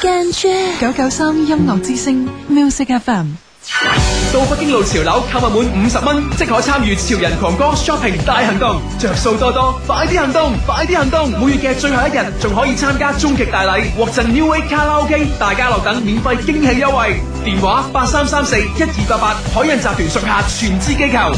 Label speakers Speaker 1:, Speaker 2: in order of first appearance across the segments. Speaker 1: 跟住
Speaker 2: 九九三音樂之聲 Music FM。
Speaker 3: 到北京路潮樓購物滿五十蚊，即可參與潮人狂歌 shopping 大行動，着數多多，快啲行動，快啲行動！每月嘅最後一日，仲可以參加終極大禮，獲贈 New A 卡拉 OK、大家樂等免費驚喜優惠。電話八三三四一二八八，海印集團屬下全資機構。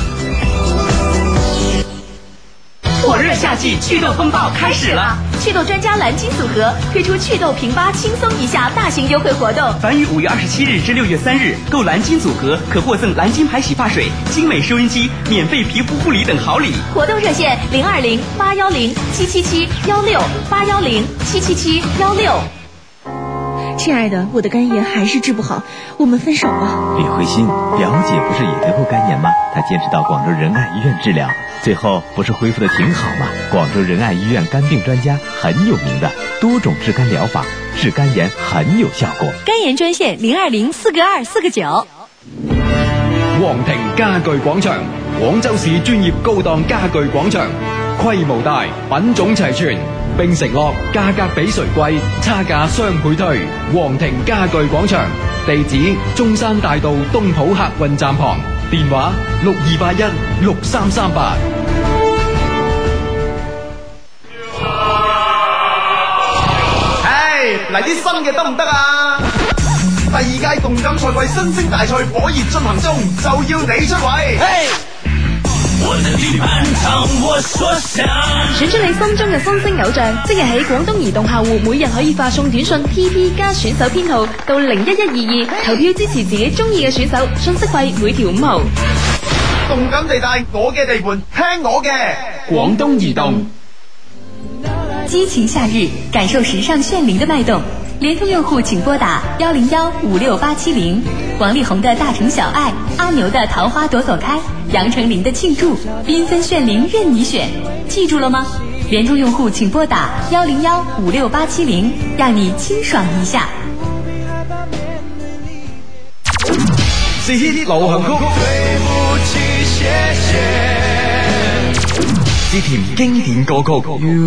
Speaker 4: 火熱夏季祛痘風暴開始了，
Speaker 1: 祛痘專家藍鯨組合推出祛痘平八輕鬆一下大型優惠活動。
Speaker 4: 凡於五月二十七日至六月三日購藍鯨組合，可獲贈藍鯨牌洗髮水、精美收音機、免費皮膚護理等好禮。
Speaker 1: 活動熱線零二零八幺零七七七幺六八幺零七七七幺六。親愛的，我的肝炎還是治不好，我們分手吧。
Speaker 5: 李慧欣，表姐不是也得過肝炎嗎？她堅持到廣州仁愛醫院治療，最後不是恢復得挺好嗎？廣州仁愛醫院肝病專家很有名的，多種治肝療法，治肝炎很有效果。
Speaker 1: 肝炎專線零二零四個二四個九。
Speaker 3: 皇庭家具廣場，廣州市專業高檔家具廣場，規模大，品種齊全，並承諾價格比誰貴，差價雙倍退。皇庭家具廣場地址：中山大道東圃客運站旁，電話六二八一六三三八。
Speaker 6: 唉，嚟啲新嘅得唔得啊？第二屆動感賽季新星大賽火熱進行中，就要你出位。
Speaker 7: 我的地盤唱我所想。
Speaker 8: 選出你心中嘅新星偶像，即日起廣東移動客戶每日可以發送短信 PP 加選手編號到零一一二二，投票支持自己中意嘅選手，信息費每條五毛。
Speaker 6: 動感地帶，我嘅地盤，聽我嘅。
Speaker 3: 廣東移動。
Speaker 9: 激情夏日，感受時尚炫靈的脈動。聯通用戶請撥打幺零幺五六八七零。王力宏的《大城小愛》，阿牛的《桃花朵朵開》，楊丞琳的《慶祝》，繽紛炫靈任你選，記住了嗎？聯通用戶請撥打幺零幺五六八七零，讓你清爽一下。
Speaker 3: 是 hit 流行曲，之甜經典歌曲。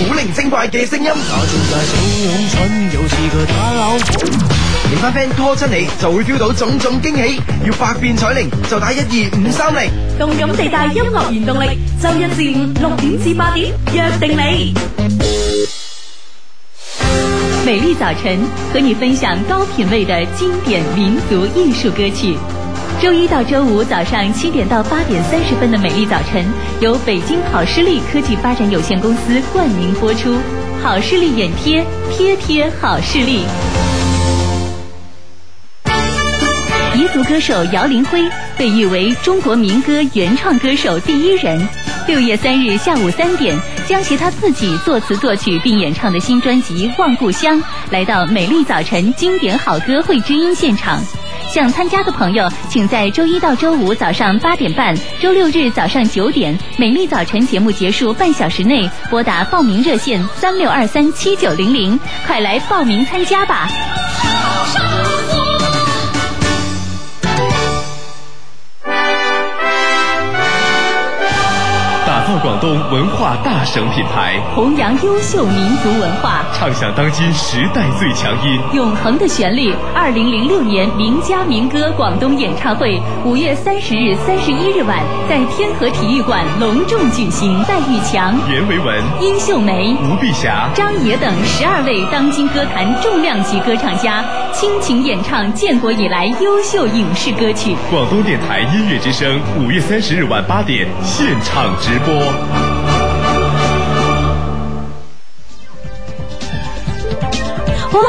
Speaker 6: 古靈精怪嘅聲音，你班 friend 拖親你就會 feel 到種種驚喜，要百變彩鈴就打一二五三零。
Speaker 1: 動感地帶音樂原動力，周一至五六點至八點，約定你。
Speaker 9: 美麗早晨和你分享高品位的經典民族藝術歌曲。周一到周五早上七點到八點三十分的《美麗早晨》，由北京好視力科技發展有限公司冠名播出。好視力眼貼，貼貼好視力。彝族歌手姚林輝被譽為中國民歌原創歌手第一人。六月三日下午三點，將携他自己作詞作曲並演唱的新專輯《望故鄉》來到《美麗早晨》經典好歌會之音現場。想參加的朋友，請在周一到周五早上八點半、周六日早上九點，《美麗早晨》節目結束半小時內撥打報名熱線三六二三七九零零，快來報名參加吧！
Speaker 10: 打造廣東文化大省品牌，
Speaker 9: 弘揚優秀民族文化，
Speaker 10: 唱響當今時代最強音。
Speaker 9: 永恆的旋律，二零零六年名家民歌廣東演唱會，五月三十日、三十一日晚在天河體育館隆重舉行。戴玉強、
Speaker 10: 袁惟文、
Speaker 9: 殷秀梅、
Speaker 10: 吳碧霞、
Speaker 9: 張也等十二位當今歌壇重量級歌唱家，傾情演唱建國以來優秀影視歌曲。
Speaker 10: 廣東電台音樂之聲，五月三十日晚八點現場直播。
Speaker 1: 哇，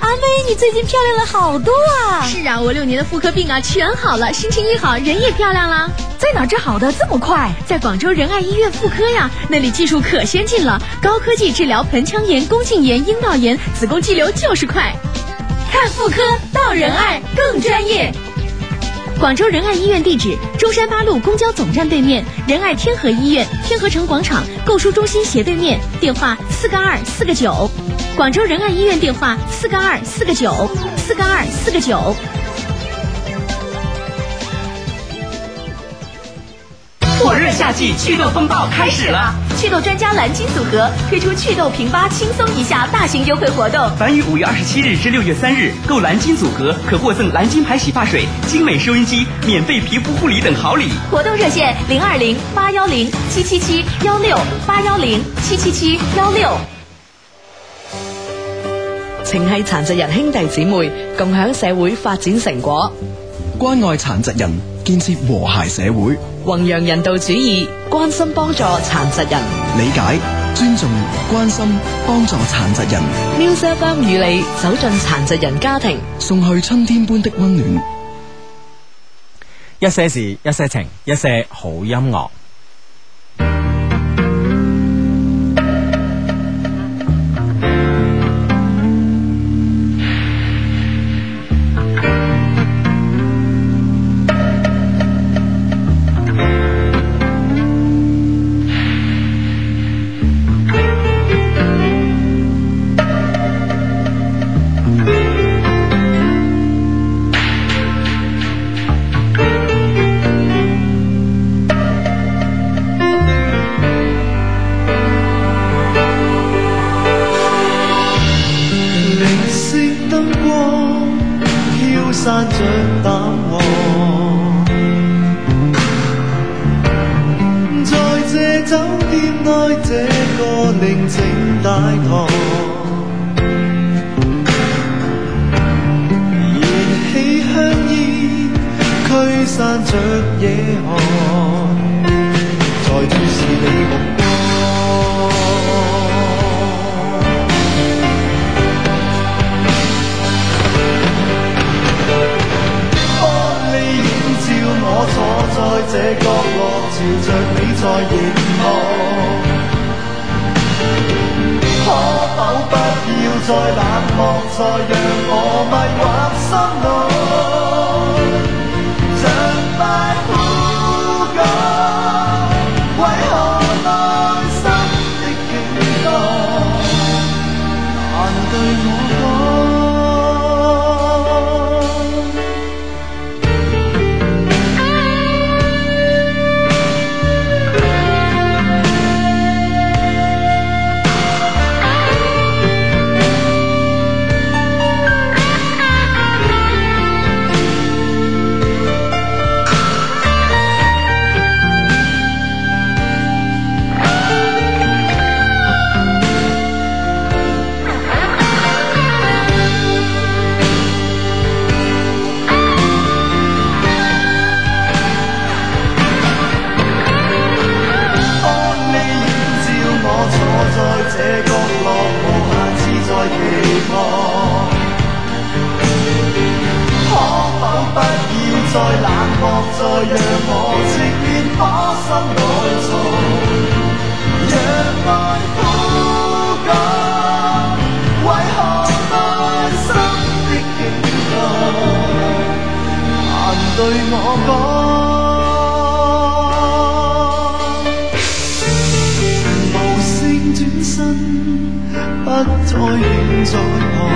Speaker 1: 阿妹，你最近漂亮了好多啊！
Speaker 8: 是啊，我六年的婦科病啊全好了，心情一好，人也漂亮了。
Speaker 1: 在哪治好的这麼快？
Speaker 8: 在廣州仁愛醫院婦科呀，那裡技術可先進了，高科技治療盆腔炎、宮頸炎、陰道炎、子宮肌瘤就是快。
Speaker 1: 看婦科到仁愛更專業。
Speaker 8: 廣州仁愛醫院地址：中山八路公交總站對面，仁愛天河醫院天河城廣場購書中心斜對面。電話：四個二四個九。廣州仁愛醫院電話：四個二四個九，四個二四個九。
Speaker 4: 火熱爱夏季祛痘风暴开始了！
Speaker 8: 祛痘专家蓝鲸组合推出祛痘平八轻松一下啊大型优惠活动，
Speaker 4: 凡于五月二十七日至六月三日购蓝鲸组合，可获赠蓝鲸牌洗发水、精美收音机、免费皮肤护理等好礼。
Speaker 8: 活动热线零二零八幺零七七七幺六八幺零七七七幺六。
Speaker 6: 情系残疾人兄弟姊妹共享社会发展成果，
Speaker 11: 关爱残疾人，建设和谐社会，
Speaker 6: 弘扬人道主义，关心帮助残疾人，
Speaker 11: 理解、尊重、关心、帮助残疾人。
Speaker 6: Music FM 与你走进残疾人家庭，
Speaker 11: 送去春天般的温暖。
Speaker 12: 一些事，一些情，一些好音乐。
Speaker 7: 明晰燈光飄散着淡黃，在這酒店內這個寧靜大堂，燃起香煙驅散着夜寒，再注視你目光。玻璃映照我坐在這角落，朝着你在凝望。可否不要再冷漠，再讓我迷惑心內？像塊枯槁，為何內心的景多？難對我講。當你映照我，坐在這角落，無限次在凝望。可否不要再冷漠，再讓我直面火心內藏。若愛枯乾，為何內心的凝望難對我講？無聲轉身，不再仍在旁。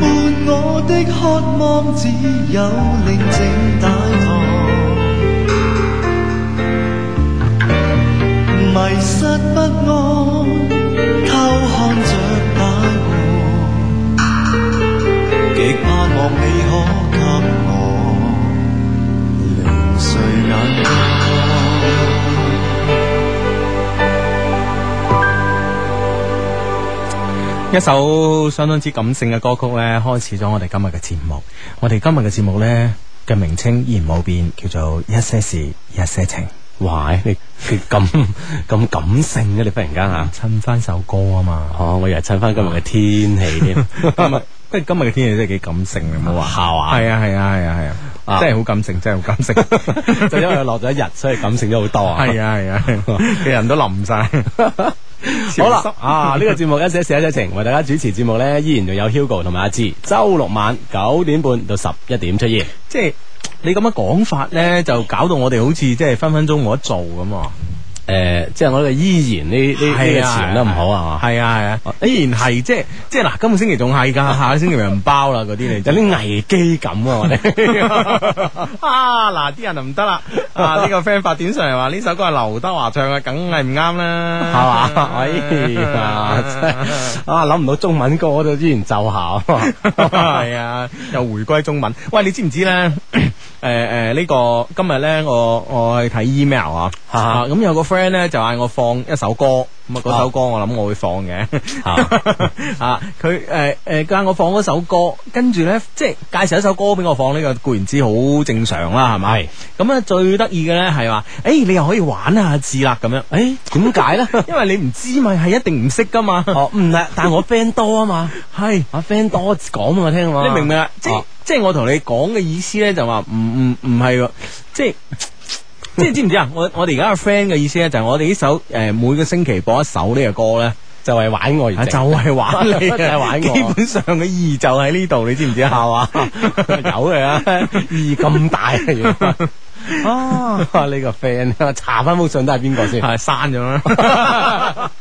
Speaker 7: 伴我的渴望，只有寧靜大堂。迷失不安，偷看着大湖，極盼望你可給我。零碎眼
Speaker 12: 一首相當之感性嘅歌曲呢，開始咗我哋今日嘅節目。我哋今日嘅節目呢嘅名稱依然冇變，叫做一些事一些情。哇！你你 咁咁感性嘅、你忽然間 吓，襯翻首歌啊嘛。哦，我以為襯翻今日嘅天氣添。 今日今日嘅天氣真係幾感性，你冇話係啊係啊係啊係啊，真係好感性，真係好感性。 就因為落咗一日，所以感性咗好多 啊。係啊係啊，嘅人都淋晒。好啦，啊呢、個節目一些事一些情，為大家主持節目呢，依然仲有 Hugo 同埋阿志，周六晚九點半到十一點出現。即係你咁樣講法呢，就搞到我哋好似即係分分鐘冇得做咁啊！
Speaker 6: 诶，即係我呢個依然呢呢呢
Speaker 12: 係
Speaker 6: 個
Speaker 12: 啊
Speaker 6: 詞用得唔好啊嘛。
Speaker 12: 系啊系啊，依然係即係即係嗱，今個星期仲係 㗎，下個星期咪唔包啦，嗰啲你有啲危機感啊！我哋 啊嗱，啲人就唔得啦 啊！呢個 friend 發短信嚟話呢首歌係劉德華唱嘅，梗係唔啱
Speaker 6: 係
Speaker 12: 啦，
Speaker 6: 嘛？哎 呀，真係啊諗唔到中文歌都依然奏效。
Speaker 12: 系啊，又回歸中文。喂，你知唔知 咧？诶诶，呢個今日咧，我我去睇 email 啊，啊咁有個 friend 咧就嗌我放一首歌，咁啊嗰首歌我諗我會放嘅， 啊佢诶诶嗌我放嗰首歌，跟住咧即係介紹一首歌俾我放呢個固然之好正常啦，係咪？咁啊最得意嘅咧係話，诶你又可以玩下字啦咁樣，诶點解咧？ 因為你唔知咪係一定唔識噶嘛。哦，唔係，但係我 friend 多啊 嘛， 係啊 friend 多講俾我聽啊
Speaker 6: 嘛
Speaker 12: 你明唔明啊？即
Speaker 6: 哦
Speaker 12: 即係我同你講嘅意思咧，就話唔唔唔係喎，即係。即係知唔知啊？我我哋而家嘅 friend 嘅意思咧，就係我哋呢首诶、呃每個星期播一首呢個歌咧，就係玩我而
Speaker 6: 整
Speaker 12: 啊 就係玩你，
Speaker 6: 就係玩我
Speaker 12: 基本上嘅意義就喺呢度，你知唔 知啊？係嘛？有嘅 啊，意義咁大啊！原來
Speaker 6: 啊，呢個 friend 查翻封信都係邊個先？
Speaker 12: 係刪咗啦。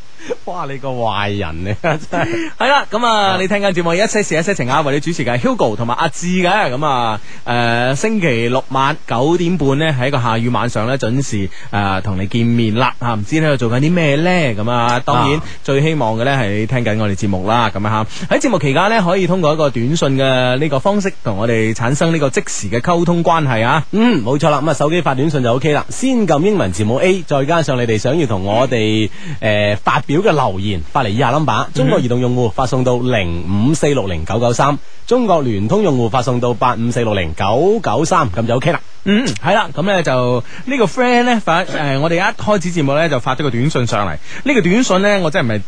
Speaker 6: 哇！你個壞人你
Speaker 12: 啊
Speaker 6: 真係
Speaker 12: 系啦，咁啊，你聽緊節目《一些事一些情》啊，為你主持嘅係 Hugo 同埋阿志嘅，咁啊，诶、星期六晚九點半呢，喺一個下雨晚上呢，準時诶同、你見面啦，吓、唔知喺度做緊啲咩呢？咁啊，當然
Speaker 6: 啊
Speaker 12: 最希望嘅呢係你聽緊我哋節目啦，咁啊吓，喺節目期間呢，可以通過一個短信嘅呢個方式同我哋產生呢個即時嘅溝通關係啊，
Speaker 6: 嗯，冇錯啦，咁啊手機發短信就 O K 啦，先撳英文字母 A，再加上你哋想要同我哋诶、呃、發表嘅留言，發嚟以下 number，中啊國移動用戶發送到零五四六零九九三，中國聯通用戶發送到八五四六零九九三，咁就 O K 啦。
Speaker 12: 嗯，系啦，咁咧就呢、個个 friend 咧發诶、我哋一開始節目咧就發咗個短信上嚟，呢、個短信咧我真係唔係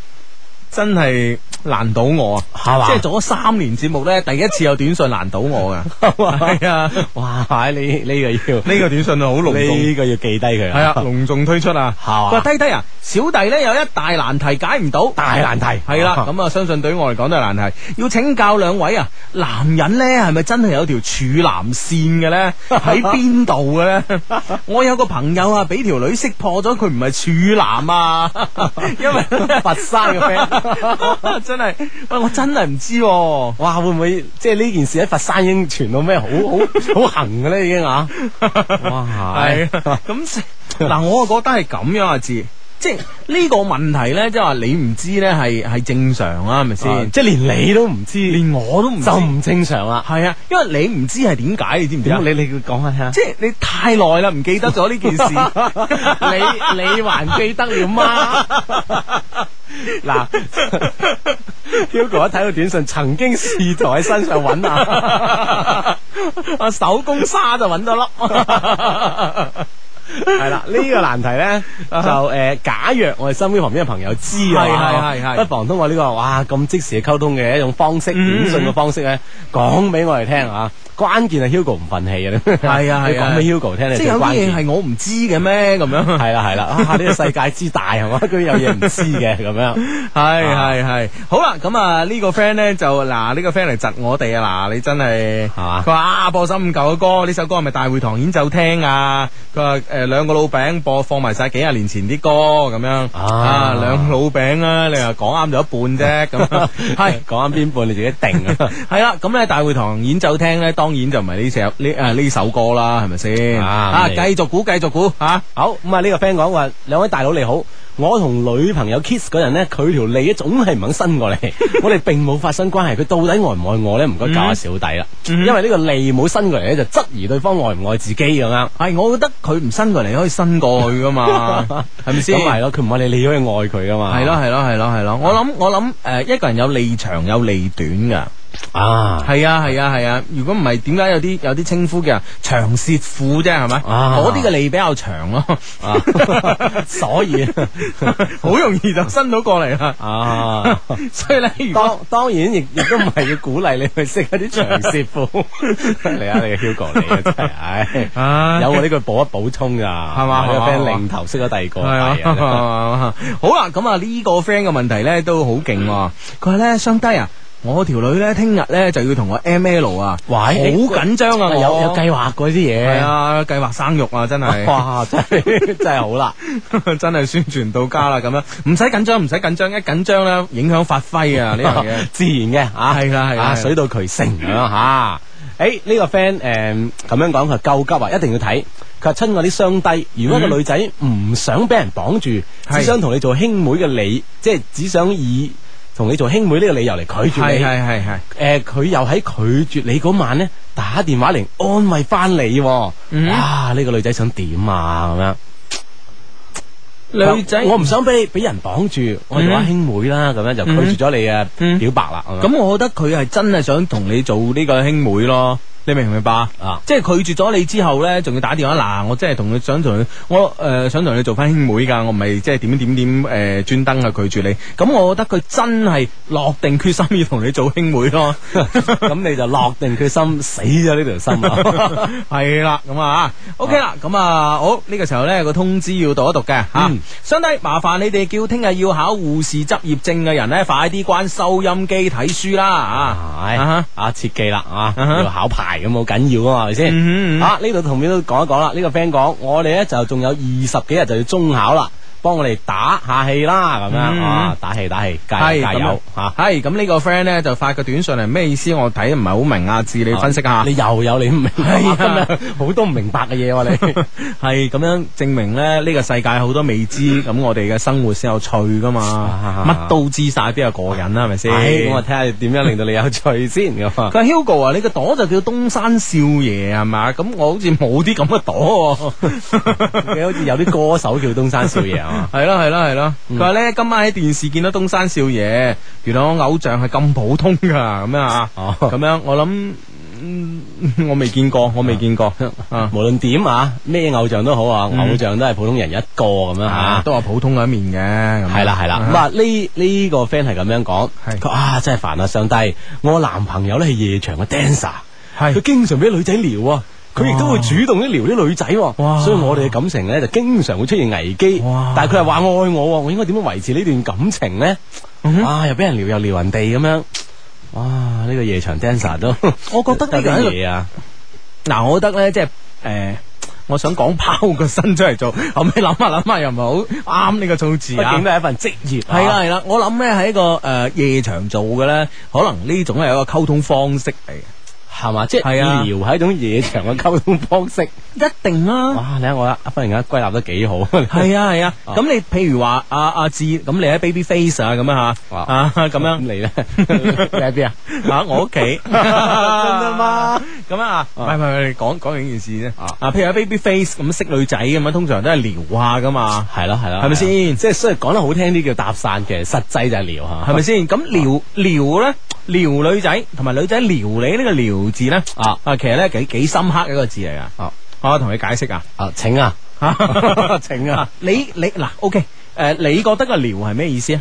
Speaker 12: 真係難到我啊，
Speaker 6: 係嘛
Speaker 12: 即係做咗三年節目咧，第一次有短信難到我 噶，係啊，
Speaker 6: 哇！呢呢、個要
Speaker 12: 呢個短信好隆重
Speaker 6: 呢個要記低佢。
Speaker 12: 係啊，隆重推出啊，
Speaker 6: 嘛
Speaker 12: 佢話低低啊，小弟咧有一大難題解唔到，
Speaker 6: 大難題
Speaker 12: 係啦，咁啊，相信對於我嚟講都係難題，要請教兩位啊，男人咧係咪真係有條處男線嘅 咧？喺邊度嘅咧？我有個朋友啊，俾條女識破咗，佢唔係處男啊， 因為佛山嘅 friend 真係，喂，我真係唔知喎、
Speaker 6: 哇！會唔會即係呢件事喺佛山已經傳到咩好好好行嘅咧？已經啊！哇！
Speaker 12: 系 咁嗱，我覺得係咁樣啊，字。即係呢個問題咧，即係話你唔知咧，係係正常啊，係咪
Speaker 6: 啊
Speaker 12: 先？
Speaker 6: 即係連你都唔知，
Speaker 12: 連我都唔知
Speaker 6: 就唔正常啦。
Speaker 12: 係啊，因為你唔知係點解，你知唔知啊？
Speaker 6: 你你講下聽下
Speaker 12: 即係你太耐啦，唔記得咗呢件事，
Speaker 6: 你你還記得了 嗎？ 嗱，Hugo 一睇到短信，曾經試圖喺身上揾啊，
Speaker 12: 啊手工沙就揾到粒。
Speaker 6: 係啦，呢個難題咧就诶，假若我哋身邊旁邊嘅朋友知啊，
Speaker 12: 啊係係係係
Speaker 6: 不妨通過呢個哇咁即時嘅溝通嘅一種方式，
Speaker 12: 嗯
Speaker 6: 短信嘅方式咧，講俾我哋聽啊。關鍵係 Hugo 唔忿氣啊，
Speaker 12: 係啊係 啊
Speaker 6: 你講俾 Hugo 聽，你
Speaker 12: 即
Speaker 6: 最
Speaker 12: 係有啲
Speaker 6: 關
Speaker 12: 嘢
Speaker 6: 鍵。
Speaker 12: 係我唔知嘅咩？咁樣
Speaker 6: 係啦係啦，啊呢個世界之大係嘛，居然有嘢唔知嘅咁樣。 啊
Speaker 12: 係係係，好啦，咁啊呢個 friend 咧就嗱呢個 friend 嚟窒我哋啊，嗱你真係係
Speaker 6: 嘛
Speaker 12: 佢話啊播首五舊嘅歌，呢首歌係咪大會堂演奏廳啊？佢話誒兩個老餅播放埋晒幾廿年前啲歌咁樣啊，兩老餅啊，你話講啱咗一 半啫咁樣，係
Speaker 6: 講啱邊半你自己定啊。
Speaker 12: 系啦，咁咧大會堂演奏廳咧，當然就唔係呢首呢诶呢首歌啦，係咪先？
Speaker 6: 啊
Speaker 12: 啊，
Speaker 6: 咁
Speaker 12: 繼
Speaker 6: 你
Speaker 12: 續估，繼續估吓，
Speaker 6: 好咁啊！呢個 friend 講話，兩位大佬你好，我同女朋友 kiss 嗰陣呢，佢條脷總係唔肯伸過 嚟，我哋並冇發生關係，佢到底愛唔愛我呢？唔該
Speaker 12: 嗯
Speaker 6: 教
Speaker 13: 嗯
Speaker 6: 下小弟啦，啊因為呢個脷冇伸過嚟呢，就質疑對方愛唔愛自己咁樣。
Speaker 12: 係我覺得佢唔伸過嚟可以伸過去 噶嘛，係咪先？
Speaker 6: 咁咪係咯，佢唔愛你，你可以愛佢噶嘛。
Speaker 12: 系咯系咯系咯系咯，我諗我諗诶、誒一個人有利長有利短噶，
Speaker 6: 啊，
Speaker 12: 係啊係啊係啊，如果唔係點解有啲有啲稱呼嘅長舌婦啫係咪？
Speaker 6: 啊
Speaker 12: 嗰啲嘅脷比較長咯，
Speaker 6: 所以
Speaker 12: 好容易就伸到過嚟啦。
Speaker 6: 啊，
Speaker 12: 所以咧，如
Speaker 6: 當
Speaker 12: 果
Speaker 6: 當然亦亦都唔係要鼓勵你去識一啲長舌婦。 嚟啊，你嘅 Hugo 你啊真係，唉。
Speaker 12: 啊
Speaker 6: 有我呢句補一補充噶，係
Speaker 12: 嘛
Speaker 6: 有個
Speaker 12: 係
Speaker 6: friend
Speaker 12: 嘛
Speaker 6: 另頭識咗第二個，
Speaker 12: 係
Speaker 6: 係啊
Speaker 12: 啊，好啦，咁啊呢個 friend 嘅問題咧都好勁喎，佢話咧相低啊。我條女咧聽日咧就要同我 M L 啊，好緊張啊，
Speaker 6: 哎有有計
Speaker 12: 計
Speaker 6: 劃嗰啲嘢，
Speaker 12: 係啊，計劃生育啊，真係，
Speaker 6: 哇真 係真係好啦，
Speaker 12: 真係宣傳到家啦，咁樣唔使緊張，唔使緊張，一緊張咧影響發揮 啊，呢樣嘢
Speaker 6: 自然嘅啊，
Speaker 12: 係啦係啦
Speaker 6: 啊，，水到渠成咁樣吓。誒呢個 friend 誒咁樣講，佢話救急啊，一定要睇。佢話親我啲雙低，如果個女仔唔想俾人綁住，
Speaker 12: 嗯係
Speaker 6: 只想同你做兄妹嘅理，即係只想以同你做兄妹呢個理由嚟拒絕
Speaker 12: 係
Speaker 6: 你。
Speaker 12: 係係係。
Speaker 6: 誒，佢、又喺拒絕你嗰晚咧，打電話嚟安慰翻你、喎。
Speaker 12: 嗯
Speaker 6: 哇！呢、個女仔想點啊？咁樣。
Speaker 12: 女仔嗯
Speaker 6: 我唔想俾俾人綁住，我哋玩兄妹啦，咁樣就拒絕咗你嘅表白啦。
Speaker 12: 咁我覺得佢係真係想同你做呢個兄妹咯。你明唔明白啊？即係拒絕咗你之後咧，仲要打電話嗱，我真係同佢想同佢，我誒、呃想同你做翻兄妹㗎，我唔係即係點點點誒專呃登去拒絕你。咁我覺得佢真係落定 決心要同你做兄妹咯。
Speaker 6: 咁你就落定決心，死咗呢條心啊啦。
Speaker 12: 係啦，咁啊，OK 啦，咁啊，好呢、個時候呢，有個通知要讀一讀嘅吓，
Speaker 6: 嗯
Speaker 12: 相低麻煩你哋叫聽日要考護士執業證嘅人呢，快啲關收音機睇書啦啊！
Speaker 6: 係
Speaker 12: 啊
Speaker 6: 啊，切記啦啊，
Speaker 12: 啊哈
Speaker 6: 要考牌咁好緊要啊嘛，係咪
Speaker 12: 嗯嗯
Speaker 6: 先？
Speaker 12: 嗯
Speaker 6: 啊，呢度同邊都講一講啦。呢個 friend 講，我哋咧就仲有二十幾日就要中考啦，幫我哋打下氣啦，咁
Speaker 12: 嗯
Speaker 6: 樣
Speaker 12: 嗯
Speaker 6: 啊，打氣打氣，加
Speaker 12: 係
Speaker 6: 油加油吓。
Speaker 12: 吓，系咁呢個 friend 咧就發個短信嚟，咩意思？我睇唔係好明啊，志你分析下。
Speaker 6: 你又有你唔明白，
Speaker 12: 係啊
Speaker 6: 今日好多唔明白嘅嘢喎你。
Speaker 12: 係咁樣證明咧，呢個世界好多未知，咁我哋嘅生活先有趣噶
Speaker 6: 啊
Speaker 12: 嘛，乜都知晒，邊有過癮啦？係咪先？
Speaker 6: 係咁我睇下點樣令到你有趣先咁啊
Speaker 12: 佢。話 Hugo 啊，你個朵就叫東山少爺係嘛？咁我好似冇啲咁嘅朵喎。
Speaker 6: 你好似有啲歌手叫東山少爺啊 嗯
Speaker 12: 係咯係咯係咯，佢話咧今晚喺電視見到東山少爺，原來我偶像係咁普通噶，咁樣啊，
Speaker 6: 哦
Speaker 12: 咁樣我諗。嗯 我未見過，我未見過。啊
Speaker 6: 嘛，無論點啊，咩偶像都好啊，
Speaker 12: 嗯
Speaker 6: 偶像都係普通人一個咁樣
Speaker 12: 啊
Speaker 6: 吓。
Speaker 12: 都話普通嘅一面嘅。咁
Speaker 6: 系啦系啦，咁啊呢呢個 friend 係咁樣講，佢話啊真係煩啊上帝，我男朋友咧係夜場嘅 dancer，佢經常俾女仔撩啊。佢亦都會主動啲撩啲女仔喎，所以我哋嘅感情咧就經常會出現危機。但係佢係話愛我喎，我應該點樣維持呢段感情咧？
Speaker 12: 嗯
Speaker 6: 啊，又俾人撩又撩人哋咁樣，哇！呢、個夜場 dancer 都，
Speaker 12: 我 覺得呢個 係一個
Speaker 6: 嘢啊，
Speaker 12: 嗱，我覺得咧，即係誒、呃我想講拋個身出嚟做， 後尾諗下諗下又唔係好啱呢個數字
Speaker 6: 畢
Speaker 12: 啊
Speaker 6: 竟。都係一份職業啊。
Speaker 12: 係啦係啦，我諗咧喺個誒、呃夜場 做嘅咧，可能呢種係一個溝通方式嚟嘅，
Speaker 6: 係嘛？即係
Speaker 12: 係啊
Speaker 6: 聊係一種夜場嘅溝通方式。
Speaker 12: 一定啦、
Speaker 6: 哇！你睇我忽然間歸納得幾好。
Speaker 12: 係啊係啊，
Speaker 6: 啊
Speaker 12: 咁你譬如話阿阿志，咁你喺 Baby Face 啊咁樣吓，
Speaker 6: 哇
Speaker 12: 啊咁樣
Speaker 6: 你 咧，你喺邊啊？
Speaker 12: 啊我屋 企 真
Speaker 6: 㗎嘛？
Speaker 12: 咁啊，唔係唔係，你講講完件事啫。啊，譬如喺 Baby Face 咁識女仔咁樣，通常都係聊下噶嘛。
Speaker 6: 係咯係咯，
Speaker 12: 係咪先
Speaker 6: 即係雖然講得好聽啲叫搭訕，其實實際就係聊吓，
Speaker 12: 系咪先？咁撩撩咧，啊撩女仔同埋女仔撩你呢個撩字咧，
Speaker 6: 啊
Speaker 12: 啊，其實咧幾幾深刻一個字嚟噶。
Speaker 6: 啊
Speaker 12: 我同你解釋啊，
Speaker 6: 啊？請 啊，請啊！
Speaker 12: 你你嗱，OK，诶，你覺得個撩係咩意思啊？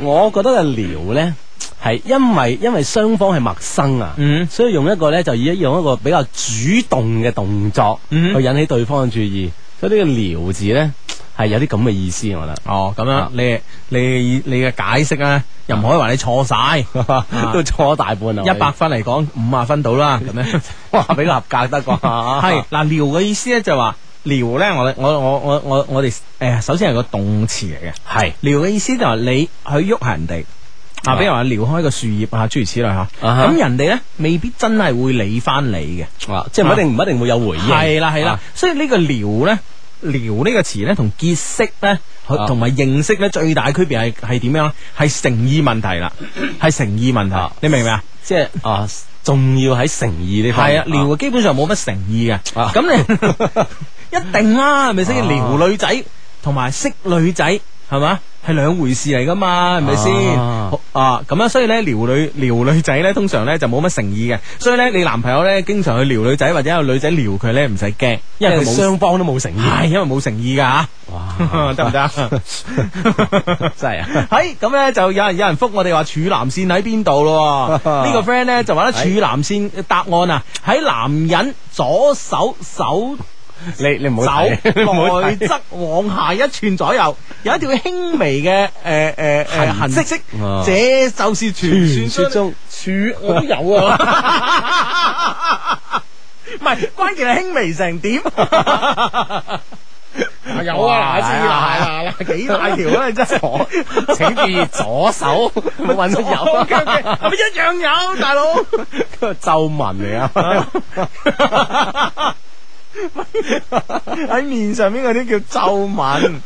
Speaker 6: 我覺得嘅聊咧。係因為因為雙方係陌生啊，
Speaker 12: 嗯
Speaker 6: 所以用一個咧就以一用一個比較主動嘅動作、
Speaker 12: 嗯
Speaker 6: 去引起對方嘅注意，所以呢個聊字咧係有啲咁嘅意思，我覺得。
Speaker 12: 哦，咁樣
Speaker 6: 啊
Speaker 12: 你你你嘅解釋咧，又唔可以話你錯晒， 啊
Speaker 6: 都錯咗大半啦，啊
Speaker 12: 一百分嚟講五啊分到啦，咁樣。
Speaker 6: 哇，比較合格得啩？
Speaker 12: 係嗱，撩嘅意思咧就話撩咧，我我我我我我哋诶，首先係個動詞嚟嘅。
Speaker 6: 係
Speaker 12: 撩嘅意思就係你去喐下人哋。啊，
Speaker 6: 啊
Speaker 12: 比如話撩開個樹葉啊，諸如此類吓，咁、
Speaker 6: 哈
Speaker 12: 人哋咧未必真係會理翻你嘅，
Speaker 6: 啊，即係唔一定唔一定會有回應。
Speaker 12: 係啦係啦
Speaker 6: 啊，，
Speaker 12: 所以呢個撩咧，撩呢個詞咧同結識咧，
Speaker 6: 啊
Speaker 12: 同埋認識咧最大區別係係點樣咧？係誠意問題啦，係誠意問題，
Speaker 6: 啊
Speaker 12: 你明唔明啊？
Speaker 6: 即係啊，仲要喺誠意呢方
Speaker 12: 係
Speaker 6: 面。
Speaker 12: 啊，撩基本上冇乜誠意嘅，
Speaker 6: 啊
Speaker 12: 咁、 你一定啦，係咪
Speaker 6: 啊
Speaker 12: 先？撩女仔同埋識女仔係嘛，係兩回事嚟噶嘛，係咪先？
Speaker 6: 啊
Speaker 12: 好啊，咁啊，所以咧撩女撩女仔咧，通常咧就冇乜誠意嘅，所以咧你男朋友咧經常去撩女仔或者有女仔撩佢咧，唔使驚，因為佢冇
Speaker 6: 雙方都冇誠意。
Speaker 12: 係因為冇誠意㗎嚇。
Speaker 6: 哇
Speaker 12: 得唔 得？真
Speaker 6: 係 啊！
Speaker 12: 喺咁咧，就有人有人覆我哋話處男線喺邊 度咯喎？呢個
Speaker 6: 哎
Speaker 12: friend 咧就話咧處男線答案啊，喺男人左手手
Speaker 6: 你你唔好睇 你唔好
Speaker 12: 手內
Speaker 6: 睇
Speaker 12: 側往下一寸左右，有一條輕微嘅誒誒誒
Speaker 6: 痕
Speaker 12: 痕
Speaker 6: 跡
Speaker 12: 跡，
Speaker 6: 啊
Speaker 12: 這就是傳
Speaker 6: 傳
Speaker 12: 說
Speaker 6: 說中
Speaker 12: 處我都有啊。 唔係，關鍵係輕微成點？
Speaker 13: 啊有啊，嗱，知啦，
Speaker 12: 嗱嗱，哎 幾大條啊！你 真係
Speaker 13: 左，請注意左 手揾到
Speaker 12: 啊
Speaker 13: 有，
Speaker 6: 啊
Speaker 12: 係咪一樣有，大佬？
Speaker 6: 個皺紋嚟 啊！
Speaker 12: 喺面上面嗰啲叫皺紋，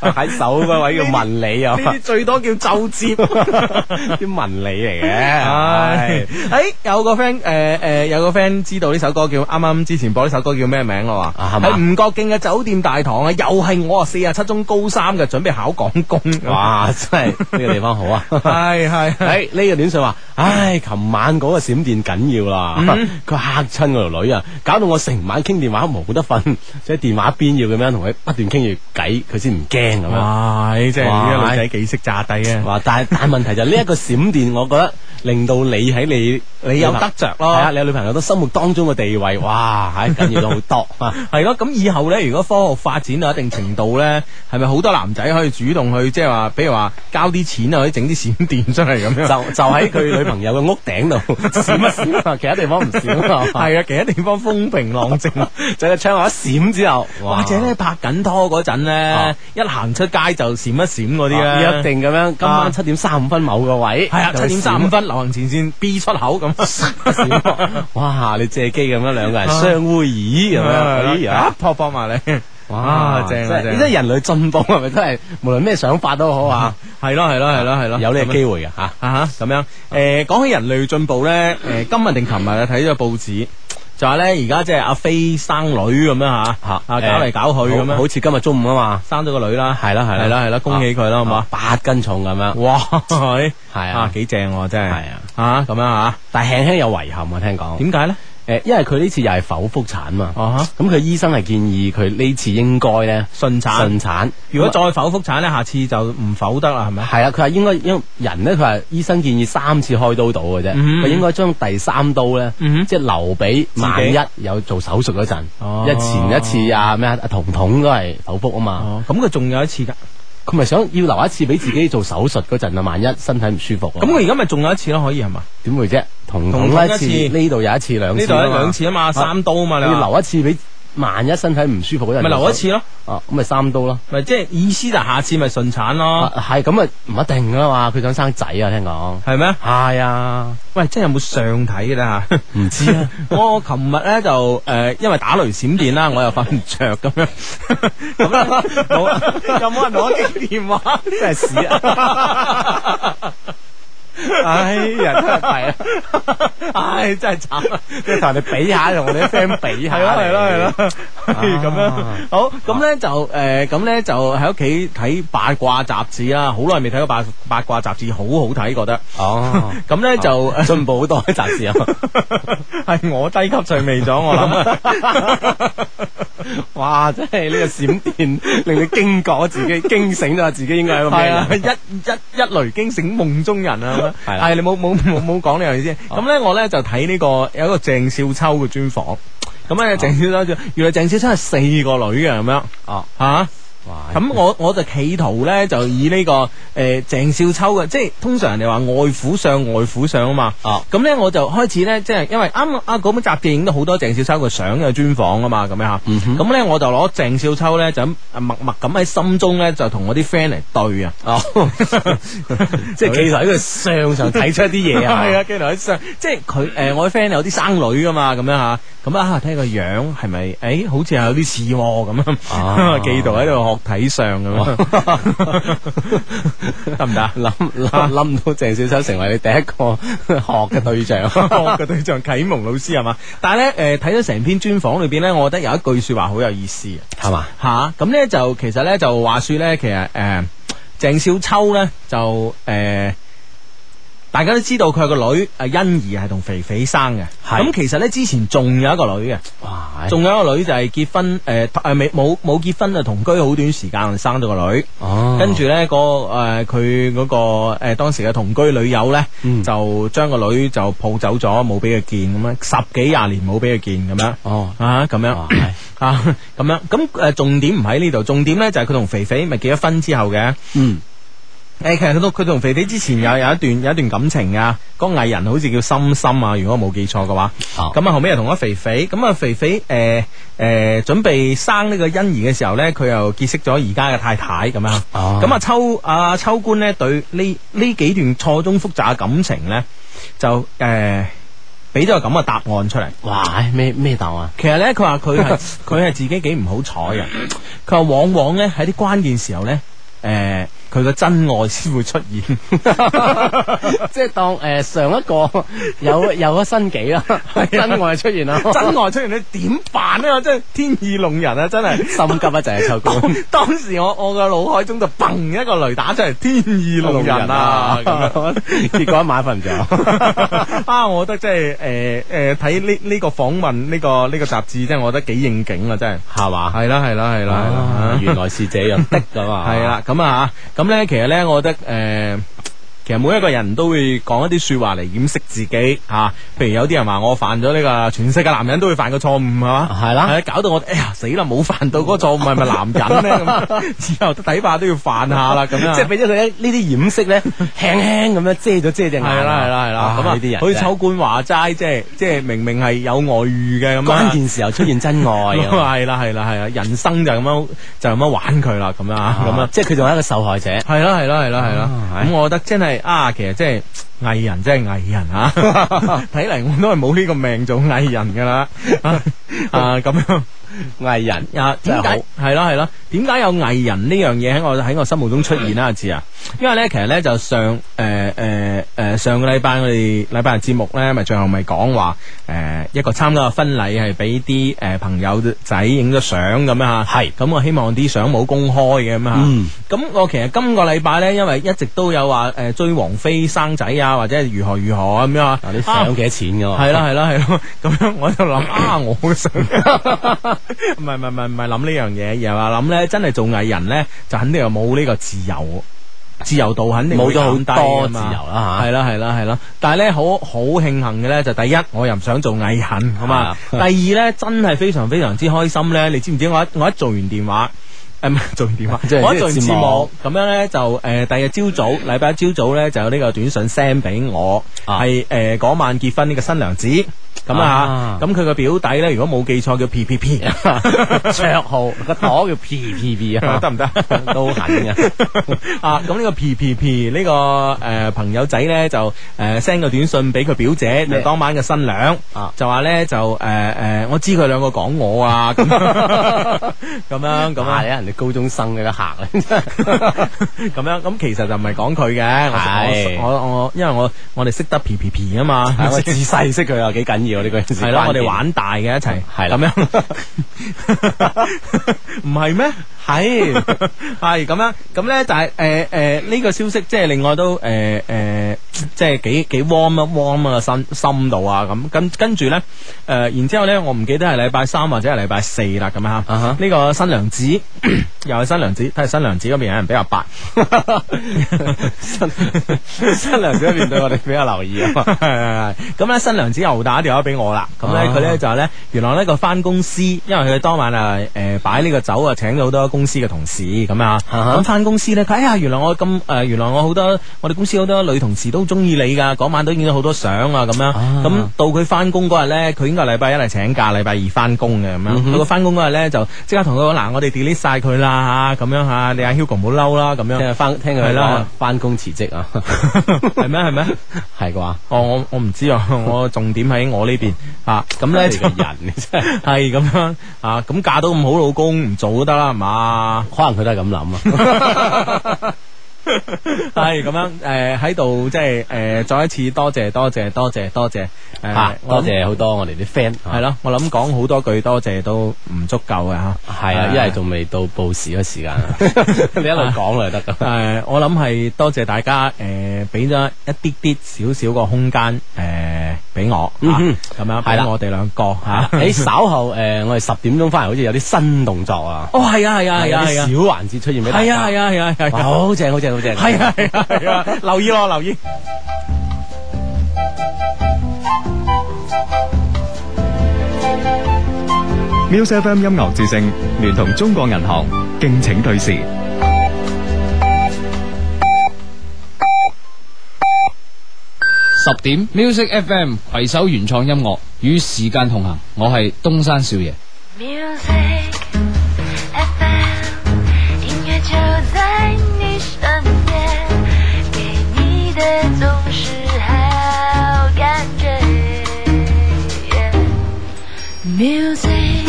Speaker 6: 喺手嗰位叫紋理啊
Speaker 12: 呢，啲最多叫皺摺。
Speaker 6: 啲紋理嚟
Speaker 12: 唉
Speaker 6: 嘅，
Speaker 12: 诶，有個 friend 诶诶，有個 friend 知道呢首歌叫啱啱之前播呢首歌叫咩名啦
Speaker 6: 啊係
Speaker 12: 喎？
Speaker 6: 嘛
Speaker 12: 喺吳國敬嘅酒店大堂啊，又係我啊，四啊七中高三嘅，準備考港工。
Speaker 6: 哇！真係呢個地方好啊，
Speaker 12: 係係
Speaker 6: 係呢個短信話，唉，琴晚嗰個閃電緊要啦
Speaker 12: 嗯，
Speaker 6: 佢嚇親我條女啊，搞到我成晚傾電話冇得瞓， 所以電話邊要咁樣同佢不斷傾住偈，佢先唔驚咁樣。
Speaker 12: 哇！你真係呢個
Speaker 6: 哇
Speaker 12: 女仔幾識炸低啊！
Speaker 6: 哇！但係但係問題就係呢一個閃電，我覺得令到你喺你
Speaker 12: 你有得着咯
Speaker 6: 係啊！你有女朋友都心目當中嘅地位，哇！ 係緊要到好多。
Speaker 12: 系咯，咁以後咧，如果科學發展到一定程度咧，係咪好多男仔可以主動去，即係話，比如話交啲錢啊，可以整啲閃電出嚟咁樣，
Speaker 6: 就就喺佢女朋友嘅屋頂度閃一閃啊！其他地方唔閃啊，
Speaker 12: 係啊，其他地方風平浪 靜，
Speaker 6: 就個窗口一閃之後，哇
Speaker 12: 或者咧拍緊拖嗰陣咧，一行出街就閃啊一閃嗰啲咧，
Speaker 6: 一定咁樣。今晚七點三五分某個位，
Speaker 12: 係啊，
Speaker 6: 就會
Speaker 12: 七點
Speaker 6: 閃
Speaker 12: 三五分流行前線 B 出口 咁，
Speaker 6: 哇！你借機咁樣兩個人
Speaker 12: 啊
Speaker 6: 相偎依咁樣，哎呀
Speaker 12: 啊，撲撲埋你，
Speaker 6: 哇！
Speaker 12: 正啊
Speaker 6: 真係
Speaker 12: 正啊
Speaker 6: 真係人類進步係咪真係無論咩想法都好啊？
Speaker 12: 係咯係咯係咯係咯，
Speaker 6: 有呢個機會嘅嚇。
Speaker 12: 啊哈，咁樣誒，講起人類進步咧，誒今日定琴日啊睇咗報紙，就話咧而家即係阿飛生女咁樣嚇，啊搞嚟搞去咁
Speaker 6: 好
Speaker 12: 樣，
Speaker 6: 好似今日中午啊嘛，
Speaker 12: 生咗個女啦，
Speaker 6: 係啦係啦
Speaker 12: 係啦係啦，恭喜佢啦，好嘛
Speaker 6: 啊？八斤重咁樣，
Speaker 12: 哇，係
Speaker 6: 係
Speaker 12: 啊
Speaker 6: 啊，
Speaker 12: 幾正喎，真係
Speaker 6: 係啊，
Speaker 12: 啊咁樣嚇，
Speaker 6: 但係輕輕有遺憾啊，聽講
Speaker 12: 點解咧？
Speaker 6: 誒，因為佢呢次又係剖腹產嘛，
Speaker 12: 啊哈
Speaker 6: 咁佢醫生係建議佢呢次應該咧
Speaker 12: 順產
Speaker 6: 順產，
Speaker 12: 如果再剖腹產咧，下次就唔剖得啦，係咪？
Speaker 6: 係啊，佢話應該因為人咧，佢話醫生建議三次開刀到嘅啫，
Speaker 12: 嗯
Speaker 6: 佢應該將第三刀咧，
Speaker 12: 嗯
Speaker 6: 即係留俾萬
Speaker 12: 自己
Speaker 6: 一有做手術嗰陣，
Speaker 12: 哦
Speaker 6: 一前一次啊咩啊，阿彤彤都係剖腹啊嘛，
Speaker 12: 哦，咁佢仲有一次㗎，
Speaker 6: 佢咪想要留一次俾自己做手術嗰陣啊，萬一身體唔舒服啊，
Speaker 12: 咁佢而家咪仲有一次咯，可以係嘛？
Speaker 6: 點會啫？彤彤
Speaker 12: 彤彤
Speaker 6: 一次，
Speaker 12: 一次
Speaker 6: 呢度有一次兩
Speaker 12: 呢
Speaker 6: 次
Speaker 12: 度
Speaker 6: 啊嘛，
Speaker 12: 有兩次啊嘛，三刀啊嘛，
Speaker 6: 你
Speaker 12: 你話
Speaker 6: 留一次俾萬一身體唔舒服嗰陣，
Speaker 12: 咪留一 次咯，
Speaker 6: 啊，咁咪三刀咯。
Speaker 12: 咪即係意思就下次咪順產咯，
Speaker 6: 系咁啊，唔一定噶嘛，佢想生仔啊，聽講
Speaker 12: 係咩？
Speaker 6: 係啊，
Speaker 12: 喂，真係有冇相睇嘅啦吓？
Speaker 6: 唔知啊，
Speaker 12: 我琴日咧就诶、呃因為打雷閃電啦，我又瞓唔着 咁樣，咁啦，冇有冇人攞機電話？
Speaker 6: 真係屎啊！ 哎呀，真係弊啊！
Speaker 12: 唉，真係慘啊！
Speaker 6: 即係同人哋比下，同我哋啲 friend 比下。
Speaker 12: 係咯係咯係咯，
Speaker 6: 啊
Speaker 12: 咁樣好咁咧就誒咁咧就喺屋企睇八卦雜誌啦，好耐未睇過八八卦雜誌，好好睇覺得。
Speaker 6: 哦，
Speaker 12: 咁咧就
Speaker 6: 啊進步好多喺雜誌啊！
Speaker 12: 係我 啊低級趣味咗，我諗
Speaker 6: 哇，真係呢個閃電令你驚覺自 己，驚醒咗自己應該係一個咩
Speaker 12: 係啊，一
Speaker 6: 人？
Speaker 12: 一一雷驚醒夢中人 啊！
Speaker 6: 係啦哦
Speaker 12: 係你冇冇冇冇講呢樣嘢先。咁咧我咧就睇呢個有一個鄭少秋嘅專訪，咁咧鄭少秋就原來鄭少秋係四個女嘅咁樣
Speaker 6: 哦，
Speaker 12: 嚇。
Speaker 6: 哇！
Speaker 12: 咁我我就企圖咧就以呢、個誒呃鄭、少秋嘅，即係通常人哋話外父相外父相啊嘛。
Speaker 6: 哦
Speaker 12: 咁咧我就開始咧，即係因為啱啊嗰本雜誌影到好多鄭少秋嘅相嘅專訪啊嘛，咁樣嚇。
Speaker 6: 嗯哼
Speaker 12: 咁咧我就攞鄭少秋咧就咁默默咁喺心中咧就同我啲 friend 嚟對啊。
Speaker 6: 哦， 即係企圖喺個相上睇出一啲嘢啊！
Speaker 12: 係啊，跟住喺上，即係佢誒，我啲 friend 有啲生女噶嘛，咁樣嚇，咁啊睇個樣係咪？誒，好似係有啲似喎咁
Speaker 6: 啊
Speaker 12: 樣， 記度喺度學睇相 咁樣，得唔得啊？
Speaker 6: 諗諗諗到鄭少秋成為你第一個學嘅對 象，
Speaker 12: 我嘅對象啟蒙老師係嘛？但係咧誒，睇咗成篇專訪裏邊咧，我覺得有一句説話好有意思啊！
Speaker 6: 係嘛？
Speaker 12: 吓，咁咧就其實咧就話說咧，其實誒鄭、鄭少秋咧就誒、大家都知道佢有個女誒欣怡係同肥肥生嘅，咁其實咧之前仲有一個女嘅，
Speaker 6: 哇
Speaker 12: 仲有一個女就係結婚誒誒未冇冇結婚啊同居好短時間就生咗個女，
Speaker 6: 哦
Speaker 12: 跟住咧個誒佢嗰個誒當時嘅同居女友咧
Speaker 6: 嗯
Speaker 12: 就將個女就抱走咗，冇俾佢見咁樣，十幾廿年冇俾佢見咁樣，
Speaker 6: 哦
Speaker 12: 啊咁樣 啊咁樣，咁誒重點唔喺呢度，重點咧就係佢同肥肥咪結咗婚之後嘅。
Speaker 6: 嗯。
Speaker 12: 诶，其實佢都佢同肥肥之前有有一段有一段感情啊，嗰、個藝人好似叫心心啊，如果我冇記錯嘅話，咁啊後尾又同咗肥肥，咁啊肥肥诶诶準備生呢個欣兒嘅時候咧，佢又結識咗而家嘅太太咁樣，咁啊秋啊秋官咧對呢呢幾段錯綜複雜嘅感情咧，就诶俾咗個咁嘅答案出嚟，
Speaker 6: 哇，咩咩答案？啊
Speaker 12: 其實咧，佢話佢係 佢係自己幾唔好彩嘅。佢話往往咧喺啲關鍵時候咧，诶、佢個真愛先會出現。
Speaker 13: 即係當诶上一個有有咗新紀啦，
Speaker 12: 啊
Speaker 13: 真 愛出現
Speaker 6: 啊
Speaker 13: 啦，
Speaker 12: 真愛出現你點辦咧？真係天意弄人啊！真係
Speaker 6: 心急啊，就係秋 官。
Speaker 12: 當時我我嘅腦海中就砰一個雷打出嚟，天意弄人 啊！
Speaker 6: 結果一晚瞓唔着。
Speaker 12: 啊，我覺得真係诶诶睇呢呢個訪問呢、個呢、個雜誌，真係我覺得幾應景啊！真係
Speaker 6: 係嘛？
Speaker 12: 係啦係啦係啦係啦
Speaker 6: 啊，原來是這樣的咁啊！
Speaker 12: 系啦，，咁啊，咁咧，其實咧，我覺得诶、呃其實每一個人都會講一啲说話嚟掩飾自己吓、啊譬如有啲人話我犯咗呢個，全世界男人都會犯個錯誤係嘛，
Speaker 6: 係啦
Speaker 12: 係啊搞到我哎呀死啦，冇犯到嗰個錯誤係咪男人咧？ 咁以後睇怕都要犯下啦，咁樣
Speaker 6: 即係俾咗佢一呢 啲掩飾咧，輕輕咁樣遮咗遮隻眼。啊
Speaker 12: 係啦係啦係啦，咁
Speaker 6: 咁啊
Speaker 12: 啊
Speaker 6: 呢啲人
Speaker 12: 好似
Speaker 6: 真係
Speaker 12: 秋官話齋，即係即系明明係有外遇嘅咁樣
Speaker 6: 關鍵時候出現真 愛啊！
Speaker 12: 系啦系啦系啦，人生就咁樣就咁樣玩佢啦，咁啊咁啊
Speaker 6: 啊，，即係佢仲係一個受害者。啊
Speaker 12: 系啦系啦系啦系啦，咁我覺得真係啊，其實真係藝人真係藝人 啊，睇嚟我都係冇呢個命做藝人噶啦，啊啊咁樣。
Speaker 6: 藝人
Speaker 12: 啊，點解係啦係啦？點解有藝人呢樣嘢喺我喺我心目中出現啦？阿志啊，因為咧其實咧就上誒誒誒上個禮拜我哋禮拜日節目咧，咪最後咪講話誒一個參加嘅婚禮係俾啲誒朋友仔影咗相咁樣嚇，係咁我希望啲相冇公開嘅咁嚇。
Speaker 6: 嗯
Speaker 12: 咁我其實今個禮拜咧，因為一直都有話誒追王菲生仔啊，或者係如何如何咁樣啊，
Speaker 6: 啲相幾多錢㗎喎？
Speaker 12: 系啦系啦系咯，咁样我就谂啊，我好想，唔系唔系唔系唔系谂呢样嘢，而系話諗咧，真係做藝人咧，就肯定又冇呢個自由，自由度肯定
Speaker 6: 冇咗好
Speaker 12: 會減低㗎
Speaker 6: 多自
Speaker 12: 嘛
Speaker 6: 由啦
Speaker 12: 係啦係啦係啦，但係咧好好慶幸嘅咧，就第一我又唔想做藝人，好嘛？第
Speaker 6: 係
Speaker 12: 二咧真係非常非常之開心咧，你知唔知我一我一做完電話。誒唔係 做完電話
Speaker 6: 即係，呢個
Speaker 12: 我一做完
Speaker 6: 節
Speaker 12: 節目
Speaker 6: 目
Speaker 12: 咁樣咧就誒，呃第二日朝早，禮拜一朝早咧就有呢個短信 send 俾我，
Speaker 6: 啊
Speaker 12: 係誒嗰晚結婚呢個新娘子咁啊
Speaker 6: 啊，
Speaker 12: 咁佢個表弟咧，如果冇記錯叫 P P P，
Speaker 6: 绰號個 朵叫 P P P 啊，
Speaker 12: 得唔得？
Speaker 6: 都狠 嘅。
Speaker 12: 啊，咁呢個 P P P 呢個誒朋友仔咧就誒 send 個短信俾佢表姐，就當晚嘅新娘
Speaker 6: 啊，
Speaker 12: 就話咧就誒誒，我知佢兩個講我啊， 咁咁樣咁
Speaker 6: 咁啊，
Speaker 12: 樣
Speaker 6: 你。人哋高中生嘅客咧，
Speaker 12: 咁樣咁其實就唔係講佢嘅，
Speaker 6: 係
Speaker 12: 我我我因為我我哋識得 P P P 啊嘛，
Speaker 6: 我自細識佢啊，幾緊要呢個
Speaker 12: 系啦，我哋玩大嘅一齊，
Speaker 6: 係啦
Speaker 12: 咁樣， 唔係咩？係係咁樣，咁咧，但係诶诶呢個消息即係另外都诶诶，即係幾幾 warm 啊 warm 啊心心度啊咁，跟跟住咧诶，呃然之後咧，我唔記得係禮拜三或者係禮拜四啦咁啊，
Speaker 6: 哈
Speaker 12: 呢個新娘子 又係新娘子，睇嚟新娘子嗰邊有人比較白，
Speaker 6: 新新娘子面對我哋比較留意 啊嘛，
Speaker 12: 係咁咧，新娘子又打電話俾我啦。咁咧，
Speaker 6: 啊
Speaker 12: 佢咧就咧，原來呢佢翻公司，因為佢當晚啊誒擺呢個酒啊，請咗好多公司嘅同事咁啊。
Speaker 6: 哈
Speaker 12: 咁翻公司咧，佢哎呀，原來我咁誒、呃原來我好多我哋公司好多女同事都中意你㗎，嗰晚都影咗好多相啊咁樣。
Speaker 6: 啊
Speaker 12: 咁到佢翻工嗰日咧，佢應該係禮拜一嚟請假，禮拜二翻工嘅咁樣。
Speaker 6: 嗯哼
Speaker 12: 到佢翻工嗰日咧，就即刻同佢講嗱，我哋 delete 晒佢啦嚇，咁樣嚇，你阿 Hugo 唔好嬲啦咁
Speaker 6: 嗯聽
Speaker 12: 樣。
Speaker 6: 佢翻聽
Speaker 12: 係
Speaker 6: 佢
Speaker 12: 啦
Speaker 6: 啦，翻工辭職啊，
Speaker 12: 係咩係咩？
Speaker 6: 係啩？
Speaker 12: 哦，我我唔知啊， 我重點喺我呢邊啊，咁咧
Speaker 6: 你
Speaker 12: 就
Speaker 6: 個人你真係，
Speaker 12: 係咁樣啊，咁嫁到咁好老公唔做都得啦，係嘛？
Speaker 6: 可能佢都係咁諗啊。
Speaker 12: 系咁样诶，喺度即系诶，再一次多謝多謝多謝多謝
Speaker 6: 啊
Speaker 12: 诶，
Speaker 6: 多謝好多我哋啲 friend 啊
Speaker 12: 系咯，我諗講好多句多謝都唔足夠嘅吓，
Speaker 6: 係啊，因為仲未到報時嘅時間啊， 你一路講啦就得噶。
Speaker 12: 诶，我諗係多謝大家诶，俾咗一啲啲少少個空間诶，俾我啊
Speaker 6: 嗯
Speaker 12: 咁
Speaker 6: 係
Speaker 12: 樣俾
Speaker 6: 啦
Speaker 12: 我哋兩個啊 吓，
Speaker 6: 喺稍後诶，我哋十點鐘翻嚟，好似有啲新動作啊！
Speaker 12: 哦係啊係啊係啊
Speaker 6: 有啲
Speaker 12: 係啊
Speaker 6: 小環節出現俾大家。
Speaker 12: 係啊係啊係啊係
Speaker 6: 哇
Speaker 12: 啊，
Speaker 6: 好正好正 好正。
Speaker 12: 系啊系啊系啊，留意我留意。
Speaker 3: Music FM 音樂之聲聯同中國銀行敬請對視。
Speaker 14: 十點 Music FM 携手原創音樂，與時間同行。我係東山少爺。
Speaker 15: Music FM，音乐就在你身边，给你的总是好感觉。Music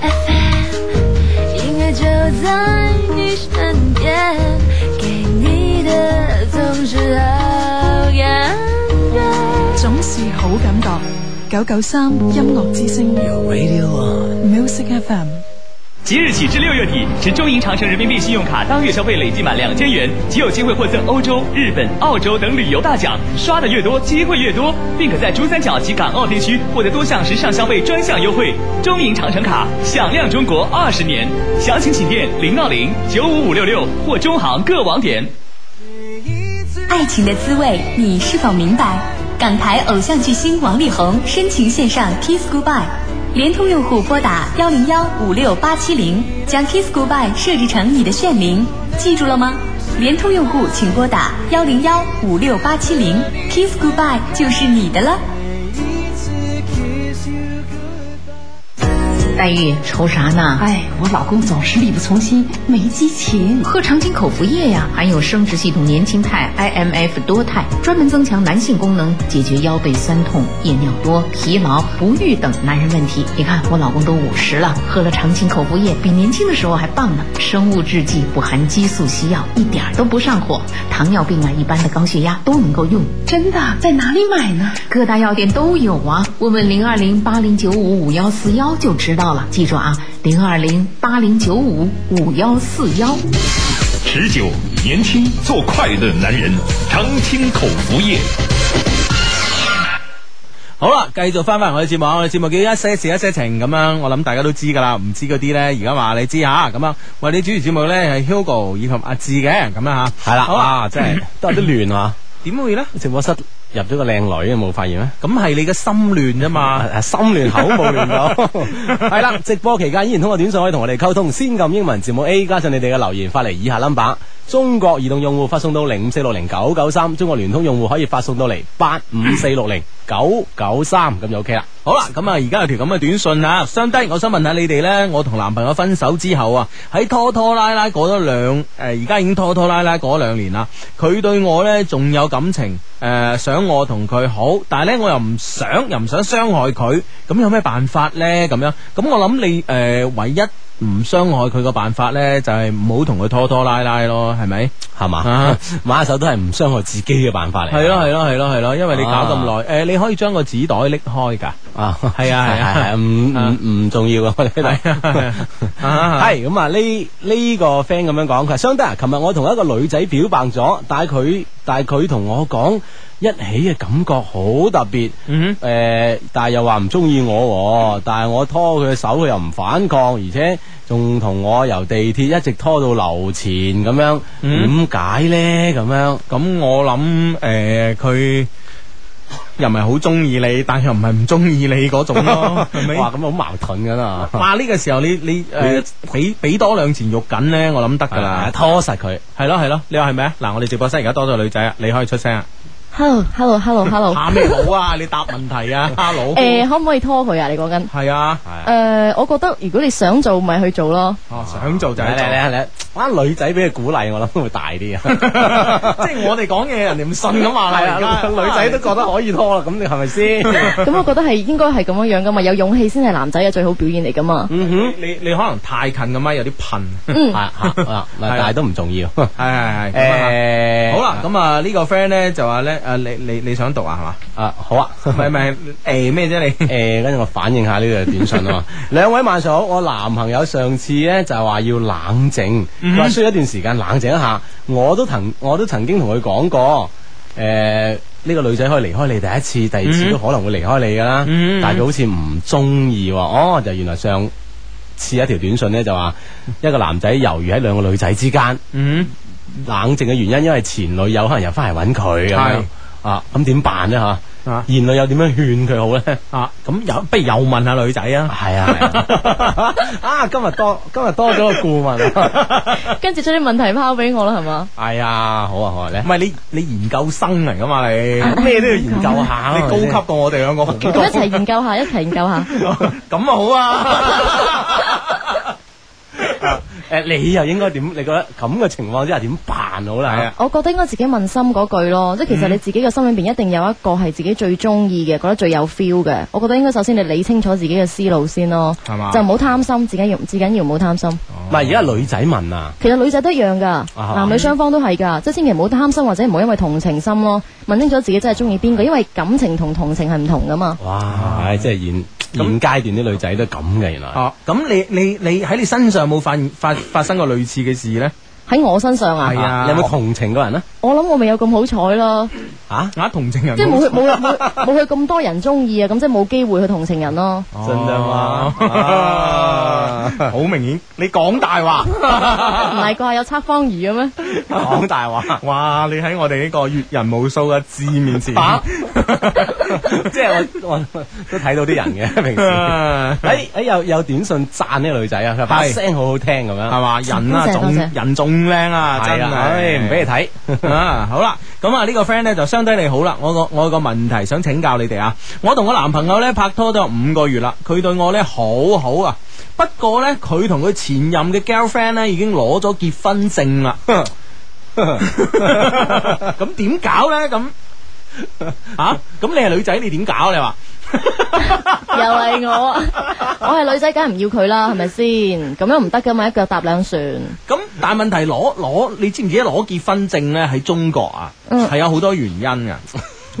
Speaker 15: FM，音乐就在你身边，给你的总是好感觉。
Speaker 16: 总是好感觉。九九三音乐之声
Speaker 4: Radio
Speaker 16: ，Music FM。
Speaker 4: 即日起至六月底，持中银长城人民币信用卡当月消费累计满两千元，即有机会获赠欧洲、日本、澳洲等旅游大奖，刷的越多，机会越多，并可在珠三角及港澳地区获得多项时尚消费专项优惠。中银长城卡，响亮中国二十年。详情请电零二零九五五六六或中行各网点。
Speaker 9: 爱情的滋味，你是否明白？港台偶像巨星王力宏深情献上 Kiss Goodbye。联通用户拨打幺零幺五六八七零，将 Kiss Goodbye 设置成你的炫铃，记住了吗？联通用户请拨打幺零幺五六八七零，Kiss Goodbye 就是你的了。
Speaker 17: 黛哎玉，愁啥呢？哎，我老公总是力不从心，没激情。喝长青口服液呀、含有生殖系统年轻肽 IMF 多肽，专门增强男性功能，解决腰背酸痛、夜尿多、疲劳、不育等男人问题。你看我老公都五十了，喝了长青口服液，比年轻的时候还棒呢。生物制剂，不含激素、西药，一点儿都不上火。糖尿病啊，一般的高血压都能够用。真的，在哪里买呢？各大药店都有啊，问问零二零八零九五五幺四幺就知道了。记住啊，零二零八零九五五幺四幺。
Speaker 18: 持久、年轻、做快乐的男人，常青口服液。
Speaker 12: 好啦，繼續翻翻我哋節目啊！我哋節目叫一些事一些情咁樣，我諗大家都知噶啦，唔知嗰啲咧，而家話你知吓咁樣。為你主持節目咧係 Hugo 以及阿志嘅咁樣吓，
Speaker 6: 係啦，
Speaker 12: 好
Speaker 6: 啊，
Speaker 12: 啦，
Speaker 6: 真係都有啲亂啊！
Speaker 12: 點會咧？
Speaker 6: 直播室入咗個靚女，冇發現咩？啊
Speaker 12: 咁係你嘅心亂啫嘛，
Speaker 6: 心亂口冇亂 到。係啦，直播期間依然通過短信可以同我哋溝通，先撳英文字母 A，加上你哋嘅留言發嚟以下 number。中國移動用戶發送到零五四六零九九三，中國聯通用戶可以發送到嚟八五四六零九九三，咁就 OK 啦。
Speaker 12: 好啦，咁啊，而家有條咁嘅短信啊，相低，我想問下你哋呢。我同男朋友分手之後啊，喺拖拖拉拉過咗兩誒，而、家已經拖拖拉拉過咗兩年啦。佢對我呢仲有感情，誒、想我同佢好，但係呢，我又唔想，又唔想傷害佢，咁有咩辦法呢？咁樣，咁我諗你誒、呃唯一唔傷害佢嘅辦法呢，就係唔好同佢拖拖拉拉咯， 係咪？
Speaker 6: 係嘛
Speaker 12: 啊，
Speaker 6: 馬手都係唔傷害自己嘅辦法嚟。
Speaker 12: 係咯係咯係咯係咯，因為你搞咁耐，誒、
Speaker 6: 啊
Speaker 12: 你可以將個紙袋拎開㗎。
Speaker 6: 啊，
Speaker 12: 係啊係啊
Speaker 6: 係係 唔唔唔重要啊！我哋呢度 係咁啊，呢呢個 friend 咁樣講，佢話相得啊，琴日我同一個女仔表白咗，但係佢但係佢同我講一起嘅感覺好特別，
Speaker 12: 嗯
Speaker 6: 誒，但係又話唔中意我喎，但係我拖佢嘅手，佢又唔反抗，而且仲同我由地鐵一直拖到樓前咁樣，點
Speaker 12: 嗯
Speaker 6: 解咧？咁樣
Speaker 12: 咁我諗诶，佢、又唔係好中意你，但又唔係唔中意你嗰種 咯， 係咪？
Speaker 6: 哇，咁好矛盾㗎啦！
Speaker 12: 哇！呢、個時候你你诶，俾俾多兩錢肉緊咧，我諗得㗎啦，
Speaker 6: 拖實佢。
Speaker 12: 係咯係咯，你話係咪啊？嗱，我哋直播室而家多咗女仔啊，你可以出聲啊！
Speaker 19: Hello，Hello，Hello，Hello。
Speaker 12: 喊咩好啊？ 你答問 題啊，hello。
Speaker 19: 诶，可唔可以拖佢啊？你講緊？
Speaker 12: 係啊，
Speaker 19: 诶，我覺得如果你想做，咪去做咯。
Speaker 12: 哦，想做就係做
Speaker 6: 嚟嚟嚟嚟哇，女仔俾佢鼓勵，我諗會大啲啊！
Speaker 12: 即係我哋講嘢，人哋唔信咁話啦。
Speaker 6: 係啊
Speaker 12: 而家
Speaker 6: 女仔都覺得可以拖啦，咁你係咪 啊先？
Speaker 19: 咁我覺得係應該係咁樣樣噶嘛，有勇氣先係男仔嘅最好表現嚟噶嘛。
Speaker 12: 嗯哼，你你可能太近個
Speaker 6: 啊
Speaker 12: 咪有啲噴，
Speaker 19: 嗯
Speaker 6: 係 啊，但係都唔重要。
Speaker 12: 係 係係。
Speaker 6: 誒
Speaker 12: 誒，好啦，咁啊呢個 friend 咧就話咧，誒你你你想讀啊係嘛？
Speaker 6: 啊好 啊，
Speaker 12: 唔係唔係誒咩啫你？
Speaker 6: 誒，跟住我反映下呢個短信啊。 兩位晚上好，我男朋友上次咧就係話要冷靜，佢話需要一段時間冷靜一下。我都曾我都曾經同佢講過，誒、呢、個女仔可以離開你第一次，第二次都
Speaker 12: 嗯
Speaker 6: 可能會離開你噶啦。
Speaker 12: 嗯
Speaker 6: 但係佢好似唔中意喎。哦，就原來上次一條短信咧就話一個男仔猶豫喺兩個女仔之間。
Speaker 12: 嗯。
Speaker 6: 冷靜嘅原因，因為前女友可能又翻嚟揾佢咁樣
Speaker 12: 係
Speaker 6: 啊，咁點辦咧吓？
Speaker 12: 啊
Speaker 6: 現女友點樣勸佢好咧？
Speaker 12: 啊，咁有不如又問下女仔啊？
Speaker 6: 係啊， 啊今日多今日多咗個顧 問啊！
Speaker 19: 跟住將啲問題拋俾我啦，係嘛？
Speaker 6: 係啊，好啊好啊咧，
Speaker 12: 唔係你你研究生嚟噶嘛你，咩都要研究下，你高級過我哋兩個好
Speaker 19: 咁
Speaker 12: 多
Speaker 19: 一齊研究下，一齊研究下。
Speaker 12: 咁啊好 啊！
Speaker 6: 啊誒，你又應該點？你覺得咁嘅情況之下點辦好
Speaker 12: 啊
Speaker 6: 啦？
Speaker 19: 我覺得應該自己問心嗰句咯，即係其實
Speaker 6: 嗯
Speaker 19: 你自己嘅心裏邊一定有一個係自己最中意嘅，覺得最有 feel 嘅。我覺得應該首先你理清楚自己嘅思路先咯，
Speaker 6: 係嘛
Speaker 19: 就唔好貪心，自己要至緊要唔好貪心。
Speaker 6: 唔係而家女仔問啊，
Speaker 19: 其實女仔都一樣㗎，
Speaker 12: 啊
Speaker 19: 男女雙方都係㗎，即係千祈唔好貪心或者唔好因為同情心咯，問清楚自己真係中意邊個，因為感情同同情係唔同㗎嘛。
Speaker 6: 哇！唉即係現現階段啲女仔都咁嘅原來。
Speaker 12: 啊，咁你你你喺你身上有冇發現發發生過類似嘅事咧？
Speaker 19: 喺我身上啊，
Speaker 12: 係啊，
Speaker 6: 有冇同情過人啊？
Speaker 19: 我諗我咪有咁好彩咯，
Speaker 6: 啊
Speaker 12: 啊，同情人
Speaker 19: 即係冇佢冇冇冇佢咁多人中意啊，咁即係冇機會去同情人咯。
Speaker 6: 真啊
Speaker 12: 嘛，好明顯你講大話，
Speaker 19: 唔係啩？有測方 儀嘅咩？
Speaker 6: 講大話，
Speaker 12: 哇！你喺我哋呢個閱人無數嘅字面 前，
Speaker 6: 即係我我都睇到啲人 嘅平時。誒誒，有有短信讚呢個女仔啊，佢話把
Speaker 12: 係
Speaker 6: 聲好好聽咁樣，係
Speaker 12: 嘛人啊，仲人仲靚啊，真
Speaker 6: 係啊
Speaker 12: 係，
Speaker 6: 唉唔俾你睇
Speaker 12: 啊！好啦，咁啊呢個 friend 咧就相低你好啦，我個我有個問題想請教你哋啊，我同我男朋友咧拍拖都有五個月啦，佢對我咧好好啊，不過咧佢同佢前任嘅 girlfriend 咧已經攞咗結婚證啦，咁點搞咧咁？啊！咁你係女仔，你點搞？啊你話
Speaker 19: 又係我啊，我係女仔，梗係唔要佢啦，係咪先？咁樣唔得噶嘛，一腳踏兩船。
Speaker 12: 咁，但係問題攞攞，你知唔知攞結婚證咧？喺中國啊，
Speaker 6: 嗯
Speaker 12: 係、有好多原因 噶。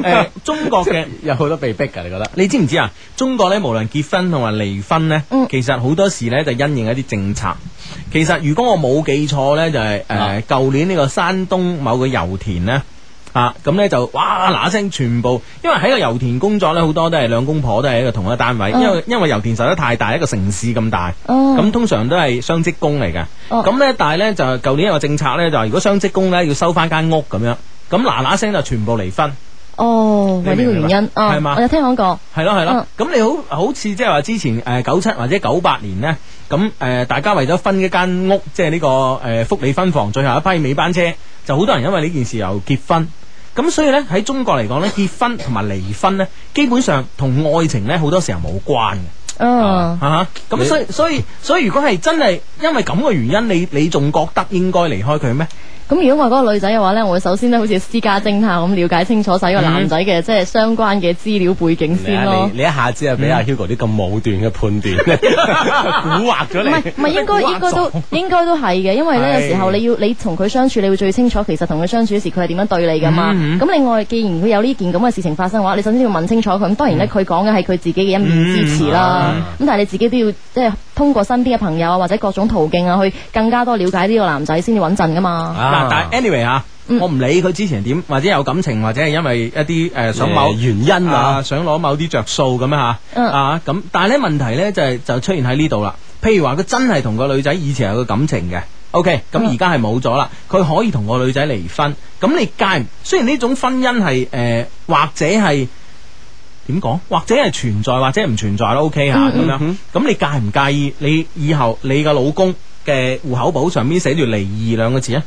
Speaker 12: 誒、中國嘅
Speaker 6: 有好多被逼噶，你覺得？
Speaker 12: 你知唔知啊？中國咧，無論結婚同埋離婚咧，
Speaker 6: 嗯
Speaker 12: 其實好多時咧就因應一啲政策。其實如果我冇記錯咧，就係
Speaker 6: 啊
Speaker 12: 誒舊年呢個山東某個油田咧。啊，咁咧就哇嗱聲，全部因為喺個油田工作咧，好多都係兩公婆都係一個同一單位，
Speaker 6: 嗯
Speaker 12: 因為因為油田實在太大，一個城市咁大，
Speaker 6: 哦
Speaker 12: 咁通常都係雙職工嚟嘅。咁咧，但係咧就舊年有個政策咧，就話如果雙職工咧要收翻間屋咁樣，咁嗱嗱聲就全部離婚。
Speaker 19: 哦，為呢個
Speaker 12: 你
Speaker 19: 原因
Speaker 12: 明唔明啊係嘛
Speaker 19: 啊，我有聽講過。
Speaker 12: 係咯係咯，咁、你好好似即係話之前誒九七或者九八年呢，咁誒、呃大家為咗分一間屋，即係呢、個誒、呃福利分房最後一批尾班車，就好多人因為呢件事又結婚。咁所以呢，喺中國嚟講呢，結婚同埋離婚呢，基本上同愛情呢好多時候冇關嘅。
Speaker 19: 嗯，
Speaker 12: 啊哈！咁所以所以所以，如果係真係因為咁嘅原因，你你仲覺得應該離開佢咩？
Speaker 19: 咁如果我係嗰個女仔嘅話咧，我會首先咧好似私家偵探咁了解清楚晒呢個男仔嘅即係相關嘅資料背景
Speaker 6: 你
Speaker 19: 先
Speaker 6: 啊
Speaker 19: 咯
Speaker 6: 你。你一下子啊俾阿 Hugo 啲咁武斷嘅判斷， 蠱惑咗
Speaker 19: 唔
Speaker 6: 你。
Speaker 19: 係唔係，應該應該都應該都係嘅，因為
Speaker 6: 係
Speaker 19: 咧有時候你要你同佢相處，你會最清楚其實同佢相處時佢係點樣對你噶嘛。
Speaker 6: 嗯嗯
Speaker 19: 咁另外，既然佢有呢件咁嘅事情發生嘅話，你首先要問清楚佢。咁當然
Speaker 6: 嗯
Speaker 19: 咧，佢講嘅係佢自己嘅一面之詞啦。咁但係你自己都要即係通過身邊嘅朋友啊，或者各種途徑啊，去更加多了解呢個男仔先至穩陣噶嘛。
Speaker 12: 嗱，但係 anyway 啊，
Speaker 6: 嗯
Speaker 12: 我唔理佢之前點，或者有感情，或者係因為一啲誒、呃想某
Speaker 6: 誒原因啊
Speaker 12: 想攞某啲着數咁啊
Speaker 6: 嗯
Speaker 12: 嚇，啊咁，但係咧問題咧就係、就出現喺呢度啦。譬如話佢真係同個女仔以前有個感情嘅。O.K.
Speaker 6: 嗯
Speaker 12: 咁而家係冇咗啦，佢可以同個女仔離婚。咁你介唔？雖然呢種婚姻係誒、呃或者係點講，或者係存在，或者唔存在都 OK 嚇咁、
Speaker 6: 嗯
Speaker 12: 樣。
Speaker 6: 嗯
Speaker 12: 咁你介唔介意你以後你嘅老公嘅户口簿上面寫住離異兩個字啊？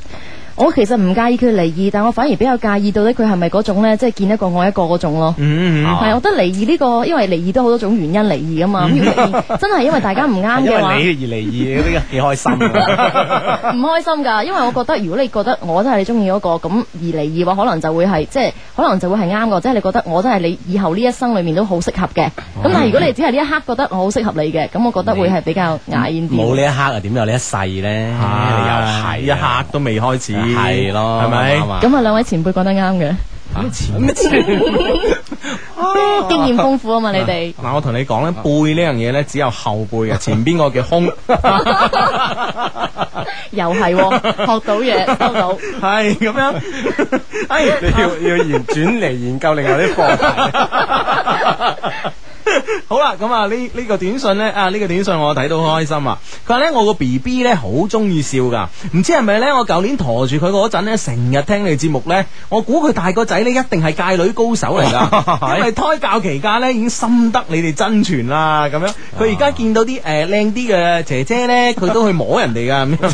Speaker 19: 我其實唔介意佢離異，但我反而比較介意到底佢係咪嗰種咧，即係見一個愛一個嗰種咯。
Speaker 12: 嗯
Speaker 19: 係，我覺得離異呢個，因為離異都好多種原因離異 啊嘛。咁如果離異真係因為大家唔啱
Speaker 12: 因為
Speaker 20: 嘅
Speaker 12: 你
Speaker 20: 話
Speaker 12: 而嚟而呢個幾開心啊。
Speaker 19: 唔開心㗎，因為我覺得如果你覺得我真係你中意嗰個，咁而離異話可能就會係即係可能就會係啱嘅，即係你覺得我真係你以後呢一生裏面都好適合嘅。咁
Speaker 12: 嗯
Speaker 19: 但係如果你只係呢一刻覺得我好適合你嘅，咁我覺得會係比較
Speaker 12: 嗯
Speaker 19: 牙煙啲。
Speaker 6: 冇呢一刻啊，點有呢一世咧？
Speaker 12: 啊
Speaker 6: 你又係一刻
Speaker 12: 都未開始，
Speaker 6: 係咯，
Speaker 12: 係咪
Speaker 6: 啱啊
Speaker 19: 咁啊，兩位前輩講得啱 嘅，
Speaker 12: 啊
Speaker 19: 經驗豐富啊嘛，你哋。
Speaker 12: 嗱，我同你講咧，
Speaker 6: 啊
Speaker 12: 背呢樣嘢咧，只有後背嘅，前邊個叫胸。
Speaker 19: 又 係喎，學到嘢，收到。
Speaker 12: 係咁樣，哎，你要要研轉嚟研究另外啲課題。 好啦，咁啊呢呢個短信咧啊呢、個短信我睇到好開心啊！佢話咧我個 B B 咧好中意笑噶，唔知係咪咧我舊年陀住佢嗰陣咧，成日聽你節目咧，我估佢大個仔咧一定係界女高手嚟 噶，因為胎教期間咧已經深得你哋真傳啦咁樣。佢而家見到啲誒靚啲嘅姐姐咧，佢都去摸人哋噶咁樣。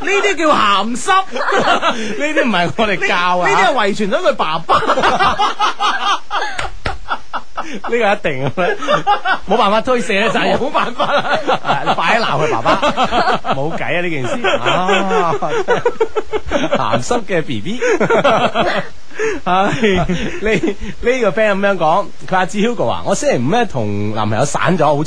Speaker 12: 呢啲叫鹹濕， 呢啲唔係我哋教啊，呢啲係遺傳咗佢爸爸。呢個一定啊，冇辦法推卸呢責任，冇辦法啦，快啲鬧佢爸爸， 冇計啊呢件事啊，鹹濕嘅 B B。唉，呢 呢
Speaker 6: 個 friend 咁樣講，佢話志 Hugo 啊，我星期五咧同男朋友散咗，好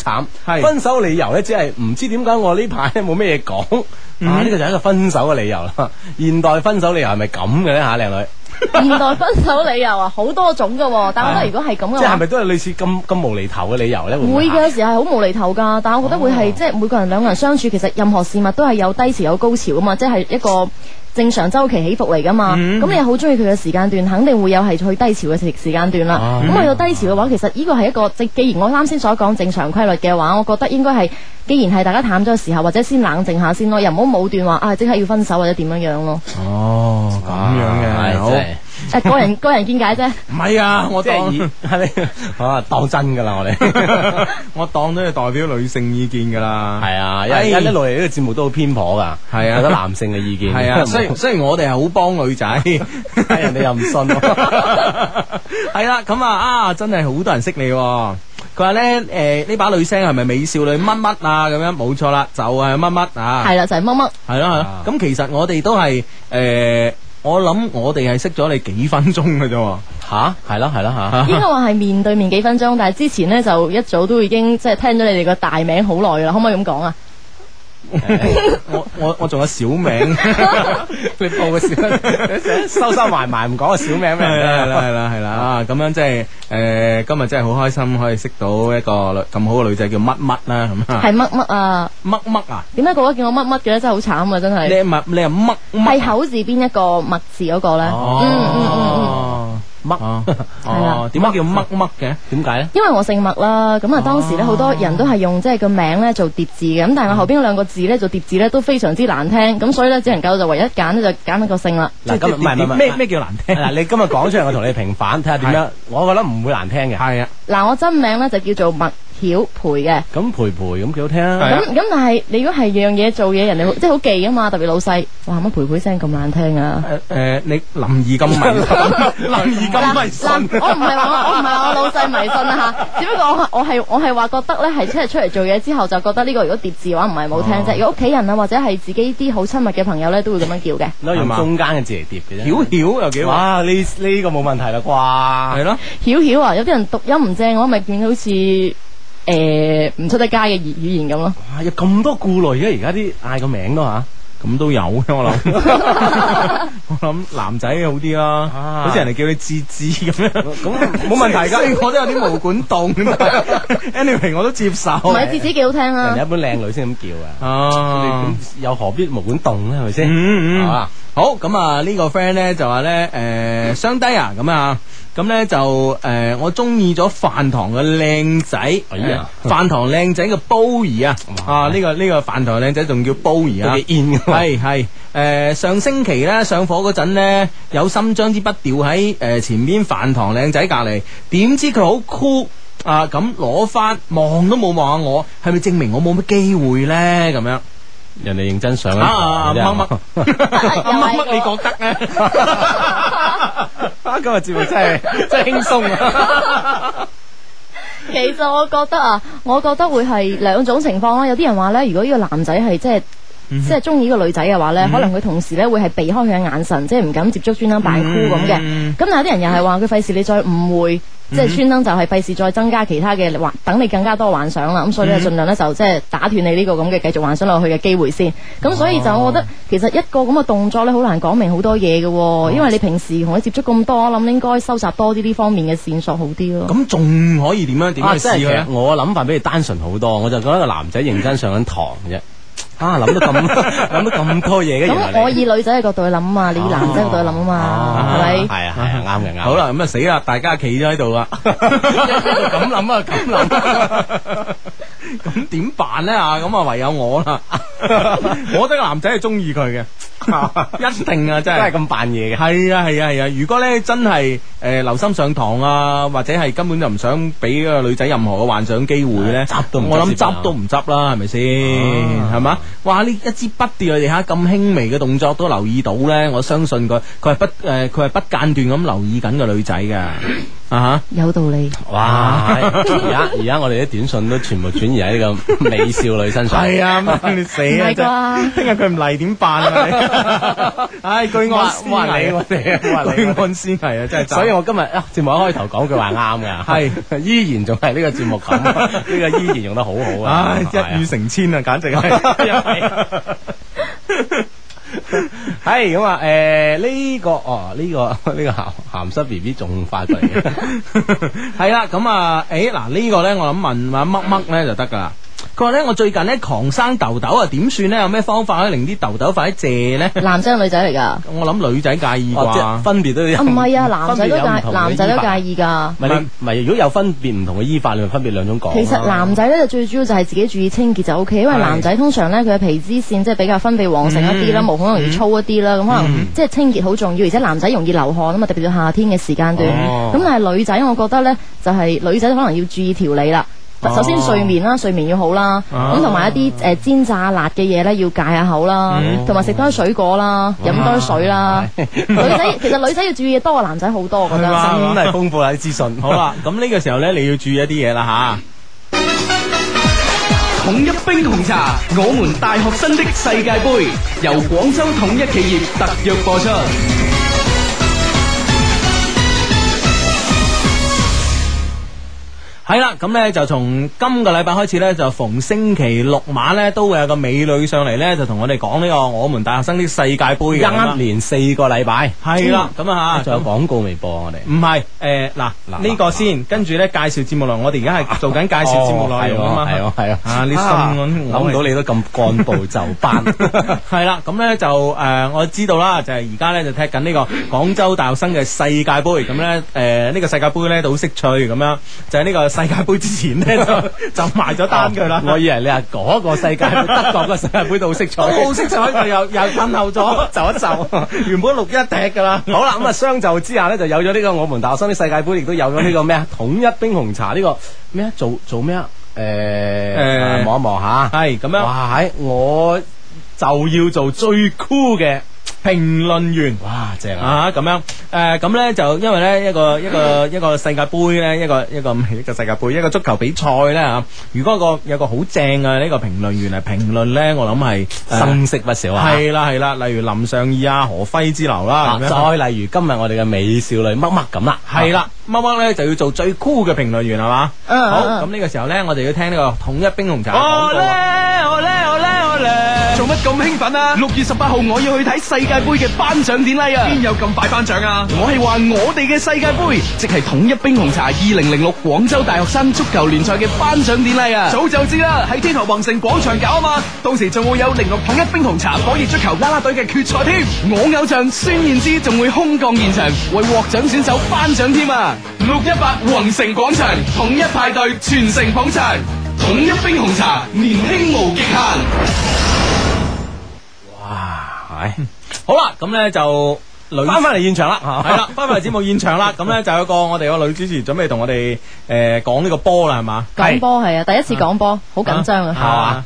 Speaker 6: 慘。分手理由咧，只係唔知點解我呢排咧冇咩嘢講。
Speaker 12: 嗯
Speaker 6: 啊，呢個就係一個分手嘅理由啦。現代分手理由係咪咁嘅咧？吓，靚女，
Speaker 19: 現代分手理由啊，好多種㗎喎，但我覺得如果係咁嘅
Speaker 6: 即係
Speaker 19: 話
Speaker 6: 咪。都係類似咁咁無厘頭嘅理由咧？會唔會
Speaker 19: 會
Speaker 6: 哦
Speaker 19: 嘅有時係好無厘頭㗎，但係我覺得會係、即係每個人兩個人相處，其實任何事物都係有低潮有高潮啊嘛，即係一個正常周期起伏嚟㗎嘛。咁、
Speaker 21: 嗯
Speaker 19: 你又好中意佢嘅時間段，肯定會有係去低潮嘅時時間段啦。
Speaker 6: 哦
Speaker 19: 咁、去到低潮嘅話，其實呢個係一個即既然我啱先所講正常規律嘅話，我覺得應該係既然係大家淡咗嘅時候，或者先冷靜下先咯，又唔好武斷話啊即刻要分手或者點樣樣咯。
Speaker 12: 哦，咁樣嘅，好。
Speaker 19: 誒、個人個人見解啫。
Speaker 12: 唔係啊，我當
Speaker 6: 即
Speaker 12: 係你啊，當真噶啦，我哋 我當咗你代表女性意見噶啦，係
Speaker 6: 啊，因為因為一路嚟呢個節目都好偏頗噶，
Speaker 12: 係啊
Speaker 6: 有得男性嘅意見，
Speaker 12: 係啊， 雖雖然我哋係好幫女仔，但人哋又唔信喎。 係啦，咁啊啊，真係好多人識你喎。佢話咧，誒、呢把女聲係咪美少女乜乜啊？咁樣冇錯啦，就係乜乜啊。
Speaker 19: 係啦，就係乜乜。
Speaker 12: 係咯係咯，咁其實我哋都係誒、我諗我哋係識咗你幾分鐘嘅啫喎。
Speaker 6: 吓，係咯係咯
Speaker 12: 啊
Speaker 6: 吓
Speaker 19: 應該話係面對面幾分鐘，但係之前呢，就一早都已經即係聽咗你哋個大名好耐啦，可唔可以咁講啊？
Speaker 12: 我我我仲有小 名，你報個小名， 收收埋埋唔講個小名咩？係啦係啦係啦啊！咁樣即係誒，今日真係好開心，可以識到一個女咁好嘅女仔叫乜乜啦咁啊。
Speaker 19: 係乜乜啊？
Speaker 12: 乜乜啊？
Speaker 19: 點解個個叫我乜乜嘅咧？真係好慘啊！真係。
Speaker 12: 你係咪你係乜乜？
Speaker 19: 係口字邊一個麥字嗰個咧？嗯嗯嗯嗯。
Speaker 12: 哦，乜
Speaker 19: 係啦
Speaker 12: 哦，點解叫乜乜嘅？點解咧？
Speaker 19: 因為我姓麥啦，咁啊當時
Speaker 12: 哦
Speaker 19: 咧好多人都係用即係個名咧做疊字嘅，咁但係我後邊兩個字咧做疊字咧都非常之難聽，咁所以咧只能夠就唯一揀咧就揀一個姓啦。
Speaker 6: 嗱，
Speaker 12: 啊
Speaker 6: 今日唔係唔係唔係
Speaker 12: 咩咩叫難聽？
Speaker 6: 嗱，你今日講出嚟，我同你平反，睇下點樣。我覺得唔會難聽嘅。
Speaker 12: 係啊，
Speaker 19: 嗱，我真名咧就叫做麥曉培嘅。
Speaker 6: 咁培培咁幾好聽啊。
Speaker 19: 咁咁，但係你如果係樣嘢做嘢，人哋好即係好忌啊嘛，特別老細，哇乜陪陪聲咁難聽啊！
Speaker 12: 誒，呃你林怡咁迷， 林怡咁迷信
Speaker 19: 嗱，嗱我唔係話我哦我唔係話我老細迷信啊 吓，只不過我我係我係話覺得咧係真係出嚟做嘢之後就覺得呢個如果疊字嘅話唔係冇聽啫，如果屋企人啊或者係自己啲好親密嘅朋友咧都會咁樣叫嘅。
Speaker 6: 都用中間嘅字嚟疊嘅啫。
Speaker 12: 曉曉又幾好
Speaker 6: 哇！呢呢個冇問題啦啩？
Speaker 12: 係咯。
Speaker 19: 曉曉啊，有啲人讀音唔正，我咪見到好似誒唔出得街嘅語語言咁咯。
Speaker 6: 哇！有咁多顧慮嘅，而家啲嗌個名都吓，
Speaker 12: 咁都有 嘅，我諗。我諗男仔好啲啦，
Speaker 6: 啊
Speaker 12: 好似人哋叫你芝芝咁樣，咁
Speaker 6: 冇問題㗎
Speaker 12: 我都有啲毛管戙 ，anyway 我都接受。
Speaker 19: 唔係字字幾好聽
Speaker 6: 人
Speaker 19: 啊
Speaker 6: 哋！一般靚女先咁叫啊。
Speaker 12: 哦
Speaker 6: 你咁又何必無管動咧？係咪先？
Speaker 12: 嗯
Speaker 6: 係
Speaker 12: 嗯
Speaker 6: 嘛。
Speaker 12: 好咁啊！呢個 friend 咧就話咧，誒，雙低啊，咁啊，咁咧就誒，我中意咗飯堂嘅靚仔，
Speaker 6: 呀
Speaker 12: 誒飯堂靚仔嘅煲兒啊，啊，呢個呢個飯堂靚仔仲叫煲兒啊
Speaker 6: 都，幾 in 㗎喎
Speaker 12: 係係誒，上星期咧上火嗰陣咧，有心將支筆掉喺誒前邊飯堂靚仔隔離，點知佢好酷。啊，咁攞翻望都冇望下我，係咪證明我冇乜機會咧？咁樣。
Speaker 6: 人哋認真上
Speaker 12: 啊
Speaker 6: 默默
Speaker 12: 乜乜你覺得咧？啊，今日節目 真係真係輕鬆 啊！
Speaker 19: 其實我覺得啊，我覺得會係兩種情況啦。有啲人話咧，如果呢個男仔係即係。
Speaker 21: 嗯哼
Speaker 19: 即係中意呢個女仔嘅話咧，
Speaker 21: 嗯
Speaker 19: 可能佢同時咧會係避開佢嘅眼神，即係唔敢接觸，專登扮酷咁嘅。
Speaker 21: 嗯
Speaker 19: 咁但係有啲人又係話佢費事你再誤會，即係專登就係費事再增加其他嘅幻，等你更加多幻想啦。咁所以咧，
Speaker 21: 嗯
Speaker 19: 儘量咧就即係打斷你呢個咁嘅繼續幻想落去嘅機會先。咁所以就我覺
Speaker 21: 哦
Speaker 19: 得其實一個咁嘅動作咧，好難講明好多嘢嘅喎，因為你平時同佢接觸咁多，我諗應該收集多啲呢方面嘅線索好啲咯。
Speaker 12: 咁仲可以點樣點
Speaker 6: 啊
Speaker 12: 樣
Speaker 6: 真係
Speaker 12: 試
Speaker 6: 其
Speaker 12: 佢
Speaker 6: 實
Speaker 12: 啊？
Speaker 6: 我諗法比你單純好多，我就覺得個男仔認真上緊堂啫。啊，諗 到咁諗到咁多嘢嘅，原哦來
Speaker 19: 咁我以女仔嘅角度去諗啊，你以男仔嘅角度去諗啊嘛，係咪？
Speaker 6: 係啊係啊，啱嘅啱。
Speaker 12: 好啦，咁啊死啦！大家企咗喺度啦，
Speaker 6: 哦
Speaker 12: 咁諗啊，咁諗啊，咁點辦咧啊？咁啊，唯有我 啦。我覺得個男仔係中意佢嘅，一定啊，真係
Speaker 6: 都係咁扮嘢嘅。
Speaker 12: 係啊，係啊，係啊。如果咧真係誒留心上堂啊，或者係根本就唔想俾個女仔任何嘅幻想機會咧，執
Speaker 6: 都唔執
Speaker 12: 我諗
Speaker 6: 先
Speaker 12: 執都唔執啦，係咪先？係嘛？哇！呢一支筆掉喺地下咁輕微嘅動作都留意到咧，我相信佢佢係不誒佢係不間斷咁留意緊個女仔嘅啊
Speaker 19: 吓，有道理。
Speaker 6: 哇！而家而家我哋啲短信都全部轉移喺呢個美少女身上。
Speaker 12: 係啊 咁你死啊唔係啩聽日佢唔嚟點辦 啊？你唉，居安思
Speaker 6: 哇哇你
Speaker 12: 危
Speaker 6: 我哋啊哇你
Speaker 12: 居安思危啊！真係，
Speaker 6: 所以我今日啊節目一開頭講句話啱噶，係依然仲係呢個節目咁，呢個依然用得好好啊！
Speaker 12: 唉一語成千啊，簡直係。
Speaker 6: 系咁啊！诶，呢個哦，呢個 呢個鹹鹹濕 B B 仲快過嚟嘅，
Speaker 12: 系啦，咁啊，诶，嗱呢個咧，我諗問阿乜乜咧就得噶啦。佢話咧，我最近咧狂生痘痘啊，點算咧？有咩方法可以令啲痘痘快啲謝咧？
Speaker 19: 男仔定女仔嚟㗎？
Speaker 12: 我諗女仔介意
Speaker 6: 哦即
Speaker 12: 啩，
Speaker 6: 係分別都有
Speaker 19: 啊，唔係啊，男仔都
Speaker 6: 分別有唔
Speaker 19: 介
Speaker 6: 同嘅
Speaker 19: 男仔都
Speaker 6: 醫法
Speaker 19: 介意㗎。
Speaker 6: 唔係你唔係如果有分別唔同嘅醫法，你咪分別兩種講啦。
Speaker 19: 其實男仔咧就最主要就係自己注意清潔就 O K，因為
Speaker 6: 啊係
Speaker 19: 男仔通常咧佢嘅皮脂腺即係比較分泌旺盛一啲啦，
Speaker 6: 嗯
Speaker 19: 毛孔容易粗一啲啦，咁可
Speaker 6: 嗯
Speaker 19: 能即係清潔好重要，而且男仔容易流汗啊嘛，特別到夏天嘅時間段。
Speaker 6: 哦
Speaker 19: 咁但係女仔，我覺得咧就係女仔可能要注意調理啦。
Speaker 6: 啊
Speaker 21: 哦
Speaker 19: 首先睡眠啦，睡眠要好啦，
Speaker 21: 哦
Speaker 19: 咁同埋一啲誒煎炸辣嘅嘢咧要戒下口啦
Speaker 21: 嗯，
Speaker 19: 同埋食多啲水果啦，飲多啲水啦。女仔其實女仔要注意嘅多過男仔好多，我覺得。
Speaker 6: 啊真係豐富下啲資訊。
Speaker 12: 好啦，咁呢個時候咧，你要注意一啲嘢啦
Speaker 22: 統一冰紅茶，我們大學生的世界盃，由廣州統一企業特約播出。
Speaker 12: 吓。係啦，咁咧就從今個禮拜開始咧，就逢星期六晚咧都會有個美女上嚟咧，就同我哋講呢個我們大學生的世界盃嘅啊
Speaker 6: 一年四個禮拜，
Speaker 12: 係啦咁啊
Speaker 6: 仲有廣告未播啊我哋。
Speaker 12: 唔係，誒嗱呢個先，跟住咧介紹節目內容，我哋而家係做緊介紹節目內容啊嘛，
Speaker 6: 啊哦係喎係喎係喎
Speaker 12: 啊你信我，
Speaker 6: 諗唔到你
Speaker 12: 都咁幹部就 班，係啦，咁咧就誒我知道啦，就係而家咧就踢緊呢個廣州大學生嘅世界盃，咁咧誒呢個世界盃咧就好識趣咁樣，就係呢個世界盃之前 咧就就埋咗單佢啦，
Speaker 6: 我以為你係嗰個世界盃德國個世界盃都好色彩，
Speaker 12: 好色彩佢 又又褪後咗，就一就，原本六一踢噶啦，
Speaker 6: 好啦，咁啊相就之下咧，就有咗呢個我們大學生啲世界盃，亦都有咗呢個咩啊統一冰紅茶呢個咩啊做做咩啊？誒
Speaker 12: 誒
Speaker 6: 望一望下，
Speaker 12: 係咁樣
Speaker 6: 哇！喺我就要做最 cool 嘅
Speaker 12: 評論員，
Speaker 6: 哇正啊！
Speaker 12: 啊咁樣誒咁咧就因為咧一個一個一個世界盃咧一個一個唔 係一個世界盃一個足球比賽咧嚇，如果個有個好正嘅呢個評論員嚟評論咧，我諗係呃
Speaker 6: 生色不少啊
Speaker 12: 係啦係啦，例如林尚義啊、何輝之流
Speaker 6: 啊
Speaker 12: 啦，咁樣
Speaker 6: 再例如今日我哋嘅美少女乜乜咁啦，
Speaker 12: 係啦，乜乜咧就要做最 cool 嘅評論員係嘛？
Speaker 6: 嗯
Speaker 12: 好
Speaker 6: 嗯
Speaker 12: 咁呢個時候咧，我哋要聽呢個統一冰紅茶嘅
Speaker 22: 哦
Speaker 12: 廣告啊。
Speaker 22: 做乜咁興奮啊？六月十八號我要去睇世界盃嘅頒獎典禮啊！邊有咁快頒獎啊？我係話我哋嘅世界盃，即係統一冰紅茶二零零六廣州大學生足球聯賽嘅頒獎典禮啊！早就知啦，喺天河宏城廣場搞啊嘛，到時仲會有零六統一冰紅茶火熱足球啦啦隊嘅決賽添。我偶像孫燕姿仲會空降現場為獲獎選手頒獎添啊！六一八宏城廣場統一派對，全城捧場，統一冰紅茶，年輕無極限。
Speaker 12: 唉，好啦，咁咧就女翻翻嚟現場啦，係啦，翻翻嚟節目現場啦，咁咧就有個我哋個女主持準備同我哋誒講呢個波啦，係嘛？
Speaker 19: 講波係啊，第一次講波，好緊張啊，
Speaker 12: 係嘛？呃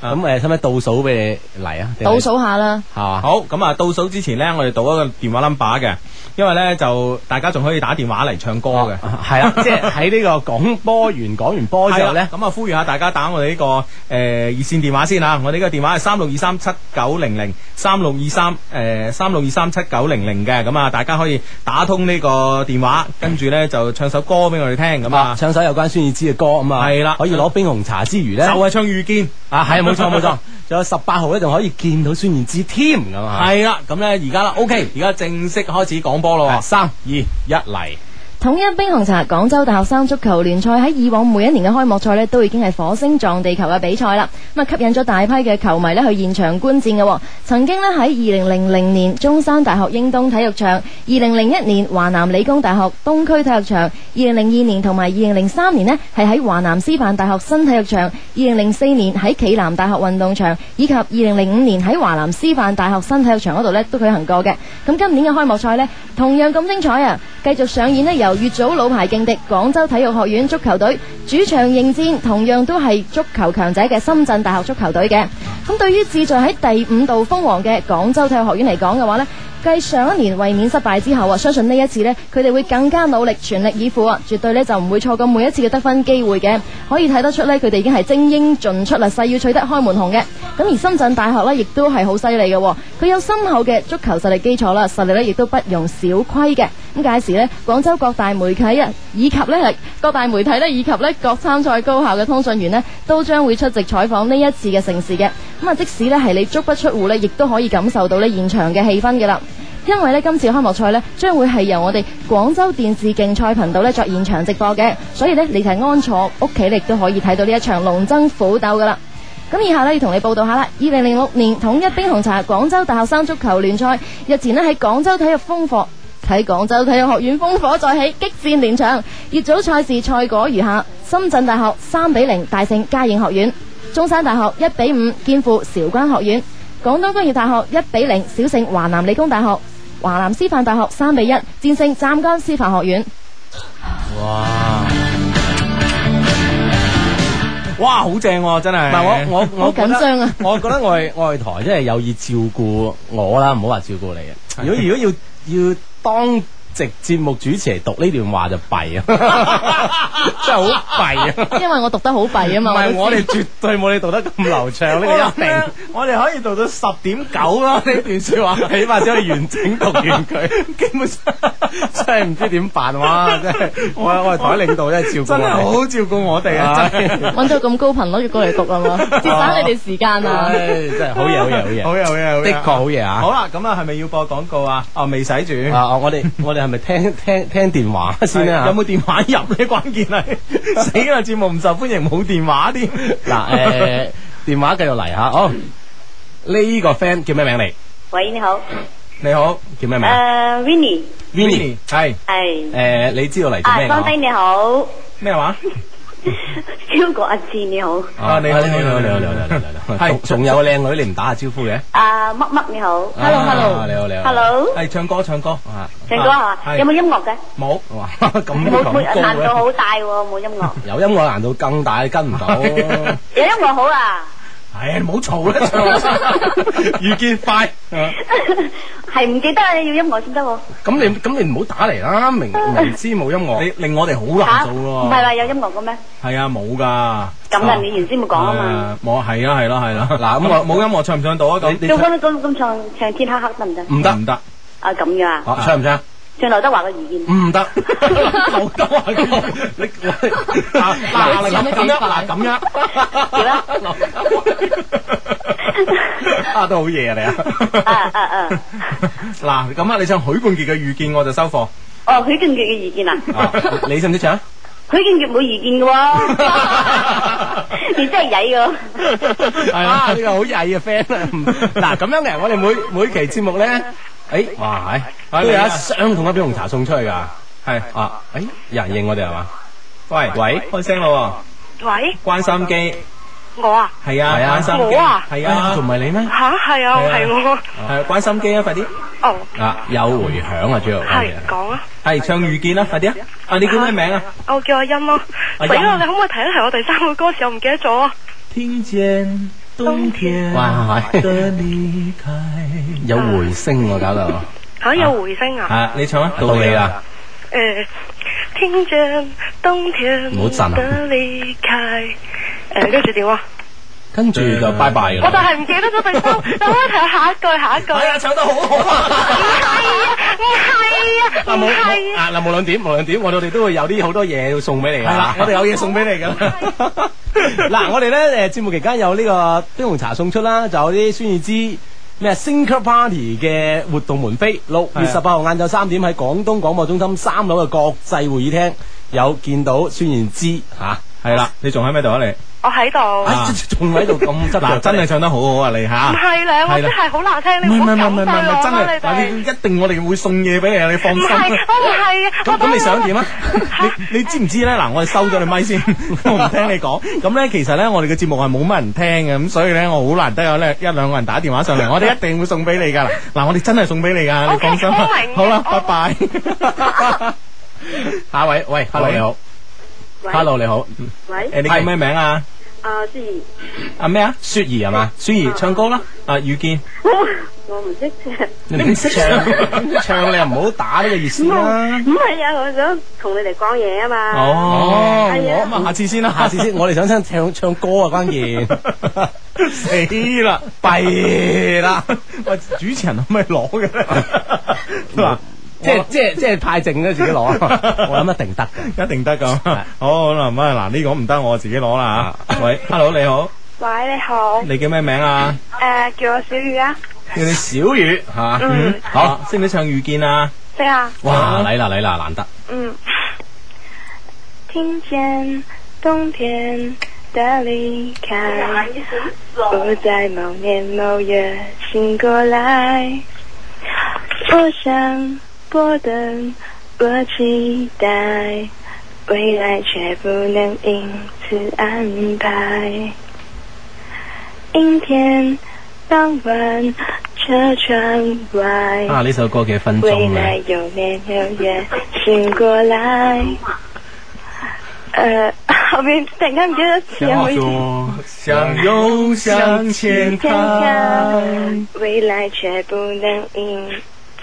Speaker 6: 咁诶，使唔使倒數俾你嚟啊？定係
Speaker 19: 倒數下啦，
Speaker 6: 係嘛？
Speaker 12: 好，咁啊，倒數之前呢，我哋倒一個電話 number 嘅，因為呢，就大家仲可以打電話嚟唱歌嘅，
Speaker 6: 係 啦， 即係喺呢個廣播完講完波之後
Speaker 12: 係啦
Speaker 6: 咧，
Speaker 12: 咁啊呼籲下大家打我哋呢、個誒、呃、熱線電話先啊！我哋呢個電話係三六二三七九零零三六二三誒三六二三七九零零嘅，咁啊大家可以打通呢個電話，跟住咧就唱首歌俾我哋聽咁啊，
Speaker 6: 唱首有關孫燕姿嘅歌咁啊，
Speaker 12: 係啦，
Speaker 6: 可以攞冰紅茶之餘咧，
Speaker 12: 就係唱遇見
Speaker 6: 啊，係冇錯冇錯，仲有十八號咧，仲可以見到孫燕姿添咁啊，
Speaker 12: 係啦，咁咧而家啦，OK，而家正式開始講波
Speaker 6: 啊
Speaker 12: 咯，三二一嚟。
Speaker 19: 統一冰紅茶廣州大學生足球聯賽喺以往每一年嘅開幕賽呢，都已經係火星撞地球嘅比賽啦。咁啊，吸引咗大批嘅球迷呢去現場觀戰嘅、喎。曾經呢，喺二零零零年中山大學英東體育場、二零零一年華南理工大學東區體育場、二零零二年同埋二零零三年呢，係喺華南師範大學新體育場、二零零四年喺暨南大學運動場，以及二零零五年喺華南師範大學新體育場嗰度呢，都舉行過嘅。咁今年嘅開幕賽呢，同樣咁精彩啊！繼續上演呢，由粵組老牌勁敵廣州體育學院足球隊主場迎戰，同樣都係足球強者嘅深圳大學足球隊嘅。咁對於志在喺第五度封王嘅廣州體育學院嚟講嘅話呢。繼上一年衛冕失敗之後啊，相信呢一次呢，佢哋會更加努力，全力以赴啊，絕對呢就唔會錯過每一次嘅得分機會嘅。可以睇得出呢，佢哋已經係精英盡出啦，誓要取得開門紅嘅。咁而深圳大學呢，亦都係好犀利嘅喎，佢有深厚啊嘅足球實力基礎啦，實力呢亦都不容小覷嘅。咁啊屆時呢，廣州各大媒體啊，以及呢各大媒體呢，以及呢各參賽高校嘅通訊員呢，都將會出席採訪呢一次嘅盛事嘅。咁啊，即使呢係你足不出户呢，亦都可以感受到呢現場嘅氣氛嘅啦。因為呢，今次開幕賽呢，將會係由我哋廣州電視競賽頻道呢作現場直播嘅，所以呢，你就係安坐屋企，你亦都可以睇到呢一場龍爭虎鬥噶啦。咁以下呢，要同你報道下啦。二零零六年統一冰紅茶廣州大學生足球聯賽日前呢，喺廣州體育烽火。喺廣州體育學院烽火再起，激戰連場。乙組賽事賽果如下：深圳大學三比零大勝嘉應學院，中山大學一比五肩負韶關學院，廣東工業大學一比零小勝華南理工大學，華南師範大學三比一戰勝湛江師範學院。
Speaker 12: 哇！哇，好正喎，真係！
Speaker 6: 唔係我我我
Speaker 19: 好緊張啊！
Speaker 6: 我覺得我哋我哋台真係有意照顧我啦，唔好話照顧你嘅。啊如果如果要要當直節目主持嚟讀呢段話就弊啊， 真係好弊啊！
Speaker 19: 因為我讀得好弊啊嘛，
Speaker 6: 唔係我
Speaker 19: 都知
Speaker 6: 哋絕對冇你讀得咁流暢，呢個一定。
Speaker 12: 我哋可以讀到十點九啦，呢 段説話
Speaker 6: 起碼先可以完整讀完佢，基本上 真係唔知點辦哇！真係我我係台領導真係照顧
Speaker 12: 真係好
Speaker 6: 照顧我
Speaker 12: 哋啊真係
Speaker 19: 揾到咁高頻率要過嚟讀啦啊嘛，節省你哋時間啊！
Speaker 6: 真係好嘢好嘢好嘢
Speaker 12: 好嘢好嘢，
Speaker 6: 的確好嘢啊
Speaker 12: 好啦，咁啊，係咪要播廣告啊？哦，未使住。
Speaker 6: 啊！我哋我哋係咪聽聽聽電話先啊？
Speaker 12: 有冇電話入咧？關 鍵係死啦！節目唔受歡迎，冇電話添。
Speaker 6: 嗱誒電話繼續嚟嚇，好呢個 friend 叫咩名嚟？
Speaker 21: 喂，你好，
Speaker 6: 你好，叫咩名
Speaker 21: 呃 w i n n i e
Speaker 6: ？Vinny 係
Speaker 21: 哎，
Speaker 6: 誒，你知道嚟做
Speaker 21: 啊，
Speaker 6: 咩
Speaker 21: 芳
Speaker 6: 㗎
Speaker 21: 菲你好，
Speaker 12: 咩話？
Speaker 21: 超過阿志你好，
Speaker 12: À,
Speaker 6: 啊，你好你好你好你好你好你好，係仲有個靚女你唔打下招呼嘅
Speaker 21: 啊乜乜你好
Speaker 6: 啊你好你好
Speaker 21: ，hello，
Speaker 12: 係唱歌唱歌
Speaker 6: 啊！
Speaker 21: 唱歌係嘛？有冇音樂嘅？
Speaker 12: 冇
Speaker 6: 哇咁
Speaker 21: 冇冇
Speaker 6: 咁
Speaker 21: 難度
Speaker 6: 高嘅，
Speaker 21: 好大喎，冇音 樂，
Speaker 6: 有音樂難度更大，跟唔到。
Speaker 21: 有音樂好啊，
Speaker 6: 唉，唔好 嘈啦，遇見快。
Speaker 21: 係唔記得啊要音樂先得喎，
Speaker 6: 咁你咁你唔好打嚟啦， 明明知冇音樂，
Speaker 12: 你令我哋好
Speaker 21: 吓
Speaker 12: 難
Speaker 21: 唔
Speaker 12: 做
Speaker 21: 係
Speaker 12: 喎。
Speaker 21: 話有音樂嘅咩？
Speaker 12: 係啊，冇㗎。
Speaker 21: 咁啊，你原先咪講啊嘛，
Speaker 12: 誒，冇係啦係啦係啦。 嗱，咁我冇音樂唱唔唱到啊？咁
Speaker 21: 咁咁咁咁唱唱天黑黑得唔得？
Speaker 12: 唔得唔得，
Speaker 21: 啊咁樣啊，
Speaker 12: Ờ,
Speaker 6: 啊唱唔唱？
Speaker 21: 唱劉德華嘅意見，
Speaker 12: Ừ.
Speaker 6: 唔 得，
Speaker 12: 劉德華嘅你嗱嗱咁咁樣嗱咁樣。
Speaker 21: 點啊？
Speaker 12: 啊，都好嘢啊你
Speaker 21: À,
Speaker 12: 啊！ 嗱，咁啊，你唱許冠傑嘅《遇見》，我就收 貨。
Speaker 21: 哦，許冠傑嘅意見啊，
Speaker 12: 你識唔識唱？
Speaker 21: 許冠傑冇意見嘅喎， 你真係曳喎。
Speaker 6: 系啊，呢個好曳嘅 friend 啊。 嗱，咁樣嘅，我哋每每期節 目咧，诶，哇，
Speaker 12: 哎
Speaker 6: 係都有一箱桶一杯紅茶送出去㗎。係啊，诶，有人應我哋啊係嘛？
Speaker 12: 喂喂，開聲咯
Speaker 23: 喂，
Speaker 12: 喎，關心機
Speaker 23: 我啊，
Speaker 12: 係啊，
Speaker 23: 係啊
Speaker 12: 關心機
Speaker 23: 我啊
Speaker 12: 係啊，
Speaker 6: 哎仲唔係你咩？
Speaker 23: 吓系啊，
Speaker 12: 係啊
Speaker 23: 系我，
Speaker 12: 係關心機啊，快啲
Speaker 23: 哦，
Speaker 6: 啊，有回響啊，主要
Speaker 23: 系讲啊，
Speaker 12: 係唱遇見啦，快啲啊！啊，你叫咩名啊？
Speaker 23: 我叫阿欣咯，
Speaker 12: 阿
Speaker 23: 死
Speaker 12: 欣
Speaker 23: 啦，你可唔可以提一提我第三個歌詞？我唔記得咗啊，
Speaker 12: 聽見
Speaker 23: 冬天
Speaker 13: 哇
Speaker 23: 的离开。
Speaker 13: 有回聲喎，搞到
Speaker 23: 好有回聲啊！
Speaker 13: 啊！你唱啊，
Speaker 12: 到你
Speaker 13: 啦，
Speaker 23: 呃，聽着冬天
Speaker 13: 唔好震啊
Speaker 23: 的離開。誒，跟住點啊？
Speaker 13: 跟住就拜拜㗎
Speaker 23: 我就
Speaker 13: 啦。
Speaker 23: 係唔記得咗 第三，就可以睇下一句，下一
Speaker 12: 哎
Speaker 23: 句。係啊，
Speaker 13: 唱得好好啊！
Speaker 23: 唔係啊，
Speaker 13: 嗱
Speaker 23: 唔
Speaker 13: 冇冇
Speaker 23: 係啊，
Speaker 12: à,
Speaker 13: 啊嗱，無論點無論點，我哋都會有啲好多嘢要送俾你㗎
Speaker 12: 係啦
Speaker 13: 啦。
Speaker 12: 我哋有嘢
Speaker 13: 送俾你㗎啦。 嗱，我哋
Speaker 12: ờ,
Speaker 13: 咧誒節目期間有呢個冰紅茶送出啦，就有啲孫燕姿。咩 Singer Party 嘅活動門飛，六月
Speaker 6: 係
Speaker 13: 十八號晏晝三點喺廣東廣播中心三樓嘅國際會議廳有見到孫燕姿嚇，係啦，你仲喺咩度啊你？
Speaker 23: 我喺
Speaker 6: À.
Speaker 12: 啊
Speaker 23: 度。
Speaker 13: 仲喺度咁執
Speaker 12: 嗱，真係唱得好好啊，你
Speaker 23: 唔
Speaker 12: 吓。
Speaker 23: 係咧，我真係好難聽，
Speaker 12: 唔
Speaker 23: 你唔
Speaker 12: 係唔
Speaker 23: 好
Speaker 12: 係唔係
Speaker 23: 咁
Speaker 12: 唔係
Speaker 23: 對
Speaker 12: 唔係，真
Speaker 23: 我啦，
Speaker 12: 係
Speaker 23: 你哋。
Speaker 12: 嗱，你一定我哋會送嘢俾你啊，你放
Speaker 23: 唔
Speaker 12: 心。
Speaker 23: 係，我唔係啊，
Speaker 12: 咁咁你想點啊？你你知唔知咧？嗱，我哋收咗你咪先，我唔聽你講。咁咧，其實咧，我哋嘅節目係冇乜人聽嘅，咁所以咧，我好難得有咧一兩個人打電話上嚟，我哋一定會送俾你噶啦。嗱，我哋真係送俾你噶，你放心啦。好啦，拜拜。
Speaker 13: 下一位，喂，hello 你好
Speaker 1: 喂
Speaker 13: ，hello 你好，
Speaker 1: 喂
Speaker 13: 誒你叫咩名
Speaker 12: à.
Speaker 13: 啊？
Speaker 1: 啊，之前
Speaker 13: 啊咩啊？雪兒係嘛？雪兒唱歌啦，啊遇見。
Speaker 1: 我唔識唱，
Speaker 13: 你唔識唱，唱你又唔好打呢個熱線啦。
Speaker 1: 唔係啊，我想同你哋講嘢啊嘛。
Speaker 13: 哦，
Speaker 1: 係
Speaker 13: 我
Speaker 1: 啊
Speaker 13: 咁啊，下次先啦，下 次先。我哋想聽唱唱歌啊，關鍵
Speaker 12: 死啦，弊啦！喂，主持人可唔可以攞嘅咧？嗱，
Speaker 13: 即係即係即係派剩咧自己攞， 我諗一定得
Speaker 12: 嘅，一定得咁。好啦，咁啊，嗱呢個唔得，我自己攞啦
Speaker 13: 嗯
Speaker 12: 吓。喂，hello，你好，
Speaker 1: 喂，你好，
Speaker 12: 你叫咩名啊？
Speaker 1: 誒，叫我小雨啊，
Speaker 12: 叫你小 雨吓，
Speaker 1: 嗯
Speaker 12: 啊好，識唔識唱遇見啊？
Speaker 1: 識啊，
Speaker 13: 哇，嚟啦嚟啦，難得。
Speaker 1: 嗯，听见冬天的离开，我在某年某月醒过来，我想拨等，我期待，未来却不能因此安排。阴天傍晚，车窗外。
Speaker 13: 啊，呢首歌幾分
Speaker 1: 未
Speaker 13: 鐘
Speaker 1: 来
Speaker 13: 咧？
Speaker 1: 有年有月醒过来。 诶、后面突然間唔記得詞啊，唔好意思。
Speaker 12: 向右向前看。
Speaker 1: 未來卻不能因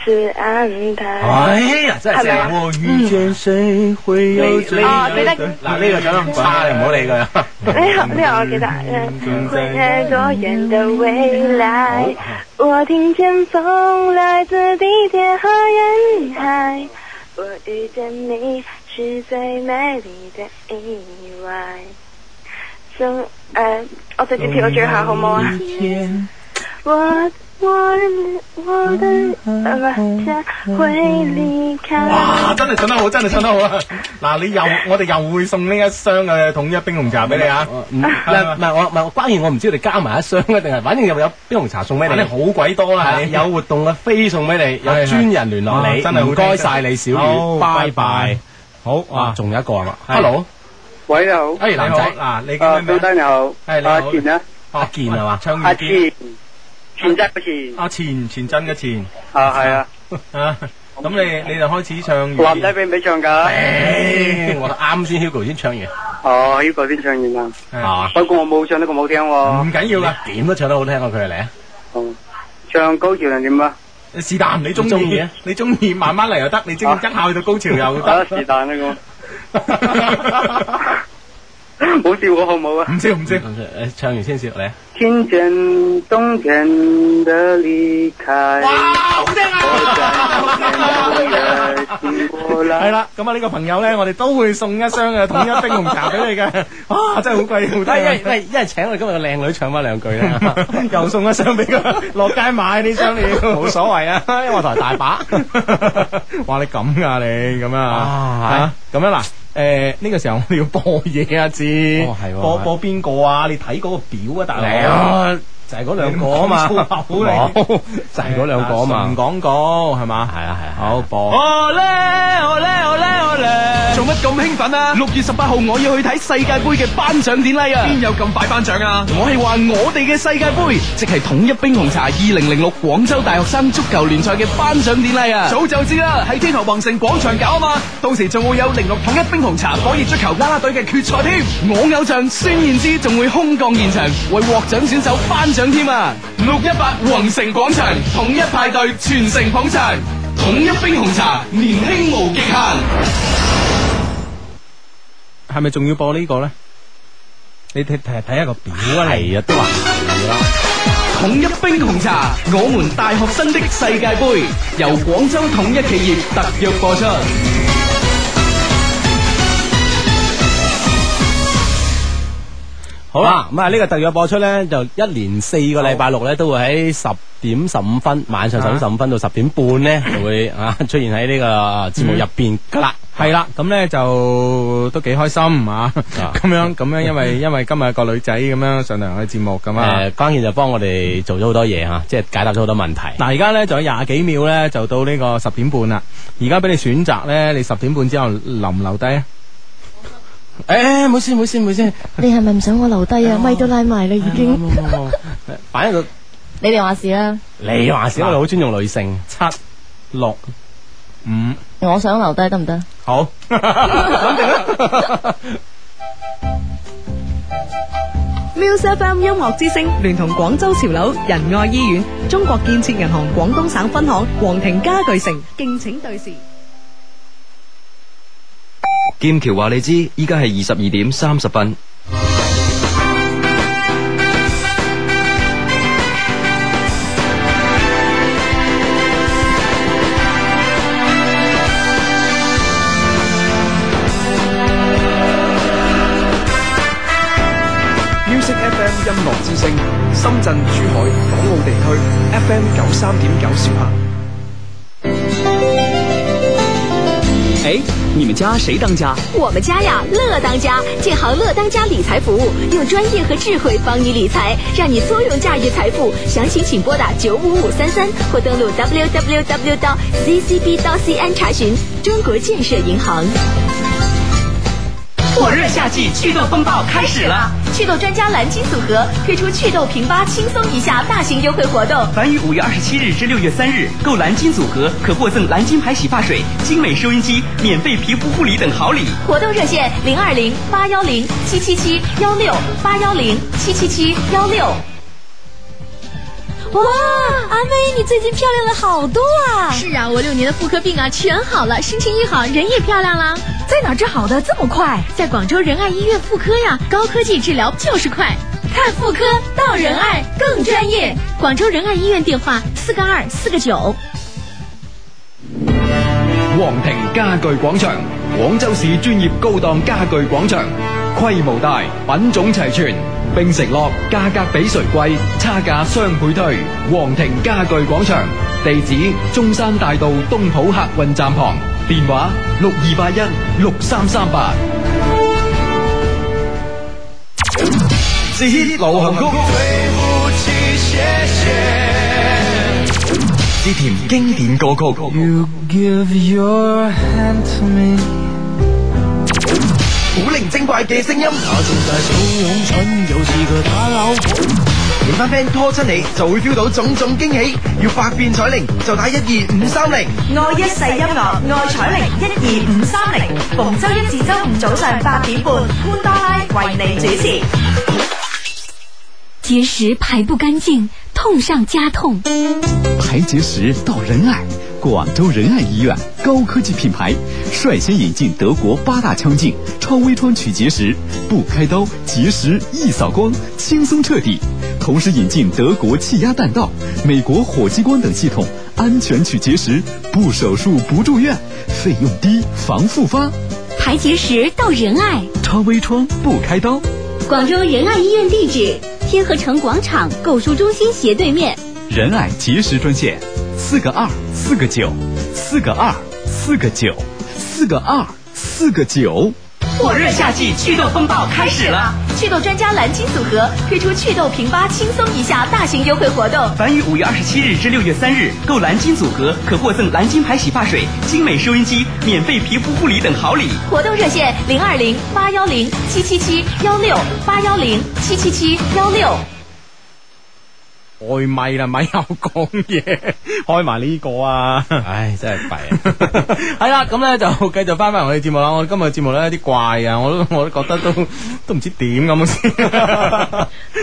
Speaker 1: 此安排。
Speaker 12: 哎
Speaker 6: dạ,
Speaker 12: 呀，真
Speaker 1: 係
Speaker 12: 係
Speaker 1: 咪
Speaker 12: 正
Speaker 1: 啊
Speaker 12: 我遇見誰會有最
Speaker 1: 哦記得
Speaker 12: 嗱呢個唱得唔差，你唔好理佢。啊
Speaker 1: 哎呀，那個我記得。嗯會在多遠的未來，我聽見風來自地鐵和人海。我遇见你是最美丽的意外。送呃哦诶、我直接跳到最後好唔好啊？我我我的呃不是會離開。
Speaker 12: 哇，真係唱得好，真係唱得好啊！嗱，你又我哋又會送呢一箱嘅統一冰紅茶俾你啊！
Speaker 13: 哦唔係唔係我唔係，關鍵我唔知你加埋一箱啊，定係反正又有冰紅茶送俾你。
Speaker 12: 反正好鬼多啦
Speaker 13: 係啊
Speaker 12: 你
Speaker 13: 有活動嘅飛送俾你，有
Speaker 12: 係係
Speaker 13: 專人聯絡你，
Speaker 12: 哇真係好
Speaker 13: 唔該晒你小
Speaker 12: 好
Speaker 13: 雨，拜
Speaker 12: 拜拜
Speaker 13: 拜。好啊，仲有一個係嘛？Hello，
Speaker 24: 喂，你好。
Speaker 13: 哎男仔
Speaker 24: 你好
Speaker 13: 嗱你叫咩名
Speaker 24: 啊高低你好。
Speaker 12: 係哎你好
Speaker 24: 阿健啊。
Speaker 13: 阿健係嘛？
Speaker 24: 阿健，前真嘅前。
Speaker 12: 阿前前真嘅前
Speaker 24: 啊，係啊。
Speaker 12: 啊，咁你你就開始唱遇見。
Speaker 24: 男仔俾唔俾唱㗎？
Speaker 12: 誒
Speaker 13: 我啱先 Hugo 先唱完。
Speaker 24: 哦，Hugo 先唱完啦。
Speaker 13: 啊，
Speaker 24: 不過我冇唱得咁好聽喎。
Speaker 12: 唔緊要㗎。
Speaker 13: 點都唱得好聽過佢嚟啊！
Speaker 24: 唱高潮定點啊？
Speaker 12: 是但，你中
Speaker 24: 你鍾意
Speaker 12: 意
Speaker 24: 啊，
Speaker 12: 你中意慢慢嚟又得，你即刻一下去到高潮又
Speaker 24: 啊，
Speaker 12: 得。
Speaker 24: 是但啦 咁。 好笑我好唔好啊？
Speaker 12: 唔知唔知，
Speaker 13: 誒唱完先笑你啊。
Speaker 24: 听见冬天的离开。
Speaker 12: 系啦，咁啊呢個朋友咧，我哋都會送一箱嘅統一冰紅茶俾你嘅。 哇，真係好貴，好啊
Speaker 13: 喂喂
Speaker 12: 低
Speaker 13: 喂，一係請我哋今日個靚女唱翻兩句啦。
Speaker 12: 又送一箱俾佢，落街買呢箱料，
Speaker 13: 冇所謂 啊，因為我台大把。
Speaker 12: 哇！你咁噶你咁
Speaker 13: 啊
Speaker 12: 啊嚇咁樣嗱，誒呢個時候我哋要播嘢啊，知
Speaker 13: 哦係喎
Speaker 12: 播播邊個啊？你睇嗰個表啊，大
Speaker 13: 嚟啊
Speaker 12: 佬。就係嗰兩個啊
Speaker 13: 你唔好，
Speaker 12: 嘛
Speaker 13: 粗口嚟
Speaker 12: 冇就係嗰兩個啊嘛，
Speaker 13: 純
Speaker 12: 廣告係嘛？係啊係啊，好播。
Speaker 22: 哦咧，哦咧，哦咧，哦咧。
Speaker 6: 做乜咁興奮啊？六月十八號我要去睇世界盃嘅頒獎典禮啊！邊有咁快頒獎啊？我係話我哋嘅世界盃，即係統一冰紅茶二零零六廣州大學生足球聯賽嘅頒獎典禮啊！早就知啦，喺天河宏城廣場搞啊嘛，到時仲會有零六統一冰紅茶火熱足球啦啦隊嘅決賽添。我偶像孫燕姿仲會空降現場為獲獎選手頒獎添啊！六一八宏城廣場統一派對，全城捧場，統一冰紅茶，年輕無極限。
Speaker 12: 系咪仲要播呢个咧？你睇睇睇下个表啊！
Speaker 25: 系啊，都话
Speaker 6: 統一冰紅茶，我們大學生的世界盃，由廣州統一企業特約播出。
Speaker 25: 好啦，咁啊呢個特約播出咧，就一連四個禮拜六咧，都會喺十點十五分，晚上十
Speaker 12: 啊
Speaker 25: 點十五分到十點半咧，就會啊出現喺呢個節目入邊噶啦。
Speaker 12: 系嗯啦，咁咧就都几开心啊！ 咁样咁样，因为因为今日有个女仔咁样上嚟我哋节目咁啊。
Speaker 25: 誒，關鍵就幫我哋做咗好多嘢吓，啊即係解答咗好多問題。
Speaker 12: 嗱，而家咧仲有廿幾秒咧，就到呢個十點半啦。而家俾你選擇咧，你十點半之後留唔留低啊？诶，冇事冇事冇事，
Speaker 19: 你係咪唔想我留低啊？咪都拉埋啦，已經。
Speaker 25: 反正
Speaker 19: 你哋話事啦，
Speaker 25: 你話事，我哋好尊重女性。
Speaker 12: 七六五，
Speaker 19: 我想留低得唔得？
Speaker 12: 好，
Speaker 7: Music FM 音樂之聲聯同廣州潮樓仁愛醫院、中國建設銀行廣東省分行、皇庭家具城，敬請對視。
Speaker 26: 剑桥话你知，依家系二十二点三十分。
Speaker 6: Music FM 音樂之聲，深圳、珠海、港澳地區 FM 九三點九兆赫。
Speaker 4: 哎，你们家谁当家？
Speaker 8: 我们家呀，乐当家，建行乐当家理财服务，用专业和智慧帮你理财，让你坐拥驾驭财富。详情请拨打九五五三三或登录 www 到 ccb 到 cn 查询中国建设银行。
Speaker 4: 火热夏季祛痘风暴开始了。
Speaker 8: 祛痘专家蓝鲸组合推出祛痘平八轻松一下大型优惠活动，
Speaker 4: 呃凡于五月二十七日至六月三日购蓝鲸组合，可获赠蓝鲸牌洗发水、精美收音机、免费皮肤护理等好礼。
Speaker 8: 活动热线零二零八幺零七七七幺六八幺零七七七幺六。哇，阿妹，你最近漂亮了好多啊！是啊，我六年的妇科病啊全好了，心情一好，人也漂亮啦。在哪治好的这么快？在广州仁爱医院妇科呀，高科技治疗就是快。看妇科到仁爱更专业。广州仁爱医院电话四个二四个九。
Speaker 3: 皇庭家具广场，广州市专业高档家具广场，规模大，品种齐全，并承诺价格比谁贵，差价双倍退。皇庭家具广场地址：中山大道东圃客运站旁，电话：六二八一六三三八。
Speaker 6: 至於流行曲，
Speaker 3: 之甜經典歌曲。
Speaker 27: You give your hand to me。
Speaker 6: 古靈精怪嘅聲音，
Speaker 27: 他正在怂恿蠢，又是個打扭婆。
Speaker 6: 連班 friend 拖出你就會 feel 到種種驚喜。要百變彩鈴就打一二五三零。
Speaker 28: 愛一世音樂，愛彩玲一二五三零，逢周一至周五早上八點半，潘多拉為你主 持。结石排不干净，痛上加痛。
Speaker 5: 排结石到仁爱，广州仁爱医院高科技品牌，率先引进德国八大腔镜超微创取结石，不开刀，结石一扫光，轻松彻底。同时引进德国气压弹道、美国火激光等系统，安全取结石，不手术不住院，费用低，防复发。
Speaker 28: 排结石到仁爱，
Speaker 5: 超微创不开刀。
Speaker 28: 广州仁爱医院地址：天河城广场购书中心斜对面。
Speaker 5: 仁爱及时专线，四个二四个九，四个二四个九，四个二四个九。
Speaker 29: 火热夏季祛痘风暴开始了，
Speaker 8: 祛痘专家蓝鲸组合推出祛痘平八轻松一下大型优惠活动。
Speaker 4: 凡于五月二十七日至六月三日购蓝鲸组合，可获赠蓝鲸牌洗发水、精美收音机、免费皮肤护理等好礼。
Speaker 8: 活动热线零二零八幺零七七七幺六八幺零七七七幺六。
Speaker 12: 外咪啦，咪又講 嘢，開埋呢個啊！
Speaker 6: 唉，真係弊啊！
Speaker 12: 係啦，咁咧就繼續翻翻我哋節目啦。我哋今日節目咧有啲怪啊，我 都我都覺得都都唔知點咁先。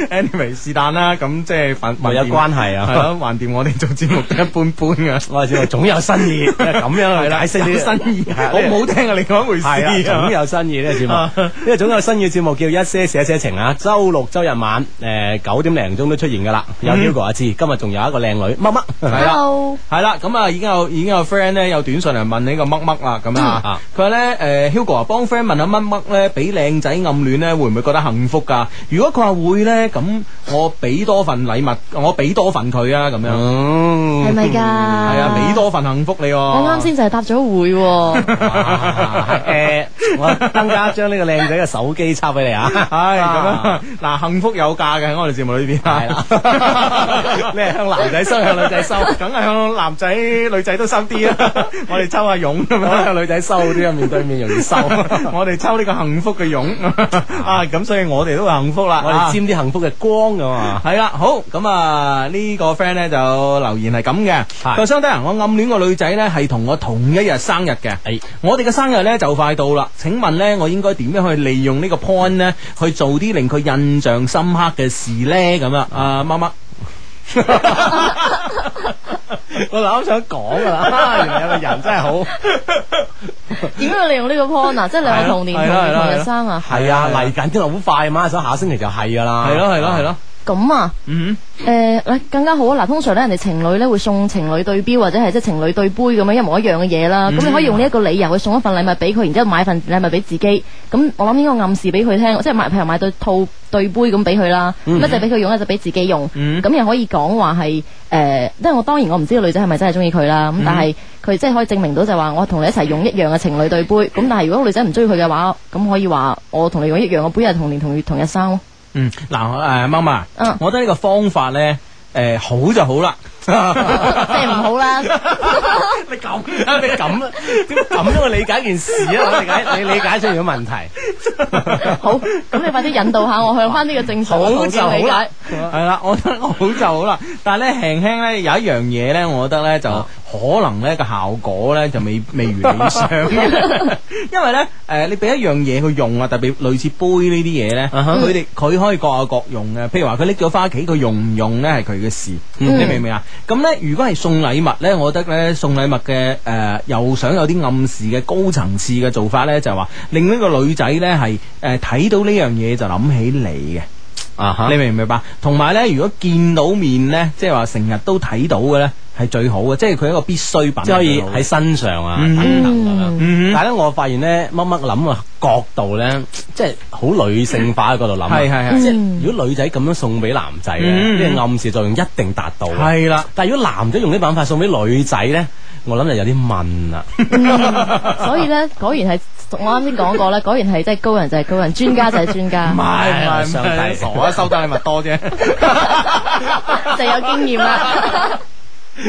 Speaker 12: anyway，是但啦，咁即係還
Speaker 6: 咪有關係啊
Speaker 12: 係咯，還掂我哋做節目都一般般嘅。
Speaker 6: 我哋節目總有新意，咁樣
Speaker 12: 係
Speaker 6: 去
Speaker 12: 啦
Speaker 6: 解釋呢個
Speaker 12: 有新意
Speaker 6: 係啊
Speaker 12: 我冇聽啊，另外一回事
Speaker 6: 係啊，
Speaker 12: 啊
Speaker 6: 總有新意呢個節目， 呢個總有新意嘅節目叫一些事一些情啊，周六周日晚誒九點零鐘都出現噶啦，有
Speaker 12: 嗯
Speaker 6: Hugo 阿志，今日仲有一個靚女乜 乜，
Speaker 12: 係啦，係啦，咁啊已經有已經有 friend 咧有短信嚟問呢個乜乜啦，咁
Speaker 19: 嗯
Speaker 12: 啊，佢話咧誒 Hugo 啊，幫 friend 問下乜乜咧，俾靚仔暗戀咧會唔會覺得幸福噶？如果佢話會咧，咁我俾多份禮物，我俾多份佢啊，咁樣，係
Speaker 6: 嗯
Speaker 19: 係嗯咪㗎
Speaker 12: 係啊，俾多份幸福你喎。
Speaker 19: 我啱先就係答咗會喎。
Speaker 6: 誒，我增加將呢個靚仔嘅手機抄俾你啊！
Speaker 12: 唉，咁樣 嗱，幸福有價嘅喺我哋節目裏邊啊係啦，
Speaker 6: 你係向男仔收向女仔收，
Speaker 12: 梗係向男仔女仔都收 啲啊！ 我哋抽下佣咁
Speaker 6: 我
Speaker 12: 樣
Speaker 6: 向女仔收啲啊，面對面容易 收。
Speaker 12: 我哋抽呢個幸福嘅佣 啊，咁所以我哋都幸福啦。
Speaker 6: 我哋沾啲幸福嘅光噶嘛。
Speaker 12: 系啦，好咁啊！呢、個 friend 咧就留言係咁嘅，佢話相低人，我暗戀個女仔咧係同我同一日生日嘅，我哋嘅生日咧就快到啦。請問咧，我應該點樣去利用呢個 point 咧去做啲令佢印象深刻嘅事咧？咁啊，啊乜乜。 我啱想講噶啦，原來有個人真係好。
Speaker 19: 點樣利用呢個 point 啊？即係兩個同年同月同日生啊？
Speaker 6: 係啊，嚟緊真係好快啊嘛，所以下星期就係噶啦。
Speaker 12: 係咯係咯係咯。
Speaker 19: 咁啊，
Speaker 12: 嗯，
Speaker 19: 誒，嗱，更加好啊！嗱，通常咧，人哋情侶咧會送情侶對錶或者係即係情侶對杯咁樣一模一樣嘅嘢啦。咁
Speaker 12: 嗯
Speaker 19: 你可以用呢一個理由去送一份禮物俾佢，然之後買份禮物俾自己。咁我諗應該暗示俾佢聽，即係買譬如買對套對杯咁俾佢啦，
Speaker 1: 嗯
Speaker 19: 咁一就俾佢用，一就俾自己用。
Speaker 1: 嗯
Speaker 19: 咁又可以講話係誒，即係我當然我唔知道女仔係咪真係中意佢啦。咁
Speaker 1: 嗯
Speaker 19: 但係佢即係可以證明到就係話我同你一齊用一樣嘅情侶對杯。咁但係如果個女仔唔中意佢嘅話，咁可以話我同你用一樣嘅杯係同年同月同日生咯。
Speaker 12: 嗯，嗱，誒，媽媽，我覺得呢個方法咧，誒，好就好啦。
Speaker 19: 嗯 即係唔好啦。
Speaker 12: 你咁 啊，你咁啊，點
Speaker 6: 咁樣去理解件事啊？我理解你理解出現咗問題。
Speaker 19: 咁你快啲引導下我向翻呢個正常嘅途
Speaker 12: 好就
Speaker 19: 徑
Speaker 12: 好
Speaker 19: 理
Speaker 12: 啦
Speaker 19: 解。，
Speaker 12: 系啦，我覺得我好就好啦。但係咧，輕輕咧有一樣嘢咧，我覺得咧就
Speaker 6: 啊
Speaker 12: 可能咧個效果咧就未未如理想 嘅，因為咧誒、你俾一樣嘢去用啊，特別類似杯呢啲嘢咧，
Speaker 6: 啊哈
Speaker 12: 佢哋佢可以各有各用嘅。譬如話佢拎咗翻屋企，佢用唔用咧係佢嘅事，
Speaker 6: 嗯
Speaker 12: 你明唔明啊？咁咧如果係送禮物咧，我覺得咧送禮物嘅誒、又想有啲暗示嘅高層次嘅做法咧，就係話令呢個女仔咧係誒睇到呢樣嘢就諗起你嘅。
Speaker 6: 啊
Speaker 12: 你明唔明白？同埋咧，如果見到面咧，即係話成日都睇到嘅咧，係最好嘅，即係佢一個必需品，
Speaker 6: 即係可以喺身上啊
Speaker 12: 嗯
Speaker 6: 等等咁樣。
Speaker 12: 嗯
Speaker 6: 但係咧，我發現咧，乜乜諗嘅角度咧，即係好女性化嘅角度諗啊。
Speaker 12: 係係係
Speaker 6: 即係如果女仔咁樣送俾男仔咧，
Speaker 12: 嗯
Speaker 6: 呢個暗示作用一定達到。啊
Speaker 12: 係啦，
Speaker 6: 但係如果男仔用呢辦法送俾女仔咧，我諗就有啲問啦。
Speaker 19: 所以咧，果然係我啱先講過咧，果然係即係高人就係高人，專家就係專家，
Speaker 12: 係唔係
Speaker 6: 上帝
Speaker 12: 傻啊！收得禮物多啫，
Speaker 19: 就有經 驗啦。
Speaker 6: 一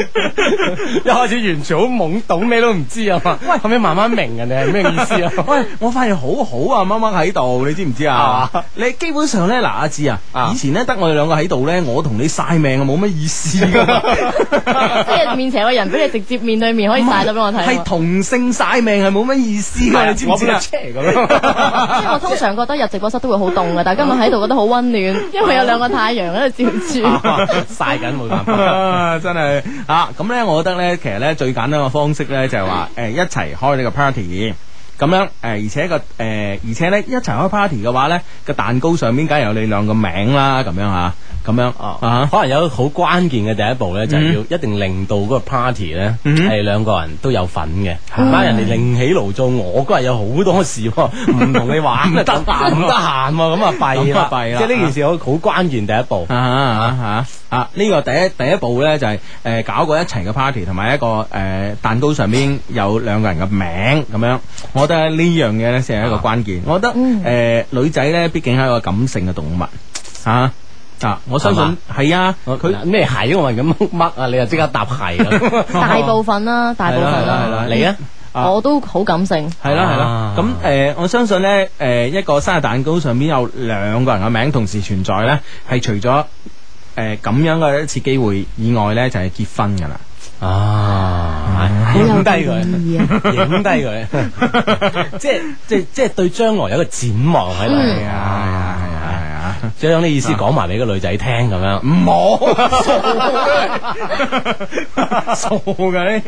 Speaker 6: 開始完全好懵懂，咩都唔知啊嘛。喂，後尾慢慢明人哋係咩意思啊？
Speaker 12: 喂，我發現好好啊，乜乜喺度，你知唔知啊
Speaker 6: 係嘛？
Speaker 12: 你基本上咧，嗱，阿志啊，以前咧得我哋兩個喺度咧，我同你晒命啊，冇乜意思噶，
Speaker 19: 即係面前有個人俾你直接面對面可以晒到俾我睇
Speaker 12: 係
Speaker 19: 啊嘛。
Speaker 12: 同性晒命係冇乜意思
Speaker 6: 係
Speaker 12: 噶，
Speaker 6: 啊
Speaker 12: 你知唔知
Speaker 6: 我？俾
Speaker 12: 啊
Speaker 6: 佢 check 咁樣
Speaker 19: 即係我通常覺得入直播室都會好凍嘅，但係今日喺度覺得好 温暖，因為有兩個太陽喺度 照住。
Speaker 6: 啊晒緊冇辦法。
Speaker 12: 啊真係啊！咁咧，我覺得咧，其實咧最簡單嘅方式咧，就 係話誒一齊開呢個 party。咁樣誒、而且個誒、而且咧一齊開 party 嘅話咧，個蛋糕上面梗係有你兩個名啦，咁樣嚇，咁樣啊，
Speaker 6: 哦
Speaker 12: 嗯
Speaker 6: 可能有好關鍵嘅第一步咧，就係要一定令到嗰個 party 咧係兩個人都有份嘅，
Speaker 12: 嗯
Speaker 6: 唔係人哋另起爐灶，我嗰日有好多事喎，唔同你玩，啊
Speaker 12: 唔得閒喎
Speaker 6: 唔得閒喎，咁啊弊啦，
Speaker 12: 咁啊弊啦
Speaker 6: 即係呢件事好好關鍵第一步。
Speaker 12: 啊啊啊！啊呢、個第一第一步咧就係、呃搞個一齊嘅 party，同埋一個誒、蛋糕上邊有兩個人嘅名咁樣，我我覺得呢樣嘢咧先係一個關鍵。我覺得誒女仔咧，畢竟係一個感性嘅動物嚇啊！我相
Speaker 6: 係嘛
Speaker 12: 信係啊，
Speaker 6: 佢咩鞋都我係咁掹啊，你就即刻搭鞋 啦。
Speaker 19: 大部分啦，大部分
Speaker 12: 係啦係
Speaker 19: 啦
Speaker 12: 啦，
Speaker 6: 你啊？
Speaker 19: 我都好感性，
Speaker 12: 系啦系啦，咁诶、呃我相信咧，诶、一個生日蛋糕上面有兩個人嘅名同時存在咧，係除咗诶咁樣嘅一次機會以外咧，就係結婚噶啦。
Speaker 6: 啊，影低佢，影低佢，
Speaker 12: 啊
Speaker 6: 即係即係即係對將來有個展望喺度。
Speaker 12: 嗯係
Speaker 6: 啊係啊係啊！將啲意思講埋俾個女仔聽咁樣，唔
Speaker 12: 冇 傻嘅你，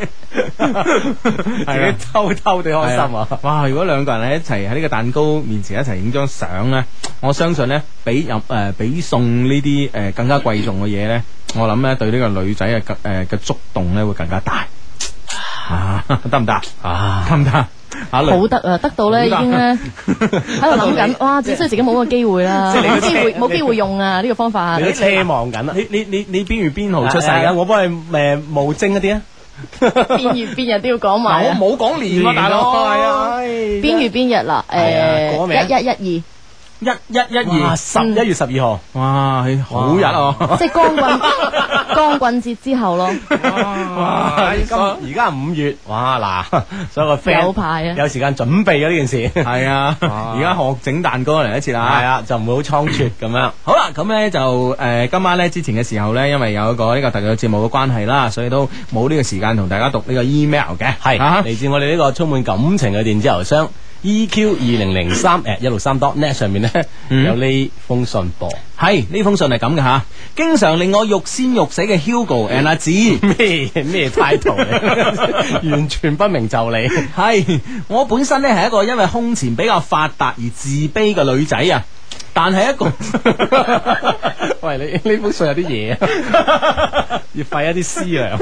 Speaker 6: 自己偷偷地開心啊！
Speaker 12: 哇！如果兩個人喺一齊喺呢個蛋糕面前一齊影張相咧，我相信咧，比入诶比送呢啲诶更加貴重嘅嘢咧，我諗咧對呢個女仔嘅诶嘅觸動咧會更加大。啊，得唔得
Speaker 6: 啊？
Speaker 12: 得唔得啊？女
Speaker 19: 好得啊，得到咧已 經咧喺度諗緊，哇！只需要自己冇個機會啦，
Speaker 6: 即係你
Speaker 19: 冇
Speaker 6: 個
Speaker 19: 機
Speaker 6: 車
Speaker 19: 會冇機會用啊呢個方法。
Speaker 6: 你都奢望緊啦。啊
Speaker 12: 你你你你邊月邊
Speaker 6: 號
Speaker 12: 出世㗎
Speaker 6: 啊我幫你誒無精一啲啊！
Speaker 19: 邊月邊日都要講埋啊。
Speaker 6: 嗱我冇講年喎大佬係啊唉
Speaker 19: 邊月邊日啦，
Speaker 6: 係啊
Speaker 19: 誒
Speaker 6: 講名
Speaker 19: 一一一
Speaker 12: 一一一
Speaker 6: 哇！十一月十二號，
Speaker 12: 哇，係好日
Speaker 19: 二，
Speaker 12: 啊！
Speaker 19: 嗯即係 光棍光棍節之後咯，
Speaker 6: 哇！今而家五月，哇嗱， 所有個 friend
Speaker 19: 有排啊
Speaker 6: 有時間準備啊呢件事。
Speaker 12: 係啊， 而家學整蛋糕嚟一次啦。
Speaker 6: 係啊，就唔會好倉促咁樣。
Speaker 12: 好啦，咁呢就诶、呃今晚呢之前嘅時候呢，因為有一個呢個特約節目嘅關係啦，所以都冇呢個時間同大家讀呢個 email 嘅。啊
Speaker 6: 係嚟自我哋呢個充滿感情嘅電子郵箱 EQ 二零零三誒一六三 dot net 上面呢，
Speaker 12: 嗯
Speaker 6: 有呢封信噃。
Speaker 12: 係呢封信係咁嘅吓，經常令我欲仙欲死嘅 Hugo and 阿子，
Speaker 6: 咩咩態度 嚟？完全不明就理。
Speaker 12: 係我本身呢係一個因為胸前比較發達而自卑嘅女仔啊，但係一個。
Speaker 6: 喂，你呢封信有啲嘢 啊，要費一啲思量。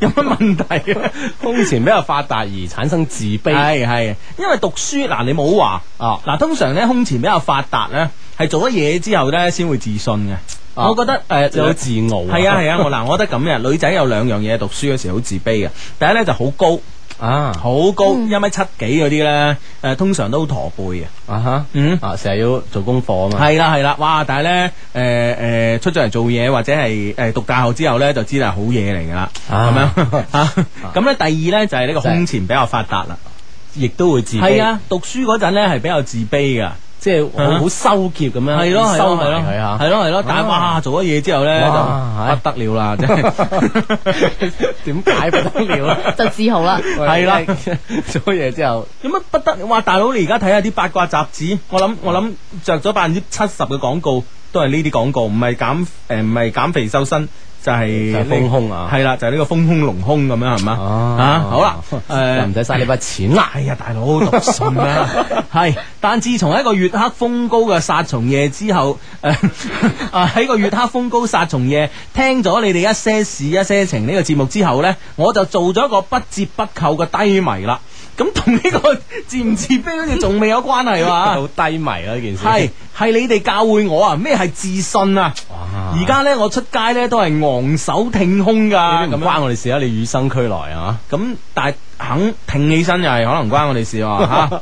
Speaker 12: 有乜問題啊？
Speaker 6: 空前比較發達而產生自卑，
Speaker 12: 係係，因為讀書嗱，你冇話
Speaker 6: 啊
Speaker 12: 嗱，通常咧胸前比較發達咧，係做咗嘢之後咧先會自信嘅。
Speaker 6: 啊
Speaker 12: 我覺得誒，
Speaker 6: 就有自傲啊
Speaker 12: 係啊係啊，我嗱，我覺得咁嘅女仔有兩樣嘢讀書嗰時好自卑嘅，第一咧就好高。
Speaker 6: 啊
Speaker 12: 好高，一米七幾嗰啲咧，誒通常都好駝背嘅。
Speaker 6: 啊哈，
Speaker 12: 嗯
Speaker 6: 啊成日要做功課啊嘛，
Speaker 12: 係啦係啦，哇！但係咧，誒、誒出咗嚟做嘢或者係誒、讀大學之後咧，就知道係好嘢嚟㗎啦。
Speaker 6: 啊
Speaker 12: 咁 樣嚇，咁咧第二咧就係、呢個胸前比較發達啦。
Speaker 6: 亦都會自卑，
Speaker 12: 係，啊，讀書嗰陣咧係比較自卑㗎。
Speaker 6: 即係好
Speaker 12: 啊
Speaker 6: 好羞澀咁樣，
Speaker 12: 係咯係
Speaker 6: 收
Speaker 12: 咯
Speaker 6: 埋
Speaker 12: 係咯
Speaker 6: 佢嚇，
Speaker 12: 係咯係咯，但係
Speaker 6: 啊
Speaker 12: 哇做咗嘢之後咧
Speaker 6: 哇
Speaker 12: 就不得了啦，真係
Speaker 6: 點解不得了啊咧？
Speaker 19: 就自豪啦。
Speaker 12: 係啦
Speaker 6: 喂， 做嘢之後，
Speaker 12: 有乜不得了？哇大佬你而家睇下啲八卦雜誌，我
Speaker 6: 嗯
Speaker 12: 諗我諗着咗百分之七十嘅廣告都係呢啲廣告，唔係減誒唔係減肥瘦身。就係
Speaker 6: 就係
Speaker 12: 呢
Speaker 6: 豐胸啊
Speaker 12: 係啦，就係呢個豐胸隆胸咁樣係嘛
Speaker 6: 啊
Speaker 12: 啊好啦，
Speaker 6: 就
Speaker 12: 誒
Speaker 6: 唔使嘥呢筆錢啦，
Speaker 12: 哎呀，大佬讀信啦， 係。但自從一個月黑風高嘅殺蟲夜之後，誒 啊喺個月黑風高殺蟲夜聽咗你哋一些事一些情呢個節目之後呢，我就做咗一個不折不扣嘅低迷啦。咁同呢個自唔自卑好似仲未有關係
Speaker 6: 好
Speaker 12: 喎。
Speaker 6: 低迷啊啦呢件事，
Speaker 12: 係係你哋教會我啊，咩係自信啊？
Speaker 6: 哇
Speaker 12: 而家呢，我出街呢都係昂首挺胸㗎，
Speaker 6: 呢啲
Speaker 12: 咁
Speaker 6: 唔
Speaker 12: 樣
Speaker 6: 關我哋事啊，你與生俱來啊，
Speaker 12: 咁但係肯挺起身又係可能關我哋事 喎嚇。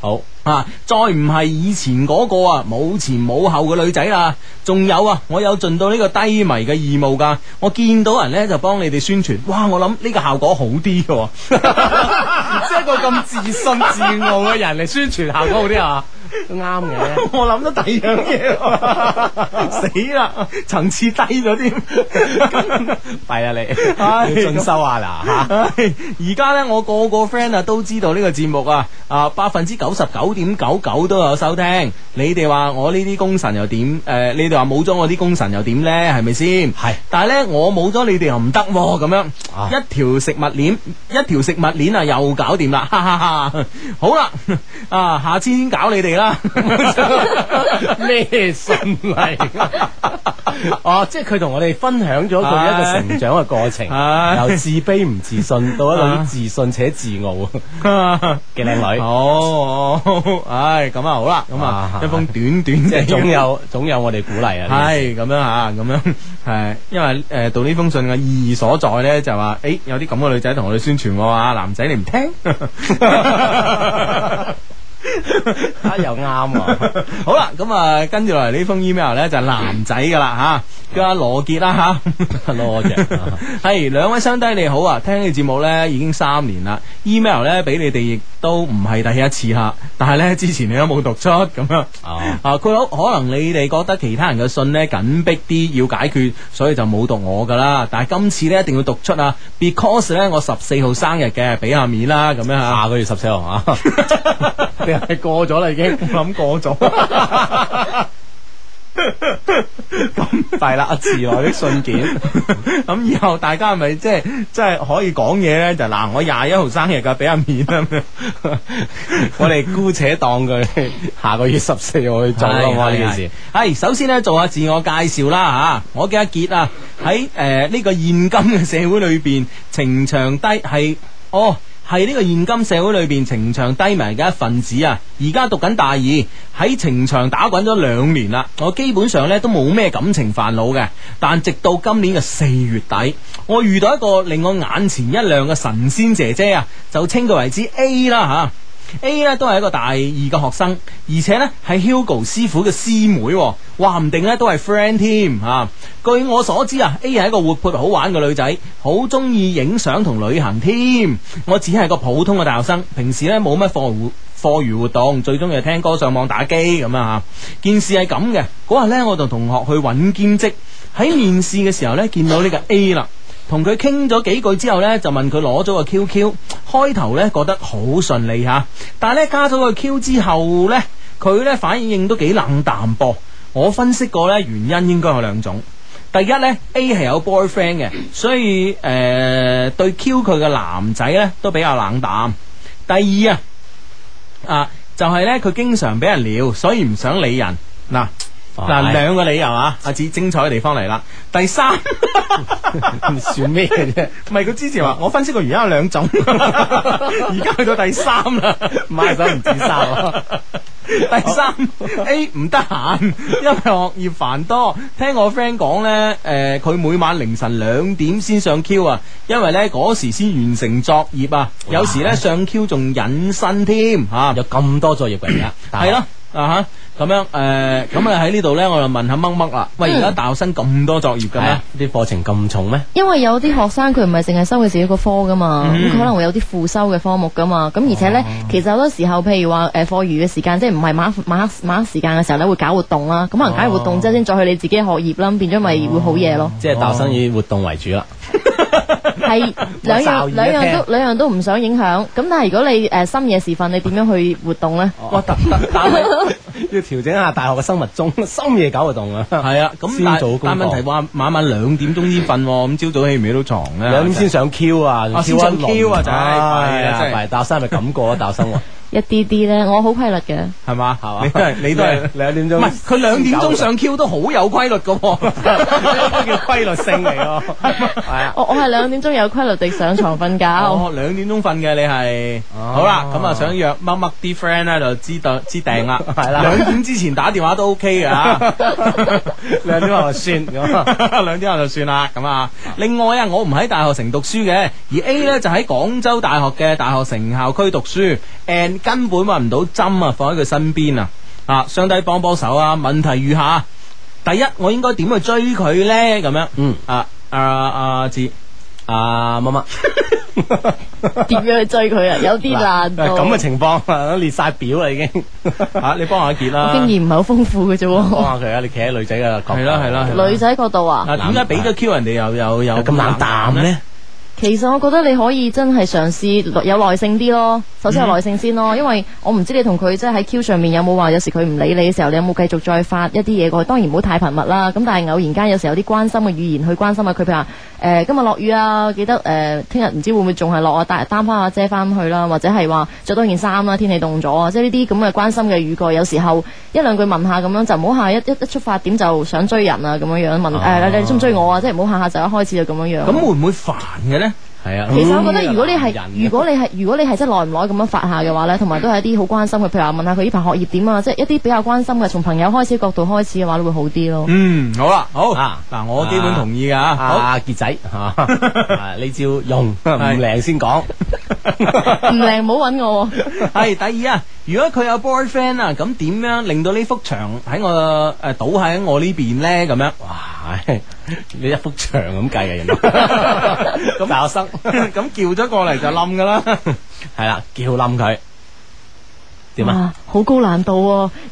Speaker 6: 好
Speaker 12: 啊！再唔係以前嗰個啊，冇前冇後嘅女仔啦，仲有啊，我有盡到呢個低迷嘅義務㗎。我見到人呢，就幫你哋宣傳，哇！我諗呢個效果好啲嘅、
Speaker 6: 即係一個咁自信自傲嘅人嚟宣傳效果好啲啊，都啱嘅。
Speaker 12: 我諗到第二樣嘢 喎，死啦，層次低咗啲。
Speaker 6: 弊啊你，要
Speaker 12: 唉
Speaker 6: 進修啊嗱吓，
Speaker 12: 唉哎而家呢，我個個 friend 啊都知道呢個節目啊，啊百分之九十九點九九都有收聽。你哋話我呢啲功臣又點？誒、你哋話冇咗我啲功臣又點呢？係咪先？
Speaker 6: 係
Speaker 12: 但係呢，我冇咗你哋又唔得喎，咁樣、
Speaker 6: 啊
Speaker 12: 一條食物鏈，一條食物鏈啊又搞掂啦，哈哈哈！好啦，啊下次先搞你哋啦。
Speaker 6: 咩信嚟㗎？哦，即係佢同我哋分享咗佢一個成長嘅過程，
Speaker 12: 唉
Speaker 6: 啊由自卑
Speaker 12: 啊
Speaker 6: 唔自信到一種自信且自傲嘅靚女。
Speaker 12: 哦，好，唉，咁啊好啦，咁啊一封短短
Speaker 6: 即係
Speaker 12: 嘅
Speaker 6: 總 有總有我哋鼓勵啊！呢
Speaker 12: 系咁樣吓，咁樣係，因為诶、呃到呢封信嘅意義所在咧，就話诶、有啲咁嘅女仔同我哋宣傳我啊，男仔你唔聽，啊又啱喎。好啦，咁啊跟住落嚟呢封 email 咧就係男仔噶啦吓，叫阿羅傑啦吓， 羅傑係兩位相低你好啊，聽你節目咧已經三年啦，email 咧俾你哋亦都唔係第一次啦，但係咧之前你都冇讀出咁樣。啊，佢好可能你哋覺得其他人嘅信呢緊迫啲要解決，所以就冇讀我噶啦。但係今次呢，一定要讀出啊，because 呢，我十四號生日嘅，俾下面啦咁樣嚇。下個月十四號啊，你係過咗啦 已經，我諗過咗。咁弊啦，啊遲來的信件。咁以後大家係咪即係即係可以講嘢咧？就嗱，我廿一號生日噶，俾下面啦。 我哋姑且當 佢下個月十四號去
Speaker 6: 做啦好唔好啊呢件事。
Speaker 12: 係首先咧，做下自我介紹啦吓。我叫阿杰啊，喺誒呢個現今嘅社會裏邊，情場低係哦。係呢個現今社會裏邊情場低迷嘅一份子啊！而家讀緊大二，喺情場打滾咗兩年啦。我基本上咧都冇咩感情煩惱嘅，但直到今年嘅四月底，我遇到一個令我眼前一亮嘅神仙姐姐啊，就稱佢為之 A 啦吓。A 呢都係一個大二嘅學生，而且呢係 Hugo 師傅嘅師妹、喎，話唔定呢都係 friend 添啊！據我所知啊，A 係一個活潑好玩嘅女仔，好中意影相同旅行添。我只係個普通嘅大學生，平時呢冇乜課活課餘活動，最中意係聽歌、上網、打機咁啊！件事係咁嘅，嗰日呢，我同同學去揾兼職，喺面試嘅時候呢，見到呢個 A 啦。同佢傾咗幾句之後呢，就問佢攞咗個 QQ。開頭呢覺得好順利嚇，但係呢加咗個 Q 之後呢，佢呢反應都幾冷淡噃。我分析過呢，原因應該有兩種。第一呢 A 係有 boyfriend 嘅，所以誒、呃、對 Q 佢嘅男仔呢都比較冷淡。第二啊，啊就係、呢，佢經常俾人撩，所以唔想理人嗱。嗱，兩個理由啊，阿子精彩嘅地方嚟啦。第三， 算咩嘅啫？唔係佢之前話，我分析個原因有兩 種，而家去到第三啦，買手唔自啊殺。第 三 A 唔得閒，因為學業繁多。聽我 friend 講呢，誒、佢每晚凌晨兩點先上 Q 啊，因為呢嗰時先完成作業啊。有時呢上 Q 仲隱身添嚇，有咁多作業嘅而家，係咯。啊哈，咁樣誒，呃咁啊喺呢度呢，我就問下掹掹啦。喂，而家大學生咁多作業嘅咩？嗯啊啲課程咁重咩？
Speaker 19: 因為有啲學生佢唔係淨係修佢自己個科噶嘛，咁
Speaker 12: 嗯
Speaker 19: 佢可能會有啲副修嘅科目噶嘛，咁而且呢，
Speaker 6: 哦
Speaker 19: 其實好多時候，譬如話誒課餘嘅時間，即係唔係晚黑晚黑晚黑時間嘅時候呢，會搞活動啦，咁可能搞完活動之後先再去你自己嘅學業啦，咁變咗咪會好嘢咯。
Speaker 6: 嗯即係大學生以活動為主啦。
Speaker 12: 哦
Speaker 19: 係兩
Speaker 6: 哨
Speaker 19: 樣
Speaker 6: 耳
Speaker 19: 兩
Speaker 6: 一
Speaker 19: 樣
Speaker 6: 聽
Speaker 19: 都兩樣都唔想影響，咁但係如果你誒深夜時分，你點樣去活動呢？
Speaker 6: 哇！特 要調整下大學嘅生物鐘， 深夜搞活動啊。
Speaker 12: 係啊，咁
Speaker 6: 先
Speaker 12: 但
Speaker 6: 做功
Speaker 12: 但問題
Speaker 6: 課。
Speaker 12: 話晚晚兩點鐘先瞓喎，咁朝早起唔起到床咧？
Speaker 6: 兩點先上 Q 啊，
Speaker 12: 啊先上 Q 啊，真係
Speaker 6: 係
Speaker 12: 係啊，真
Speaker 6: 啊，
Speaker 12: 係
Speaker 6: 係大學生係咪咁過啊？大學生活
Speaker 19: 一啲啲呢，我好規律嘅。
Speaker 12: 係嘛係嘛？你都係你都係
Speaker 6: 兩點鐘，
Speaker 12: 唔係佢兩點鐘上 Q 都好有規律嘅喎， 叫規律性嚟咯。
Speaker 6: 哎
Speaker 19: 我我係兩點鐘有規律地上床瞓覺。
Speaker 12: 哦，兩點鐘瞓嘅你係，好啦，咁啊想約乜乜啲 friend 咧就知道知定 啦，係
Speaker 6: 啦
Speaker 12: 兩點之前打電話都 OK 嘅 嚇，
Speaker 6: 兩點後就算咁啊。
Speaker 12: 兩點後就算啦，咁啊。另外啊，我唔喺大學城讀書嘅，而 A 呢就喺廣州大學嘅大學城校區讀書，and 根本揾唔到針啊，放喺佢身邊啊，啊，相低幫幫手啊。問題如下：第一，我應該點去追佢呢？咁樣，嗯，啊啊啊，志啊乜乜。
Speaker 19: 點樣去追佢啊？ 有啲難度。
Speaker 6: 咁嘅情況啊，列晒表啦已 經。
Speaker 12: 啊，你幫下傑
Speaker 19: 我經驗唔係好豐富嘅啫喎。
Speaker 6: 幫下佢啊！你企喺女仔嘅角度。
Speaker 12: 係啦係啦係啦
Speaker 19: 女仔角度啊，
Speaker 12: 啊，點解俾咗 Q 人哋又又又
Speaker 6: 咁冷淡呢？
Speaker 19: 其實我覺得你可以真係嘗試有耐性啲咯。首先有耐性先咯，因為我唔知你同佢即係喺 Q 上面有冇話，有時佢唔理你嘅時候，你有冇繼續再發一啲嘢過去？當然唔好太頻密啦。咁但係偶然間有時有啲關心嘅語言去關心下佢，譬如話誒今日落雨啊，記得誒聽日唔知會唔會仲係落啊，帶擔翻阿遮翻去啦，或者係話着多件衫啦，天氣凍咗啊，即係呢啲咁嘅關心嘅語句，有時候一兩句問下咁樣就唔好下一一一出發點就想呃追人啊咁樣樣問誒、你中唔中意我啊？即係唔好下下就一開始就咁樣樣。
Speaker 12: 咁會唔會煩嘅呢？
Speaker 6: 系啊
Speaker 19: 其實我覺得如果你係
Speaker 6: 嗯
Speaker 19: 如果你係如果你係真係耐唔耐咁樣發下嘅話咧，同埋都係一啲好關心嘅，譬如話問下佢呢排學業點啊，即係一啲比較關心嘅，從朋友開始角度開始嘅話，你會好啲 咯。
Speaker 12: 嗯，好啦，好
Speaker 6: 啊
Speaker 12: 嗱，我基本同意啊噶，
Speaker 6: 阿杰啊仔 吓，你照用唔靚先講。
Speaker 19: 唔靚唔好揾我 喎。
Speaker 12: 系第二啊，如果佢有 boyfriend 啊，咁點樣令到呢幅牆喺我诶倒喺我呢邊咧？咁樣哇，
Speaker 6: 你一幅牆咁計嘅人，
Speaker 12: 咁啊大學生 咁叫咗過嚟就冧噶啦，
Speaker 6: 係啦，叫冧佢。點啊
Speaker 19: 哇？好高難度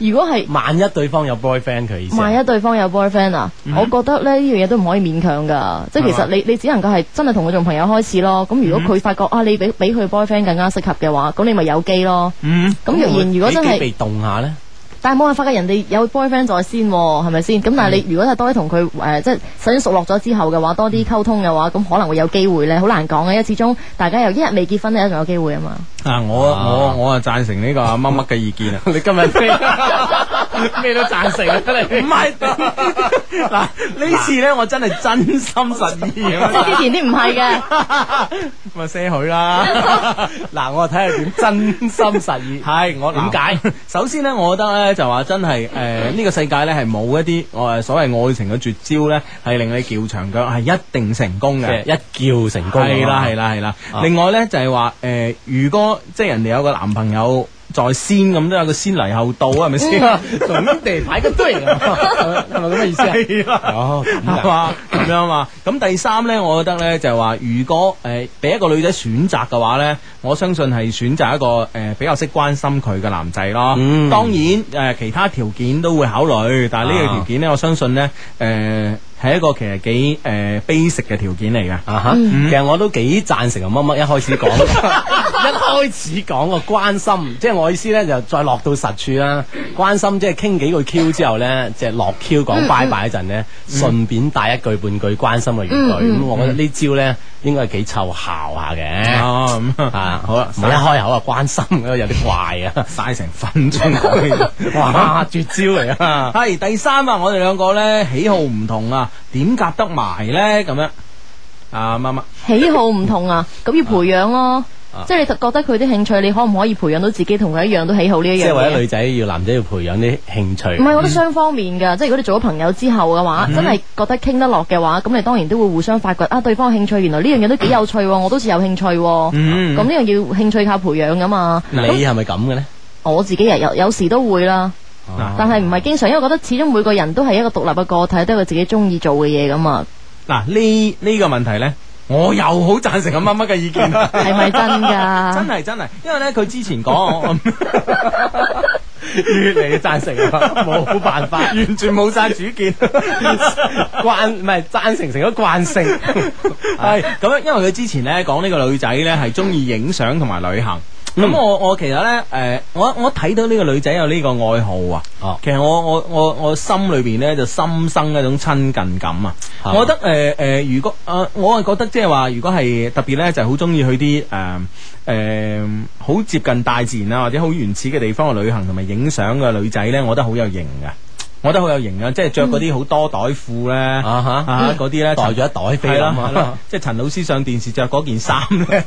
Speaker 19: 喎、如果係
Speaker 6: 萬一對方有 boyfriend，佢意思係。
Speaker 19: 萬一對方有 boyfriend 啊，
Speaker 6: 嗯
Speaker 19: 我覺得咧呢樣嘢都唔可以勉強㗎，即係其
Speaker 6: 係
Speaker 19: 實
Speaker 6: 嘛嗯
Speaker 19: 你你只能夠係真係同佢做朋友開始咯。咁如果佢發覺啊，你比比佢 boyfriend 更加適合嘅話，咁你咪有機咯。
Speaker 12: 嗯，
Speaker 19: 咁若然如果真係
Speaker 6: 被動下咧，
Speaker 19: 但係冇辦法嘅，人哋有 boyfriend 在先喎，係咪先？咁
Speaker 6: 嗯
Speaker 19: 但係你如果係多啲同佢誒，即係首先熟落咗之後嘅話，多啲溝通嘅話，咁可能會有機會咧，好難講嘅，啊因為始終大家又一日未結婚咧，仲有機 會啊嘛。
Speaker 12: 啊，我我我啊贊成呢個乜乜嘅意見啊！ 你今日
Speaker 6: 咩都贊成啊！你
Speaker 12: 唔 係嗱呢次咧，我真係真心實意啊
Speaker 19: 即係之前啲唔係嘅，
Speaker 12: 咪些許啦。 嗱，我睇下點真心實意。 係我
Speaker 6: 點
Speaker 12: 解？首先咧，我覺得咧就話真係 誒呢個世界咧係冇一啲誒所謂愛情嘅絕招咧，係令你撬長腳係一定成功嘅，
Speaker 6: 即係一叫成功啊嘛。
Speaker 12: 係啦係啦係啦
Speaker 6: 啊。
Speaker 12: 另外咧就係話誒，如果即係人哋有個男朋友。在先咁都有個先嚟後到 啊，係咪先？
Speaker 6: 咁地排個堆， 係咪咁嘅意思啊？
Speaker 12: 啊係啦
Speaker 6: 哦，咁
Speaker 12: 係
Speaker 6: 噶
Speaker 12: 嘛，咁樣嘛。咁第三咧，我覺得咧就係話，如果誒俾、一個女仔選擇嘅話咧，我相信係選擇一個誒、呃比較識關心佢嘅男仔咯。
Speaker 6: 嗯
Speaker 12: 當然誒、呃其他條件都會考慮，但係呢個
Speaker 6: 啊
Speaker 12: 條件咧，我相信咧誒。呃係一個其實幾誒 basic 嘅條件嚟嘅，
Speaker 6: 啊哈，
Speaker 12: 嗯
Speaker 6: 其實我都幾贊成阿乜乜一開始 講，一開始講個關心，即係我意思咧就再落到實處啦。關心即係傾幾句 Q 之後咧，即係落 Q
Speaker 12: 嗯
Speaker 6: 講拜拜嗰陣咧，順便帶一句半句關心嘅語句。
Speaker 12: 嗯嗯
Speaker 6: 咁我覺得呢招咧應該係幾湊效下嘅。
Speaker 12: 哦咁
Speaker 6: 啊，
Speaker 12: 好啦
Speaker 6: 唔好一開口啊關心咁有啲怪啊，
Speaker 12: 嘥成分鐘講呢 個
Speaker 6: 哇絕招嚟啊！
Speaker 12: 係第三啊，我哋兩個咧喜好唔同啊，點夾得埋咧咁樣啊乜乜。
Speaker 19: 喜好唔同啊，咁要培養咯。即係你覺得佢啲興趣，你可唔可以培養到自己同佢一樣都喜好呢一
Speaker 6: 即
Speaker 19: 樣
Speaker 6: 係為
Speaker 19: 嘢
Speaker 6: 咗？女仔要男仔要培養啲興趣。
Speaker 19: 唔係，我覺得雙方面㗎，即係如果你做咗朋友之後嘅話，
Speaker 6: 嗯
Speaker 19: 真係覺得傾得落嘅話，咁你當然都會互相發掘啊，對方嘅興趣原來呢樣嘢都幾有趣喎，我都似有興趣喎。
Speaker 6: 嗯
Speaker 19: 咁呢樣要興趣靠培養㗎嘛。
Speaker 6: 你係咪咁嘅咧？
Speaker 19: 我自己日有有時都會啦，
Speaker 6: 啊
Speaker 19: 但係唔係經常，因為我覺得始終每個人都係一個獨立嘅個體，都有佢自己中意做嘅嘢㗎嘛。
Speaker 12: 嗱呢呢個問題咧，我又好贊成阿乜乜嘅意見，係
Speaker 19: 係咪真㗎
Speaker 12: 真係真係，因為咧佢之前講我。我 越嚟越贊成啊，冇辦法，完全冇晒主 見，
Speaker 6: 慣唔係贊成成咗慣性，
Speaker 12: 係咁樣，因為佢之前咧講呢個女仔咧係中意影相同埋旅行。咁、
Speaker 6: 嗯
Speaker 12: 我我其實咧，誒、我我睇到呢個女仔有呢個愛好啊，
Speaker 6: 哦
Speaker 12: 其實我我我我心裏邊咧就心生一種親近感啊，
Speaker 6: 係嘛
Speaker 12: 我覺得誒誒、如果誒、我係覺得即係話，如果係特別咧，就係好中意去啲誒誒好接近大自然啊，或者好原始嘅地方嘅旅行同埋影相嘅女仔咧，我覺得好有型嘅。我覺得好有型啊！即係着嗰啲好多袋褲咧，
Speaker 6: 啊哈
Speaker 12: 啊嗰啲咧
Speaker 6: 袋咗一袋飛
Speaker 12: 係啦
Speaker 6: 咁啊
Speaker 12: 係啦即係陳老師上電視着嗰件衫 咧，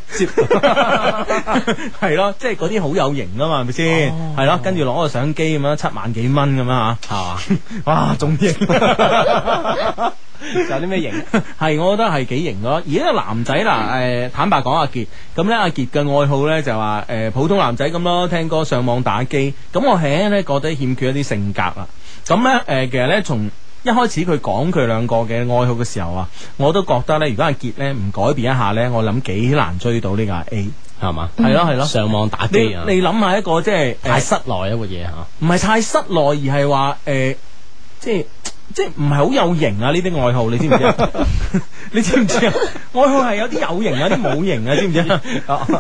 Speaker 12: 係咯，即係嗰啲好有型啊嘛，係咪先？係咯，跟住攞個相機咁樣七萬幾蚊咁啊
Speaker 6: 係嘛？
Speaker 12: 嚇，
Speaker 5: 啊
Speaker 12: 哇，仲型！
Speaker 6: 有啲咩型？
Speaker 12: 係，我覺得係幾型咯。而呢個男仔嗱，誒、
Speaker 6: 嗯
Speaker 12: 坦白講阿傑，咁咧阿傑嘅愛好咧就話誒、普通男仔咁咯，聽歌、上網、打機。咁我輕輕咧覺得欠缺一啲性格啦。咁咧誒，其實咧從一開始佢講佢兩個嘅愛好嘅時候啊，我都覺得咧，如果阿傑咧唔改變一下咧，我諗幾難追到呢個阿 A。
Speaker 6: 係嘛？
Speaker 12: 係咯係咯
Speaker 6: 嗯上網打
Speaker 12: 你
Speaker 6: 機啊！
Speaker 12: 你諗下一個即係誒
Speaker 6: 太室內一個嘢嚇，
Speaker 12: 唔係太室內，而係話誒，即係即係唔係好有型啊！呢啲愛好你知唔 知啊？ 你知唔知啊？愛好係有啲有型，有啲冇型啊，知唔知啊？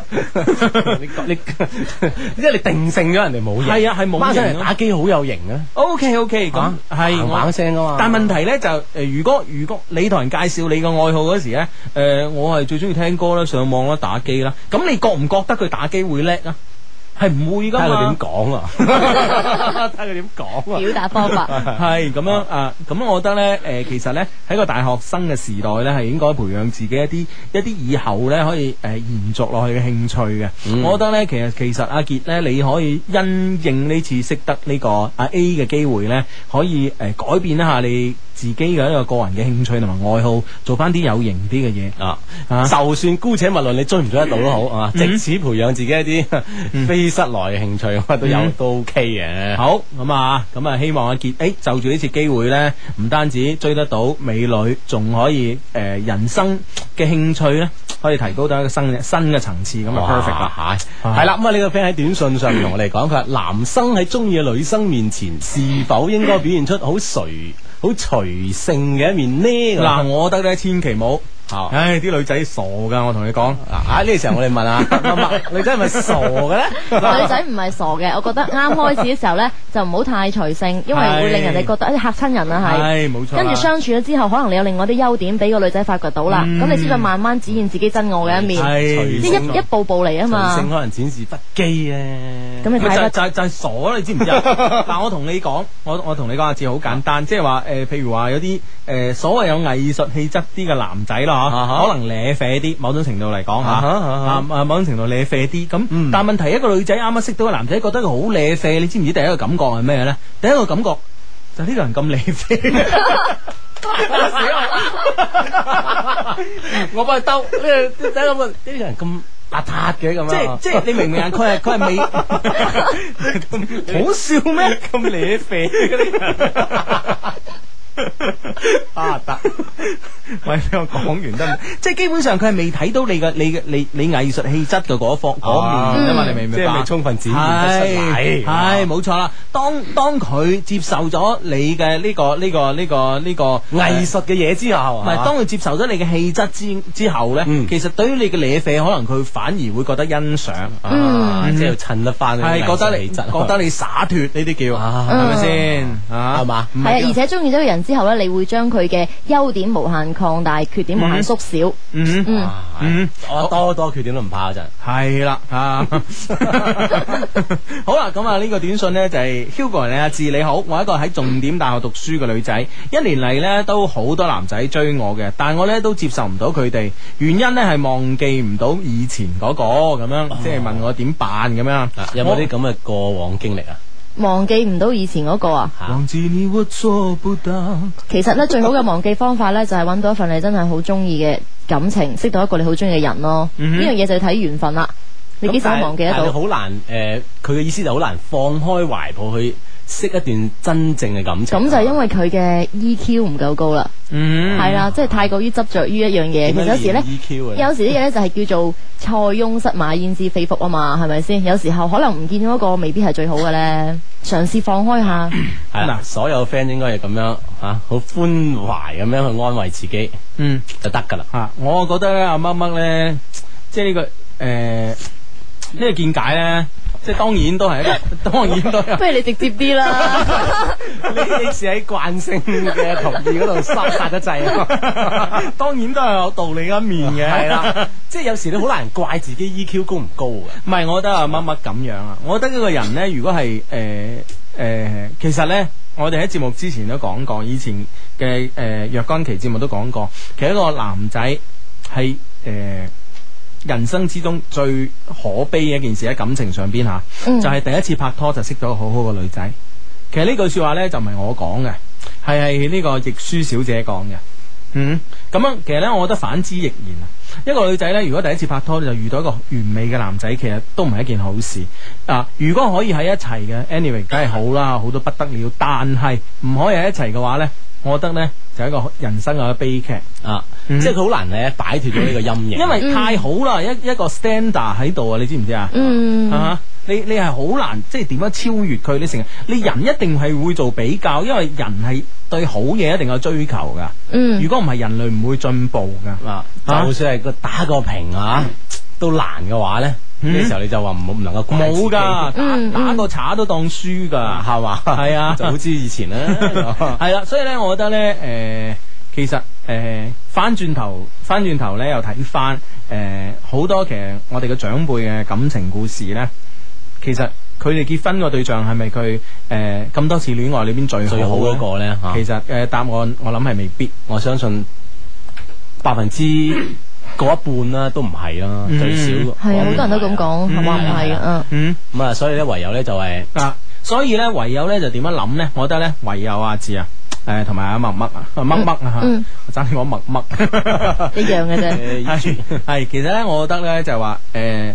Speaker 6: 你你 即係你定性咗人哋冇型，
Speaker 12: 係啊係冇型啊
Speaker 6: 孖生人 打機好有型啊！
Speaker 12: O K O K，咁係
Speaker 6: 嘭
Speaker 12: 我
Speaker 6: 嘭聲啊嘛
Speaker 12: 但問題咧就誒、呃如果如果你同人介紹你嘅愛好嗰時咧，誒、我係最中意聽歌啦、上網啦、打機啦。咁你覺唔覺得佢打機會叻啊？系唔會噶
Speaker 6: 睇下佢
Speaker 12: 嘛
Speaker 6: 點。講 啊！
Speaker 12: 睇佢點講啊，
Speaker 19: 表達方法
Speaker 12: 係咁樣啊，咁我覺得咧，诶、其實咧喺個大學生嘅時代咧，係應該培養自己一啲一啲以後咧可以诶、呃延續落去嘅興趣嘅。
Speaker 6: 嗯
Speaker 12: 我覺得咧，其實其實阿傑咧，你可以因應呢次識得呢、個阿 A 嘅機會咧，可以诶、呃改變一下你自己嘅一個個人嘅興趣同埋愛好，做翻啲有型啲嘅嘢
Speaker 6: 啊。
Speaker 12: 啊
Speaker 6: 就算姑且勿論你追唔追得到都好啊，
Speaker 12: 嗯
Speaker 6: 藉此培養自己一啲非室內嘅興趣，我覺得都有
Speaker 12: 嗯
Speaker 6: 都 OK 嘅。
Speaker 12: 好咁啊，咁啊，希望阿杰，诶，就住呢次機會呢，唔單止追得到美女，仲可以诶、呃人生嘅興趣呢，可以提高到一個新嘅新嘅層次，咁啊 perfect 啦。
Speaker 6: 啦，系系啦，咁啊呢個 friend 喺短信上面同我哋講，佢話男生喺中意嘅女生面前，是否應該表現出好 隨好隨性嘅一面呢？
Speaker 12: 嗱，我覺得呢，千祈啊冇，唉，啲女仔傻噶，我同你講。
Speaker 6: 啊呢個時候我哋問啊， 默默
Speaker 12: 女仔係咪傻嘅咧？
Speaker 19: 女仔唔係傻嘅，我覺得啱開始嘅時候呢，就唔好太隨性，因為
Speaker 12: 係
Speaker 19: 會令人哋覺得哎嚇親人啦，係。
Speaker 12: 係冇錯啦
Speaker 19: 跟住相處咗之後，可能你有另外啲優點俾個女仔發掘到啦，
Speaker 12: 嗯
Speaker 19: 咁你先再慢慢展現自己真我嘅一面
Speaker 12: 係，
Speaker 19: 即係一一步步嚟啊
Speaker 6: 隨性
Speaker 19: 嘛。
Speaker 6: 可能展示不羈啊。
Speaker 19: 咁你
Speaker 12: 咪
Speaker 19: 睇
Speaker 12: 就係
Speaker 19: 得
Speaker 12: 就係就係傻啦，你知唔知啊？ 嗱，我同你講，我我同你講阿志好簡單，即係話誒，譬如話有啲誒、呃所謂有藝術氣質啲嘅男仔啦
Speaker 19: 啊
Speaker 12: 嚇，
Speaker 6: 哈
Speaker 12: 可能咧啡啲，某種程度嚟講嚇，
Speaker 6: 啊哈啊哈
Speaker 12: 啊啊某種程度咧啡啲。咁、
Speaker 19: 嗯
Speaker 12: 但問題一個女仔啱啱識到個男仔，覺得佢好咧啡，你知唔知第一個感覺係咩咧？第一個感覺就係呢個人咁咧 啡。
Speaker 6: 我幫佢兜，呢個呢個呢個人咁邋遢嘅咁啊！
Speaker 12: 即係即係你明唔明啊？佢係佢係 未 好笑咩？
Speaker 6: 咁你肥嗰啲啊 得
Speaker 12: 喂，你我講完得唔得？即係基本上佢係未睇到你嘅你嘅你你藝術氣質嘅嗰一方嗰面啊嘛，你明唔明白？
Speaker 6: 即係未充分展現得出嚟。
Speaker 12: 係冇錯啦。當當佢接受咗你嘅呢個呢個呢個呢個
Speaker 6: 藝術嘅嘢之後，嗯
Speaker 12: 唔係，當佢接受咗你嘅氣質之之後咧，其實對於你嘅野啡，可能佢反而會覺得欣賞，
Speaker 6: 啊
Speaker 12: 嗯
Speaker 6: 即係要襯得翻
Speaker 12: 係覺得你
Speaker 6: 氣質
Speaker 12: 覺得你灑脱呢啲叫係咪先啊？係嘛？
Speaker 19: 係啊，而且中意咗個人之後呢，你會將佢嘅優點無限擴大，缺點無限縮小。
Speaker 12: 嗯
Speaker 19: 嗯，
Speaker 12: 嗯，
Speaker 6: 我多多缺點都唔怕嗰陣。
Speaker 12: 係啦 啊！好啦，咁啊呢個短信呢，就係 Hugo 你阿志你好，我係一個喺重點大學讀書嘅女仔，一年嚟呢都好多男仔追我嘅，但我呢都接受唔到佢哋，原因呢係忘記唔到以前嗰、個咁樣，即係問我點辦咁樣。
Speaker 6: 哦啊有冇啲咁嘅過往經歷啊？
Speaker 19: 忘記唔到以前嗰個啊。
Speaker 12: 忘記你我做不到。
Speaker 19: 其實咧，最好嘅忘記方法咧，就係揾到一份你真係好中意嘅感情，識到一個你好中意嘅人咯。
Speaker 6: 嗯哼
Speaker 19: 呢樣嘢就要睇緣分啦。你幾時都忘記得
Speaker 6: 但係你
Speaker 19: 到？
Speaker 6: 好難誒，佢嘅意思就好難放開懷抱去識一段真正嘅感情。
Speaker 19: 咁就係因為佢嘅 EQ 唔夠高啦，
Speaker 12: 嗯
Speaker 19: 係啦，即係太過於執着於一樣
Speaker 6: 點
Speaker 19: 嘢。其
Speaker 6: 樣
Speaker 19: 實有時咧
Speaker 6: 練
Speaker 12: E
Speaker 6: EQ 啊，
Speaker 19: 有時啲嘢咧就係叫做塞翁失馬焉知非福啊嘛，係咪先？有時候可能唔見嗰個未必係最好嘅咧，嘗試放開 下。
Speaker 6: 係
Speaker 19: 嗯
Speaker 6: 啦，所有 friend 應該係咁樣嚇，好寬懷咁樣去安慰自己，
Speaker 12: 嗯
Speaker 6: 就得㗎啦。
Speaker 12: 吓、我覺得咧阿乜乜咧，即係呢、個诶呢、個見解咧，即係當然都係一個， 當然都係。
Speaker 19: 不如你直接啲 啦。
Speaker 6: 你你是喺慣性嘅同意嗰度收殺得滯啊！
Speaker 12: 當然都係有道理一面嘅，
Speaker 6: 係啦，即係有時你好難怪自己 EQ 高唔高啊嘅。
Speaker 12: 唔係，我覺得阿乜乜咁樣啊，我覺得呢個人咧，如果係诶诶，誒其實咧，我哋喺節目之前都講過，以前嘅诶若干期節目都講過，其實一個男仔係诶呃人生之中最可悲嘅一件事喺感情上邊吓，
Speaker 22: 嗯
Speaker 12: 就係第一次拍拖就識到好好嘅女仔。其實呢句说話咧就唔係我講嘅，係係呢個亦舒小姐講嘅。嗯，咁樣其實咧，我覺得反之亦然啊。一個女仔咧，如果第一次拍拖就遇到一個完美嘅男仔，其實都唔係一件好事啊。如果可以喺一齊嘅，anyway，梗係好啦，好到不得了。但係唔可以喺一齊嘅話咧，我覺得咧就係一個人生嘅悲劇。
Speaker 6: 啊，
Speaker 12: 嗯
Speaker 6: 即係佢好難咧擺脱咗呢個陰影，
Speaker 12: 因為太好啦，一一個 standard 喺度啊，你知唔知啊？
Speaker 19: 嗯
Speaker 12: 啊，你你係好難即係點樣超越佢？你成日你人一定係會做比較，因為人係對好嘢一定有追求噶。
Speaker 19: 嗯
Speaker 12: 如果唔係人類唔會進步噶。
Speaker 6: 啊，
Speaker 12: 啊
Speaker 6: 就算係個打個平啊都難嘅話咧，
Speaker 12: 嗯
Speaker 6: 呢時候你就話唔好唔能夠怪自己
Speaker 12: 冇噶，打打個叉都當輸噶，
Speaker 6: 係嘛？
Speaker 12: 係 啊
Speaker 6: 就好似以 前哦啦。
Speaker 12: 係啦，所以咧，我覺得咧，诶、其實诶，翻轉頭，翻轉頭咧，又睇翻诶，好、多其實我哋嘅長輩嘅感情故事咧，其實佢哋結婚個對象係咪佢誒咁多次戀愛裏邊最
Speaker 6: 最好嗰個啊咧嚇
Speaker 12: 其實誒、呃答案我諗係未必，
Speaker 6: 我相信百分之嗰一半啦，都唔係啦，
Speaker 12: 嗯
Speaker 6: 最少
Speaker 19: 係啊，好多人都咁講，話唔係啊，
Speaker 12: 嗯，
Speaker 6: 咁啊，所以咧唯有咧就係
Speaker 12: 啊，所以咧唯有咧就點樣諗咧？我覺得咧唯有阿志啊，誒同埋阿默默啊，啊默默啊，
Speaker 19: 嗯
Speaker 12: 我爭啲講默默
Speaker 19: 一樣 嘅啫。
Speaker 12: 係係，其實咧，我覺得咧就係話誒。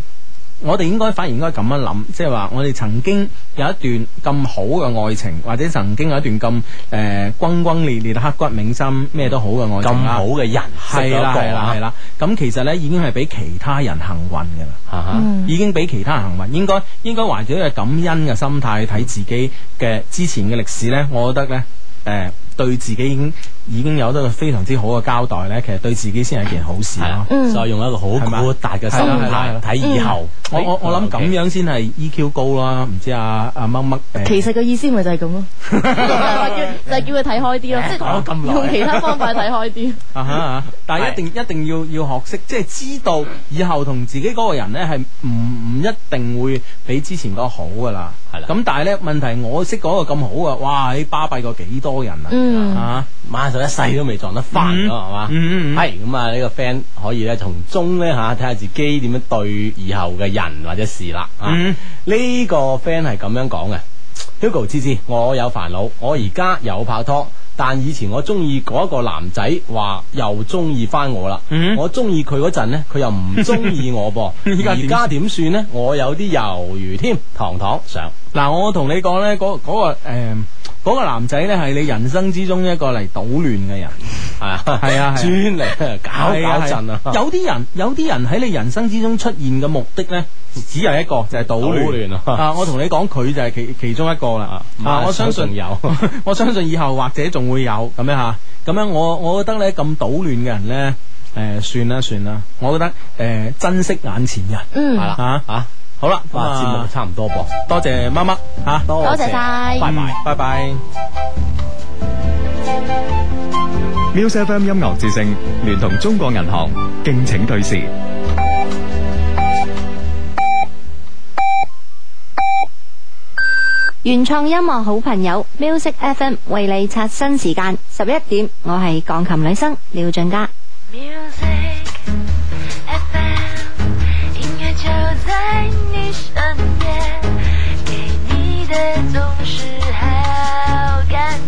Speaker 12: 我哋應該反而應該咁樣諗，即係話我哋曾經有一段咁好嘅愛情，或者曾經有一段咁誒轟轟烈烈、刻骨銘心、咩都好嘅愛情
Speaker 6: 咁
Speaker 12: 啦
Speaker 6: 好嘅人，
Speaker 12: 係啦係啦係啦，咁其實咧已經係比其他人幸運嘅啦
Speaker 6: 嗯，
Speaker 12: 已經比其他人幸運，應該應該懷住一個感恩嘅心態睇自己嘅之前嘅歷史咧，我覺得咧誒、對呃自己已經已經有得個非常之好嘅交代咧，其實對自己先係一件好事咯。
Speaker 6: 嗯再用一個好豁達嘅心
Speaker 12: 係啦係啦係
Speaker 6: 態
Speaker 12: 啦
Speaker 6: 睇以後。
Speaker 12: 啊嗯我我我諗咁樣先係 EQ 高啦，唔知阿阿乜呃乜誒，
Speaker 19: 其實個意思咪就係咁咯，就係叫佢睇開 啲咯，
Speaker 12: 講咗嗯
Speaker 19: 即
Speaker 12: 哦咁
Speaker 19: 係
Speaker 12: 耐
Speaker 19: 用其他方法睇開啲。
Speaker 12: 啊哈啊哈！但係一定一定要要學識，即係知道以後同自己嗰個人咧係唔唔一定會比之前嗰個好噶啦。係啦。咁但係咧問題，我識嗰個咁好嘅，哇！你巴閉過幾多人啊？
Speaker 6: 嗯
Speaker 12: 啊，
Speaker 6: 馬上一世都未撞得翻
Speaker 12: 嗯
Speaker 6: 咯，係嘛？
Speaker 12: 嗯嗯嗯
Speaker 6: 係咁啊！呢個 friend 可以咧從中咧吓睇下自己點樣對以後嘅人或者事啦。啊
Speaker 12: 嗯
Speaker 6: 呢個 friend 係咁樣講嘅，Hugo 芝芝，我有煩惱，我而家有拍拖。但以前我中意嗰一個男仔，話又中意翻我啦。我中意佢嗰陣呢，佢又唔中意我噃。
Speaker 12: 嗯 依家點
Speaker 6: 而家點算呢？我有啲猶豫 添。糖糖上，
Speaker 12: 嗱，我同你講咧，嗰嗰個誒嗰個男仔咧係你人生之中一個嚟搗亂嘅人。
Speaker 6: 係啊，
Speaker 12: 係啊
Speaker 6: 專嚟搞
Speaker 12: 係
Speaker 6: 搞震啊！
Speaker 12: 有啲人有啲人喺你人生之中出現嘅目的咧，只有一個就係搗
Speaker 6: 搗
Speaker 12: 亂
Speaker 6: 亂啊
Speaker 12: 啊！我同你講，佢就係其其中一個啦。啊，我相信
Speaker 6: 仲有
Speaker 12: 我相信以後或者仲會有咁樣吓。咁樣我我覺得咧咁搗亂嘅人咧，诶、算啦算啦，我覺得诶、誒珍惜眼前人。
Speaker 6: 嗯
Speaker 12: 係啦吓吓，好啦，咁
Speaker 6: 哇，
Speaker 12: 啊
Speaker 6: 節目差唔多噃。
Speaker 12: 多謝媽媽吓，多
Speaker 6: 多謝晒拜拜
Speaker 12: 拜拜。
Speaker 3: Music FM 音樂之聲聯同中國銀行敬請對視。
Speaker 16: 原创音乐好朋友 Music FM 为你刷新时间十一点，我系钢琴女生廖俊嘉。
Speaker 9: Music FM，音乐就在你身边，给你的总是好感